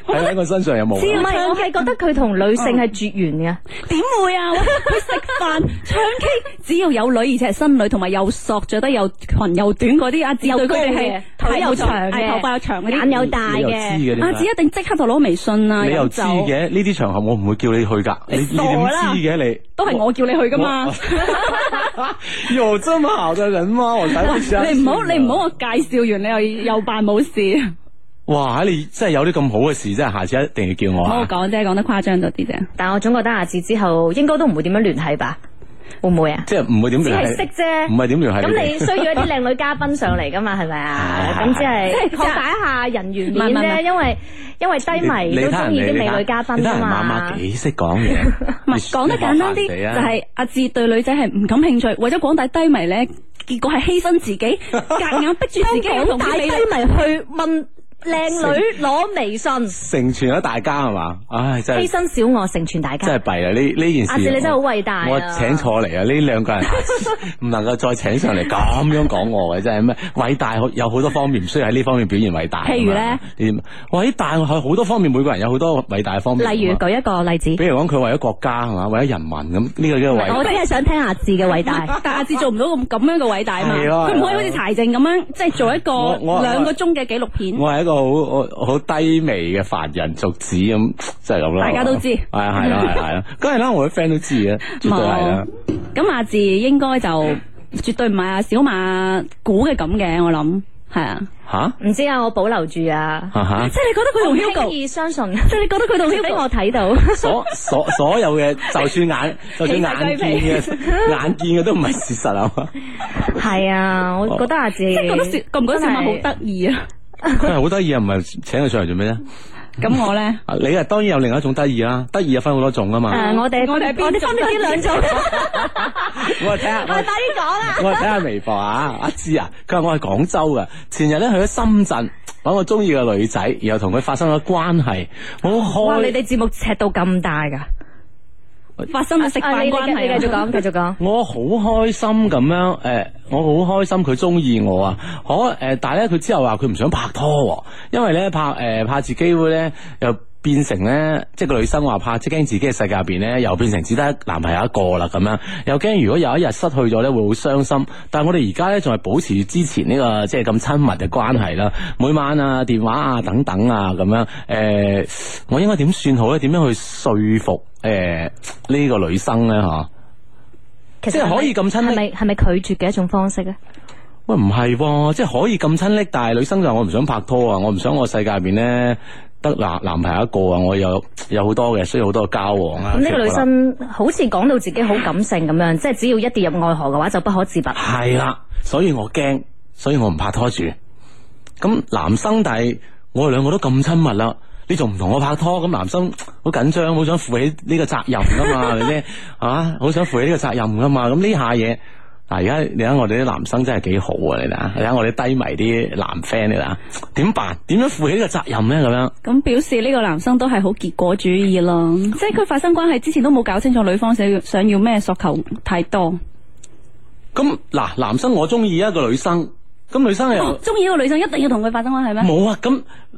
Speaker 2: 喺喺我身上有冇啊？
Speaker 6: 唔係，我係覺得佢同女性係絕緣
Speaker 4: 點會啊？ 佢食飯、唱 K，只要有女，而且係新女，同埋又索，着得又裙又短嗰啲，阿志
Speaker 6: 又
Speaker 4: 對佢哋
Speaker 6: 高
Speaker 4: 係
Speaker 6: 嘅腿又長嘅
Speaker 4: 係頭髮又長嗰
Speaker 6: 嘅，
Speaker 4: 啲，
Speaker 6: 眼有大
Speaker 2: 你又知
Speaker 6: 嘅。
Speaker 2: 嘅，
Speaker 4: 阿志一定即刻就攞微信啊！
Speaker 2: 你又
Speaker 4: 飲
Speaker 2: 知
Speaker 4: 酒，
Speaker 2: 嘅呢啲場合我唔會叫你去㗎，你你
Speaker 4: 傻
Speaker 2: 點
Speaker 4: 啦
Speaker 2: 知嘅你？
Speaker 4: 都係我叫你去噶嘛？
Speaker 2: 有這麼好的人嗎？我 才會相信
Speaker 4: 你唔好你唔好，我介紹完你又又扮冇 事，
Speaker 2: 哇！你真係有啲咁好嘅事，真係下次一定要叫我
Speaker 4: 我
Speaker 2: 啊！
Speaker 4: 講啫，講得誇張咗啲啫。
Speaker 6: 但我總覺得阿志之後應該都唔會點樣聯繫吧？會唔會啊？
Speaker 2: 即係唔會點
Speaker 6: 只
Speaker 2: 聯
Speaker 6: 係
Speaker 2: 繫
Speaker 6: 識，啫
Speaker 2: 唔。係點聯繫
Speaker 6: 咁你
Speaker 2: 哋。
Speaker 6: 需要一啲靚女嘉賓上嚟噶嘛？係咪啊？咁只係
Speaker 4: 即係
Speaker 6: 擴大一下人緣面
Speaker 4: 唔係唔係唔係
Speaker 6: 啫，因為因為低迷都中意啲美女嘉賓
Speaker 2: 你睇
Speaker 6: 噶
Speaker 2: 人媽
Speaker 6: 嘛
Speaker 2: 媽。幾識講嘢，
Speaker 4: 唔係講得簡單啲，
Speaker 2: 啊
Speaker 4: 就係阿志對女仔係唔感興趣，為咗廣大低迷咧，結果係犧牲 自己，夾硬逼住自己去同啲美女
Speaker 6: 迷去問靚女攞微信，犧
Speaker 2: 成全咗大家係嘛？唉，真係
Speaker 6: 牲小我成全大
Speaker 2: 真係
Speaker 6: 家。
Speaker 2: 弊啦！呢呢件事，
Speaker 6: 阿志你真係好偉大啊
Speaker 2: 我請錯嚟啊！呢兩 個人唔能夠再請上嚟咁樣講我嘅，真係咩啊偉大有好多方面，唔需要喺呢方面表現偉大。啊
Speaker 4: 譬如呢
Speaker 2: 呢啲，偉大係好多方面，每個人有好多偉大嘅方面㗎嘛。
Speaker 6: 例如舉一個例子，
Speaker 2: 比如講佢為咗國家係嘛，為咗人民咁，呢個呢個
Speaker 6: 我
Speaker 2: 為
Speaker 6: 真係想聽阿志嘅 偉大。
Speaker 4: 但阿志做唔到咁咁樣嘅偉大嘛，
Speaker 2: 係咯
Speaker 4: 佢唔可以好似柴靜咁樣，即係做一
Speaker 2: 我我
Speaker 4: 個兩個鐘嘅紀錄片。
Speaker 2: 我係一個好我好低微嘅凡人俗子咁，即係咁啦。
Speaker 4: 大家都知
Speaker 2: 係啊係啦係啦係啦，梗係啦，我啲 friend 都知嘅，絕對係啦。
Speaker 4: 咁阿志應該就絕對唔係阿小馬估嘅咁嘅，我諗係啊，
Speaker 2: 吓
Speaker 6: 唔知啊，我保留住啊，
Speaker 2: 吓吓，
Speaker 4: 即係你覺得佢同 Hugo，
Speaker 6: 輕易相信，
Speaker 4: 即係你覺得佢同
Speaker 6: 俾
Speaker 4: Hugo
Speaker 6: 我睇到。
Speaker 2: 所所所有嘅，就算眼就算眼見嘅眼見嘅都唔係事實啊嘛，
Speaker 6: 係啊，我覺得阿志，
Speaker 4: 覺得小覺唔覺得小馬好得意啊？
Speaker 2: 佢係好得意啊，唔係請佢上嚟做咩啫？
Speaker 4: 咁我 咧。
Speaker 2: 啊你啊當然有另一種得意啦，得意啊分好多種啊嘛。
Speaker 6: 誒，我哋
Speaker 4: 嗯我哋係邊
Speaker 6: 我哋分別呢兩種，
Speaker 2: 我哋睇下
Speaker 6: 我哋快啲講啦。
Speaker 2: 我睇下微博啊，阿芝啊，佢話我係廣州嘅，前日咧去咗深圳揾我中意嘅女仔，然後同佢發生咗關係，我好
Speaker 6: 哇，
Speaker 2: 開，
Speaker 6: 你
Speaker 2: 啊
Speaker 6: 哋節目尺度咁大㗎？
Speaker 4: 發生咗食
Speaker 6: 啊
Speaker 4: 飯
Speaker 6: 你你
Speaker 4: 關係啊，
Speaker 6: 你繼續講，繼續講。
Speaker 2: 我好開心咁樣，誒、我好開心佢中意我啊，可誒、但係咧佢之後話佢唔想拍拖喎，因為咧怕誒、怕自己會咧又。變成咧，即係個女生話怕，即係驚自己嘅世界入邊咧，又變成只得男朋友一個啦咁樣，又驚如果有一日失去咗咧，會好傷心。但係我哋而家咧仲係保持之前呢、個即係咁親密嘅關係啦，每晚啊電話啊等等啊咁樣。誒、我應該點算好咧？點樣去說服誒呢、個女生咧？吓？
Speaker 6: 其實
Speaker 2: 即係可以咁親昵
Speaker 6: 係咪係咪拒絕嘅一種方式咧？
Speaker 2: 喂，唔係喎，即係可以咁親昵，但係女生就話我唔想拍拖啊，我唔想我世界入邊咧得男男朋友一個啊，我有有好多嘅，需要好多嘅交往啊。
Speaker 6: 咁呢個女
Speaker 2: 其實覺
Speaker 6: 生好似講到自己好感性咁樣，即係只要一跌入愛河嘅話就不可自拔
Speaker 2: 得。係啦，所以我驚，所以我唔拍拖住。咁男生但係我哋兩個都咁親密啦。你仲唔同我拍拖？咁男生好緊張，好想負起呢個責任噶嘛，係咪先？啊，好想負起呢個責任噶嘛。咁呢下嘢，嗱，而家你睇我哋啲男生真係幾好啊！你睇下，你睇我哋低迷啲男 friend 你睇下，點辦？點樣負起呢個責任咧？咁樣。
Speaker 4: 咁表示呢個男生都係好結果主義咯，即係佢發生關係之前都冇搞清楚女方想要想要咩訴求太多。
Speaker 2: 咁嗱，男生我中意一個女生，咁女生又
Speaker 4: 中哦意一個女生一定要同佢發生關係咩？
Speaker 2: 冇啊，咁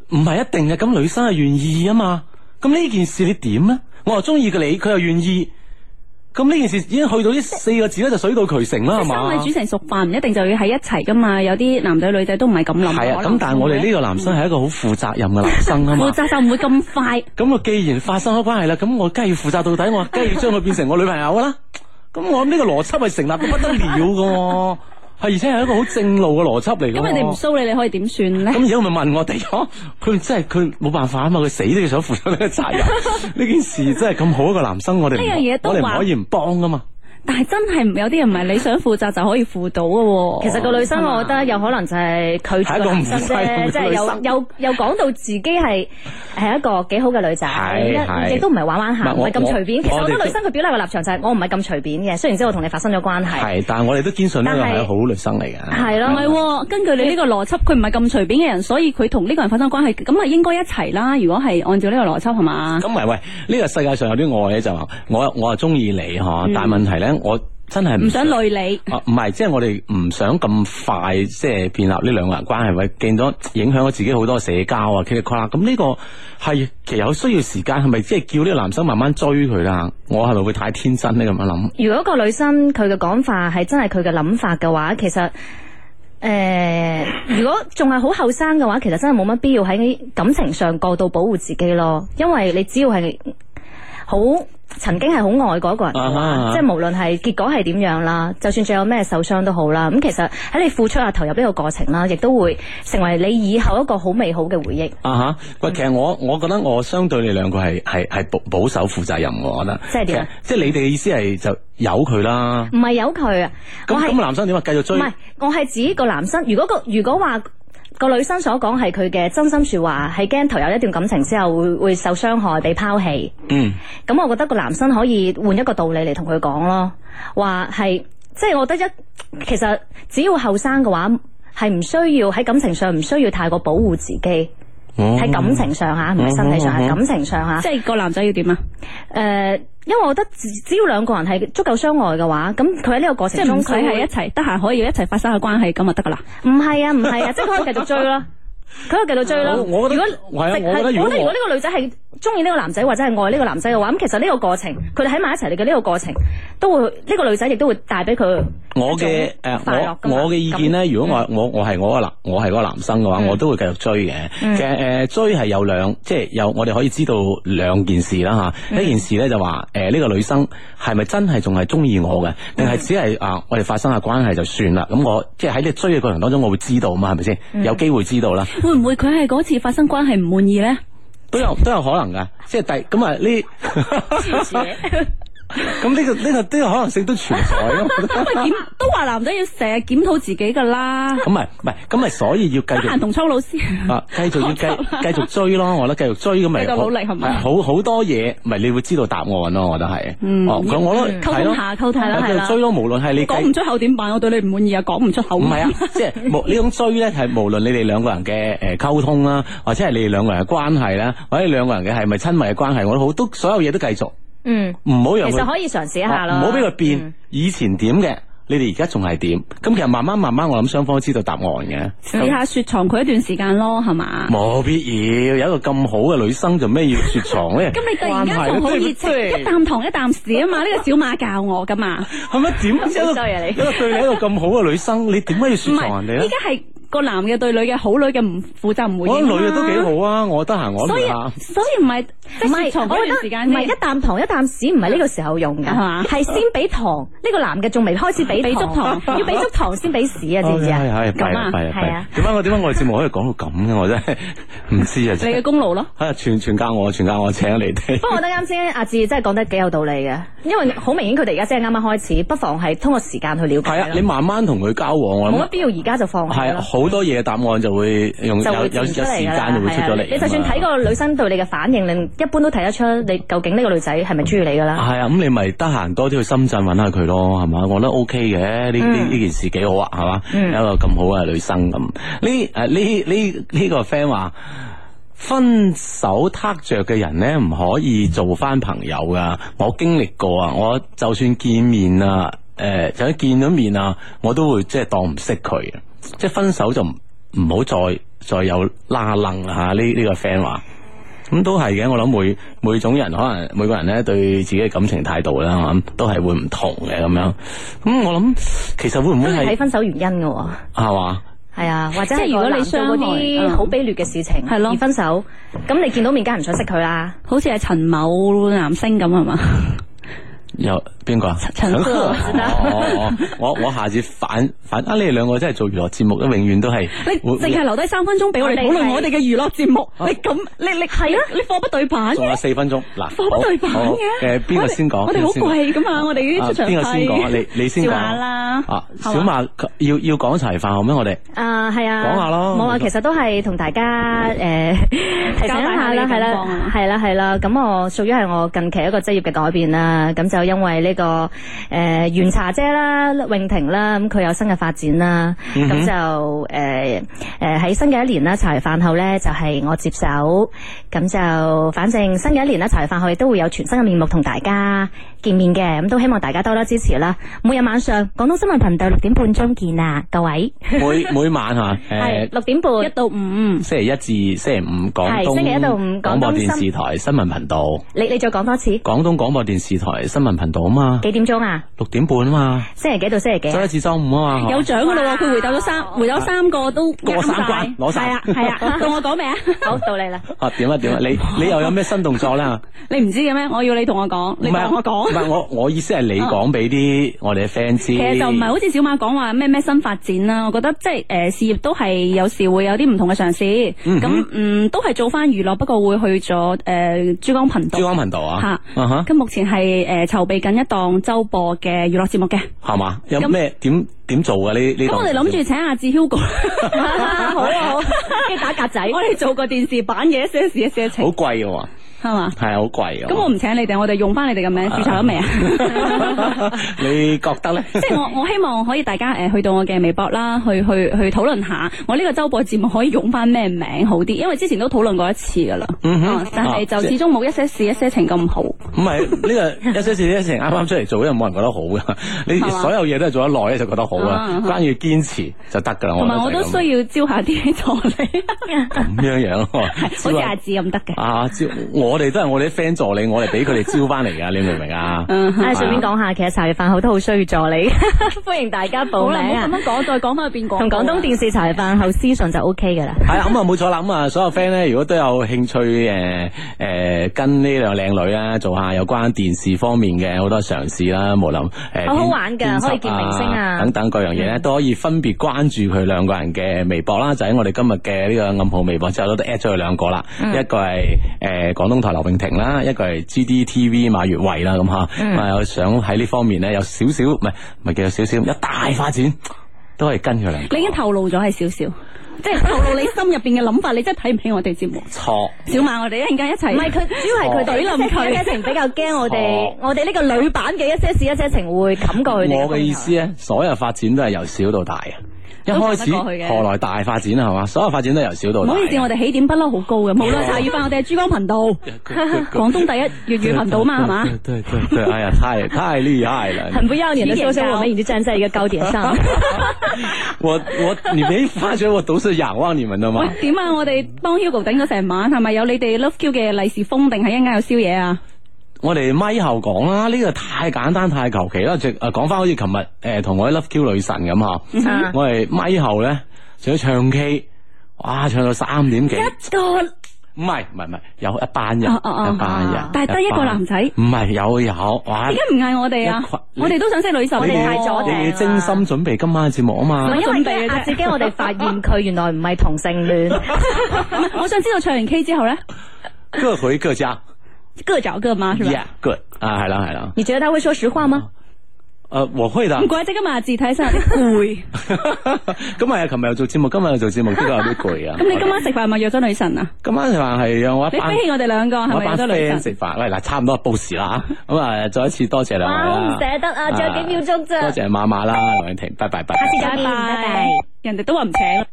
Speaker 2: 唔係一定嘅，咁女生係願意啊嘛，咁呢件事你點咧？我又中意嘅你，佢又願意，咁呢件事已經去到呢四個字咧，就水到渠成啦，係嘛
Speaker 4: 生？米煮成熟飯唔一定就要喺一齊噶嘛，有啲男仔女仔都唔係咁諗。
Speaker 2: 係啊，
Speaker 4: 可能
Speaker 2: 咁但係我哋呢個男生係一個好負責任嘅男生啊
Speaker 4: 負
Speaker 2: 嘛。
Speaker 4: 責就唔會咁快。
Speaker 2: 咁啊，既然發生咗關係啦，咁我梗係要負責到底，我梗係要將佢變成我女朋友啦。咁我諗呢個邏輯係成立到不得了嘅喎，係而且係一個好正路嘅邏輯嚟嘅喎。
Speaker 4: 咁人哋唔騷你，你可以點算 咧？
Speaker 2: 咁而家咪問我哋咯，佢真係佢冇辦法啊嘛，佢死都要想 負上呢個責任。呢件事真係咁好一個男生，我哋唔
Speaker 4: 哎呢樣嘢都
Speaker 2: 我
Speaker 4: 話
Speaker 2: 哋唔可以唔幫噶嘛。
Speaker 4: 但係真係有啲人唔係你想負責就可以負到嘅喎。
Speaker 6: 其實個女生，我覺得有可能就係拒絕個男生
Speaker 2: 係一個唔細嘅
Speaker 6: 啫，即係
Speaker 2: 女
Speaker 6: 又
Speaker 2: 生
Speaker 6: 又又講到自己係係一個幾好嘅女
Speaker 2: 係
Speaker 6: 仔，
Speaker 2: 係
Speaker 6: 亦都唔係玩玩下，
Speaker 2: 唔係
Speaker 6: 唔係咁
Speaker 2: 我
Speaker 6: 隨便。其實
Speaker 2: 我
Speaker 6: 我覺
Speaker 2: 我哋
Speaker 6: 得女生佢表達嘅立場就係我唔係咁隨便嘅，雖然之後我同你發生咗關係，
Speaker 2: 係，但係我哋都堅信呢個
Speaker 6: 但
Speaker 2: 係
Speaker 6: 係
Speaker 2: 好女生嚟嘅。
Speaker 6: 係
Speaker 4: 唔係喎，
Speaker 6: 咯，
Speaker 4: 根據你呢個邏輯，佢唔係咁隨便嘅人，所以佢同呢個人發生關係，咁啊應該一齊啦。如果係按照呢個邏輯係嘛？
Speaker 2: 咁咪喂，呢個世界上有啲愛咧，就話我我係中意你嗬，但係問題咧，我真係
Speaker 4: 嗯唔想累你。
Speaker 2: 啊，唔係，即係我哋唔想咁快，即係建立呢兩個人關係，會見到影響咗自己好多社交啊，噼里啪啦。咁呢個係其實有需要時間，係咪即係叫呢個男生慢慢追佢啦？我係咪會太天真咧咁樣諗？
Speaker 6: 如果個女生佢嘅講法係真係佢嘅諗法嘅話，其實。誒、如果仲係好後生嘅話，其實真係冇乜必要喺感情上過度保護自己咯，因為你只要係好曾經係好愛嗰一個人嘅話，
Speaker 2: 啊哈
Speaker 6: 即係無論係結果係點樣啦，就算最有咩受傷都好啦，咁其實喺你付出啊投入呢個過程啦，亦都會成為你以後一個好美好嘅回憶，
Speaker 2: 啊哈！喂，其實我我覺得我相對你兩個係係係保保守負責任喎，我覺得。
Speaker 6: 即係點啊？
Speaker 2: 即係你哋嘅意思係就由佢啦。
Speaker 6: 唔係有佢啊，
Speaker 2: 咁
Speaker 6: 我係
Speaker 2: 咁男生點啊？繼續追
Speaker 6: 唔係，我係指個男生。如果個如果話個女生所講係佢嘅真心说話，係驚投入一段感情之後會會受傷害、被拋棄。
Speaker 2: 嗯。
Speaker 6: 咁我覺得個男生可以換一個道理嚟同佢講咯，話係即係我覺得一其實只要後生嘅話，係唔需要喺感情上唔需要太過保護自己。
Speaker 2: 哦
Speaker 6: 喺感情上吓，唔係身體上，係感情上吓。
Speaker 4: 即係個男仔要點啊？
Speaker 6: 誒、因為我覺得只只要兩個人係足夠相愛嘅話，咁佢喺呢個過
Speaker 4: 即
Speaker 6: 程
Speaker 4: 係
Speaker 6: 中
Speaker 4: 唔
Speaker 6: 佢
Speaker 4: 使係
Speaker 6: 會
Speaker 4: 一齊，得閒可以一齊發生下關係咁就得噶啦。
Speaker 6: 唔係啊，唔係啊， 即係佢可以繼續追咯。佢可以繼續追咯。
Speaker 2: 我我覺得
Speaker 6: 如果
Speaker 2: 係啊
Speaker 6: 直
Speaker 2: 我覺得如果
Speaker 6: 我覺得如
Speaker 2: 我
Speaker 6: 果呢個女仔係中意呢個男仔或者係愛呢個男仔嘅話，咁其實呢個過程，佢哋喺埋一齊嘅呢個過程，都會呢個女仔亦都會帶俾佢
Speaker 2: 我嘅
Speaker 6: 一種
Speaker 2: 誒，
Speaker 6: 快樂
Speaker 2: 我
Speaker 6: 㗎嘛
Speaker 2: 我嘅意見咧，如果我我我係我個男，我係嗰個男生嘅話，我都會繼續追嘅。其實誒追係有兩，即係有我哋可以知道兩件事啦嚇。一件事咧就話誒呢個女生係咪真係仲係中意我嘅，定係只係啊我哋發生下關係就算啦？咁我即係喺你追嘅過程當中，我會知道嘛，係咪先？有機會知道啦。
Speaker 4: 會唔會佢係嗰次發生關係唔滿意呢？
Speaker 2: 都有都有可能噶，即係第咁啊呢 咁呢個呢個呢個可能性都存在咯。我覺得
Speaker 4: 咁咪檢都話男仔要成日檢討自己噶啦，
Speaker 2: 咁咪唔係咁咪，所以要繼
Speaker 4: 得
Speaker 2: 續
Speaker 4: 閒。同邱老師。
Speaker 2: 啊，繼續要繼繼續追咯，我覺得繼續追咁咪
Speaker 4: 繼續
Speaker 2: 好
Speaker 4: 努力係咪
Speaker 2: 係好好多嘢，咪你會知道答案咯，我覺得係。
Speaker 4: 嗯
Speaker 2: 哦，咁我覺得
Speaker 4: 溝通
Speaker 2: 係咯
Speaker 4: 下溝通啦
Speaker 2: 係
Speaker 4: 係
Speaker 2: 繼
Speaker 4: 啦
Speaker 2: 續追咯，無論係你
Speaker 4: 講
Speaker 2: 繼
Speaker 4: 唔出口點辦？我對你唔滿意啊，講唔出口。
Speaker 2: 唔係啊，即係 無呢種追咧，係無論你哋兩個人嘅誒溝通啦，或者係你哋兩個人嘅關係啦，或者你兩個人嘅係咪親密嘅關係，我都好都所有嘢都繼續，
Speaker 6: 嗯，
Speaker 2: 唔好讓
Speaker 6: 其實
Speaker 2: 佢
Speaker 6: 可以嘗試一下咯。
Speaker 2: 啊唔好俾佢變
Speaker 6: 嗯。
Speaker 2: 以前點嘅，你哋而家仲係點？咁其實慢慢慢慢，我諗雙方都知道答案嘅。
Speaker 4: 試下雪藏佢一段時間咯，係嘛？
Speaker 2: 冇必要，有一個咁好嘅女生，做咩要雪藏 咧？
Speaker 4: 咁你突然間
Speaker 2: 關係
Speaker 4: 仲好
Speaker 2: 即係
Speaker 4: 熱
Speaker 2: 即
Speaker 4: 情，
Speaker 2: 係
Speaker 4: 一啖糖一啖屎 啊嘛！呢個小馬教我噶嘛。
Speaker 2: 係咪點知 一個
Speaker 6: sorry 啊
Speaker 2: 一
Speaker 6: 你
Speaker 2: 個對你一個咁好嘅女生，你點解要
Speaker 4: 唔
Speaker 2: 雪藏人哋
Speaker 4: 係，依
Speaker 2: 咧？
Speaker 4: 家係個男嘅對女嘅好，女嘅唔負責唔
Speaker 2: 我覺
Speaker 4: 回應
Speaker 2: 得
Speaker 4: 啊嘛
Speaker 2: 女嘅都幾。好啊，我得閒我
Speaker 4: 所以
Speaker 2: 嚟下。
Speaker 4: 所以唔係即
Speaker 6: 唔
Speaker 4: 係
Speaker 6: 係
Speaker 4: 雪，藏
Speaker 6: 我
Speaker 4: 嗰段
Speaker 6: 覺
Speaker 4: 時
Speaker 6: 得
Speaker 4: 間
Speaker 6: 唔係
Speaker 4: 先
Speaker 6: 一啖糖一啖屎，唔係呢個時候用
Speaker 4: 係嘛
Speaker 6: 㗎，係先俾糖。呢個男嘅仲未開始俾
Speaker 4: 俾足糖
Speaker 6: 要俾足糖先俾屎啊，知唔知
Speaker 2: 哦係
Speaker 6: 啊？
Speaker 2: 係弊
Speaker 4: 咁
Speaker 2: 啦
Speaker 4: 啊
Speaker 2: 弊啦弊
Speaker 6: 係
Speaker 2: 啦
Speaker 6: 啊！
Speaker 2: 點解我點解我哋節目可以講到咁嘅？我真係唔知啊！真
Speaker 4: 你嘅
Speaker 2: 係
Speaker 4: 功勞咯。
Speaker 2: 啊，全全靠我，全靠我請你 哋啊
Speaker 6: 不。過我覺得啱先阿志真係講得幾有道理嘅，因為好明顯佢哋而家真係啱啱開始，不妨係通過時間去了解
Speaker 2: 係啊，
Speaker 6: 咯
Speaker 2: 你慢慢同佢交往，我
Speaker 6: 冇乜
Speaker 2: 諗
Speaker 6: 必要而家就放棄
Speaker 2: 係啊
Speaker 6: 咯。
Speaker 2: 好多嘢嘅答案就會用
Speaker 6: 就
Speaker 2: 有
Speaker 6: 會
Speaker 2: 啊有有
Speaker 6: 自
Speaker 2: 時
Speaker 6: 然出嚟㗎
Speaker 2: 間
Speaker 6: 啦
Speaker 2: 就會出咗
Speaker 6: 係啊
Speaker 2: 嚟。
Speaker 6: 你就算睇個女生對你嘅反應，你一般都睇得出你究竟呢個女仔係咪中意你㗎啦。
Speaker 2: 係啊，咁你咪得閒多啲去深圳揾下佢咯，係嘛？我覺得 O K 嘅，呢呢呢件事幾好啊，係嘛？有一個咁好嘅女生咁，呢誒呢呢呢個 friend 話。分手挞着嘅人咧，唔可以做翻朋友噶。我經歷過啊，我就算見面啊，誒、就算見咗面啊，我都會即係當唔識佢嘅。即係分手就唔唔好再再有拉楞啦吓。呢、呢、個 friend 話。咁都係嘅，我諗每每種人可能每個人咧對自己嘅感情態度啦，我諗都係會唔同嘅咁樣。咁我諗其實會唔會
Speaker 6: 都係睇
Speaker 2: 係
Speaker 6: 分手原因㗎喎。
Speaker 2: 係嘛？
Speaker 6: 係啊，或者
Speaker 4: 即係
Speaker 6: 係
Speaker 4: 如
Speaker 6: 如
Speaker 4: 果
Speaker 6: 果
Speaker 4: 你
Speaker 6: 你傷
Speaker 4: 傷
Speaker 6: 嗰啲
Speaker 4: 害
Speaker 6: 好卑劣嘅事情，
Speaker 4: 係咯
Speaker 6: 而分手，咁你見到面梗係唔想識佢啦。
Speaker 4: 好似係陳某男星咁係嘛？
Speaker 2: 有邊個啊？
Speaker 4: 陳
Speaker 2: 陳
Speaker 4: 哥
Speaker 2: 哦
Speaker 4: 知道
Speaker 2: 哦哦我我下次反反啊！你哋兩個真係做娛樂節目，都永遠都係
Speaker 4: 你
Speaker 2: 會
Speaker 4: 淨係留低三分鐘俾我哋討論我哋嘅娛樂節目，你咁你你係啊，你貨不對版
Speaker 2: 仲有
Speaker 4: 嘅，
Speaker 2: 四分鐘嗱，
Speaker 4: 貨
Speaker 2: 好
Speaker 4: 不對版
Speaker 2: 好
Speaker 4: 嘅。
Speaker 2: 誒，邊個先講？
Speaker 4: 我哋我哋好貴噶嘛，我哋
Speaker 2: 邊
Speaker 4: 啲
Speaker 2: 個
Speaker 4: 出
Speaker 2: 先
Speaker 4: 場
Speaker 2: 講啊邊個先講啊？
Speaker 4: 費。
Speaker 2: 你你先
Speaker 4: 笑
Speaker 2: 講
Speaker 4: 下啦
Speaker 2: 啊，小
Speaker 4: 係嘛
Speaker 2: 馬要要講齊飯後咩？ 我哋
Speaker 6: 啊，系啊，
Speaker 2: 講下嗯咯
Speaker 6: 冇啊，其實都係同大家 诶、提醒一下
Speaker 4: 交代下
Speaker 6: 啦，
Speaker 4: 你嘅近
Speaker 6: 係
Speaker 4: 況
Speaker 6: 啦
Speaker 4: 啊，
Speaker 6: 係啦，係啦。咁我屬於係我近期一個職業嘅改變啦。咁就因為呢、個个诶、袁茶姐啦、泳婷啦，咁佢有新嘅發展啦。
Speaker 2: 嗯
Speaker 6: 咁、就诶诶喺新嘅一年啦，茶餘飯後咧就係我接手。咁就反正新嘅一年啦，茶餘飯後亦都會有全新嘅面目同大家見面嘅。咁都希望大家多多支持啦。每日晚上廣東新聞頻道六點半鐘見啊，各位。
Speaker 2: 每每晚吓
Speaker 6: 系
Speaker 2: 誒。
Speaker 6: 六点半。
Speaker 4: 一到五，
Speaker 2: 星期一至星期五廣東
Speaker 6: 係星期一到五
Speaker 2: 廣播
Speaker 6: 廣東
Speaker 2: 電視
Speaker 6: 新
Speaker 2: 台新聞頻道，
Speaker 6: 你你再講多次，幾
Speaker 2: 廣東廣播電視台新聞頻道啊嘛，
Speaker 6: 點鐘啊？
Speaker 2: 六點半啊嘛，
Speaker 6: 星期幾到星期幾
Speaker 2: 周
Speaker 6: 啊？
Speaker 2: 一至周五啊嘛，
Speaker 4: 有獎噶啦喎，佢回答咗三，回答三個都
Speaker 2: 過三
Speaker 4: 啱晒
Speaker 2: 關攞晒
Speaker 4: 係啊係 啊，到我講未啊？
Speaker 6: 好，到你啦。
Speaker 2: 啊點啊點啊，你你又有咩新動作啦？
Speaker 4: 你唔知嘅咩？我要你同我講，你
Speaker 2: 啊
Speaker 4: 同我
Speaker 2: 唔
Speaker 4: 講。啊
Speaker 2: 係我我意思係你講俾啲我哋嘅 fans 知，
Speaker 4: 其實就唔係好似小馬講話咩咩新發展啦，我覺得即係誒、呃事業都係有時會有啲唔同嘅嘗試，咁嗯都係做翻娛樂，不過會去咗誒、呃珠江頻道
Speaker 2: 珠。江頻道啊，
Speaker 4: 嚇
Speaker 2: 啊哈
Speaker 4: 咁目前係誒籌備緊一檔周播嘅娛樂節目嘅，
Speaker 2: 係嘛？有
Speaker 4: 咁
Speaker 2: 咩點點做啊？呢呢
Speaker 4: 咁
Speaker 2: 檔
Speaker 4: 我哋諗住請阿志 Hugo，好啊好，跟住打格仔， 我哋做個電視版嘅一些事一些
Speaker 2: 好
Speaker 4: 情，
Speaker 2: 貴嘅喎，
Speaker 4: 係嘛？
Speaker 2: 係啊好貴嘅喎。
Speaker 4: 咁我唔請你哋，我哋用翻你哋嘅名 註冊咗未啊？
Speaker 2: 你覺得咧？
Speaker 4: 即係我我希望可以大家誒、呃去到我嘅微博啦，去去去討論下我呢個周播節目可以用翻咩名好啲，因為之前都討論過一次噶啦，啊但係就
Speaker 2: 啊即係哦
Speaker 4: 始終冇一些事一些情咁好。
Speaker 2: 唔係呢 個一些事一些情啱啱出嚟做，因為冇人覺得好噶。你
Speaker 4: 係嘛
Speaker 2: 所有嘢都係做得耐咧，就覺得好啦
Speaker 4: 啊。
Speaker 2: 關於堅持就得噶啦。
Speaker 4: 同埋我
Speaker 2: 覺
Speaker 4: 都
Speaker 2: 得就係
Speaker 4: 需要招下啲助理，
Speaker 2: 咁咁樣 樣喎。
Speaker 4: 好似
Speaker 2: 招
Speaker 4: 阿志咁得嘅。
Speaker 2: 啊招，我哋都係我哋啲 friend 助理，我哋俾佢哋招翻嚟噶，你明唔明啊？
Speaker 6: 唉，順便講下，其實茶餘飯後都好需要助理， 歡迎大家報
Speaker 4: 好啦，
Speaker 6: 名
Speaker 4: 唔好
Speaker 6: 啊
Speaker 4: 咁！樣講，再講翻去變廣
Speaker 6: 同廣東電視茶餘飯後私信就 O K 噶啦。
Speaker 2: 係啦，咁啊冇錯啦，咁啊所有 friend 咧，如果都有興趣誒誒跟呢兩靚女啊，做下有關電視方面嘅好多嘗試啦，無論呃誒
Speaker 6: 好好玩㗎
Speaker 2: 編輯
Speaker 6: 可以見明星啊
Speaker 2: 等等各樣嘢咧，都可以分別關注佢兩個人嘅微博啦，就喺我哋今日嘅呢個暗號微博之後都 at 咗佢兩個啦，
Speaker 6: 嗯
Speaker 2: 一個係誒廣東台劉永婷啦，一個係 GDTV 馬月慧啦，咁嚇，
Speaker 6: 嗯
Speaker 2: 咁啊有想喺呢方面咧有少少唔係唔係叫有少少有大發展，都係跟佢兩個
Speaker 4: 你已經透露咗係少少，即係透露你心入邊嘅諗法，你真係睇唔起我哋節目。
Speaker 2: 錯。
Speaker 4: 小馬，我哋一陣間一齊。
Speaker 6: 唔係佢，主要係佢哋
Speaker 4: 哦懟冧佢
Speaker 6: 一些情比較驚我
Speaker 2: 哦
Speaker 6: 哋，我哋呢個女版嘅一些事一些情會冚過佢哋。
Speaker 2: 我嘅意思，咧，所有發展都係由小到大嘅。一
Speaker 4: 啊都
Speaker 2: 開
Speaker 4: 講得過去
Speaker 2: 始
Speaker 4: 嘅
Speaker 2: 何來大發展啊？係嘛，所有發展都係由小到
Speaker 4: 唔
Speaker 2: 大嘅。啊
Speaker 4: 好意思，我哋起點不嬲好高嘅，無論茶語飯，我哋係珠江頻 道，廣東第一粵語頻 道嘛，係嘛？
Speaker 2: 對對對， 哎呀，太太厲害 了！
Speaker 6: 很不要臉的說聲，我們已經站在一個高點上。
Speaker 2: 我我，你沒發覺我都是仰望你們的嗎
Speaker 4: 喂？，點啊？我哋幫 Hugo 頂咗成晚，係咪有你哋 Love Q 嘅利是封定係一陣間有宵夜啊？
Speaker 2: 我哋咪後講啦，呢、個太簡單太求其啦。直啊講翻好似琴日誒同我啲 Love Q 女神咁
Speaker 4: 嗯
Speaker 2: 嗬，
Speaker 6: 啊
Speaker 2: 我哋咪後咧仲要唱 K，哇，唱到三點幾。
Speaker 4: 個
Speaker 2: 唔係唔係唔係，有一班人，
Speaker 4: 哦哦哦
Speaker 2: 一班人
Speaker 6: 啊，
Speaker 4: 但係得一個男仔
Speaker 2: 唔係有有，哇！
Speaker 4: 點解唔嗌我哋啊
Speaker 2: 一群？
Speaker 4: 我哋都想識女神，
Speaker 2: 你
Speaker 6: 哋太
Speaker 2: 要
Speaker 6: 左
Speaker 2: 你
Speaker 6: 定
Speaker 2: 要
Speaker 6: 啦
Speaker 2: 精心準備今晚嘅節目啊
Speaker 6: 唔
Speaker 2: 嘛
Speaker 6: 係。因
Speaker 4: 準備
Speaker 6: 為
Speaker 4: 嘅啫
Speaker 6: 阿志驚我哋發現佢原來唔係同性戀。
Speaker 4: 我想知道唱完 K 之後咧，
Speaker 2: 各回各家
Speaker 4: 各找各媽 是吧？
Speaker 2: ，Yeah，good 啊，係啦係啦，
Speaker 6: 你覺得他會說實話嗎？
Speaker 2: 誒，我會的
Speaker 4: 唔。怪得今日阿志睇身有啲攰，
Speaker 2: 咁啊，琴日又做節 目，今日又做節目，的確有啲攰啊。
Speaker 4: 咁你今晚食飯係咪約咗女神啊？
Speaker 2: 今晚就話係讓我一
Speaker 4: 你
Speaker 2: 班
Speaker 4: 飛起我哋兩個係
Speaker 2: 我
Speaker 4: 咪
Speaker 2: 一
Speaker 4: 約
Speaker 2: 班
Speaker 4: 咗女
Speaker 2: friend
Speaker 4: 神？
Speaker 2: 食飯。喂，嗱，差唔多報時啦嚇咁啊，再一次多謝兩位
Speaker 6: 哇，好唔
Speaker 2: 啦。
Speaker 6: 捨得啊，仲有幾秒鐘咋？
Speaker 2: 多謝馬馬啦，梁永婷，拜拜拜拜。
Speaker 6: 下次再
Speaker 4: 拜
Speaker 6: 見，拜拜
Speaker 4: 拜。，人哋都話唔請啦。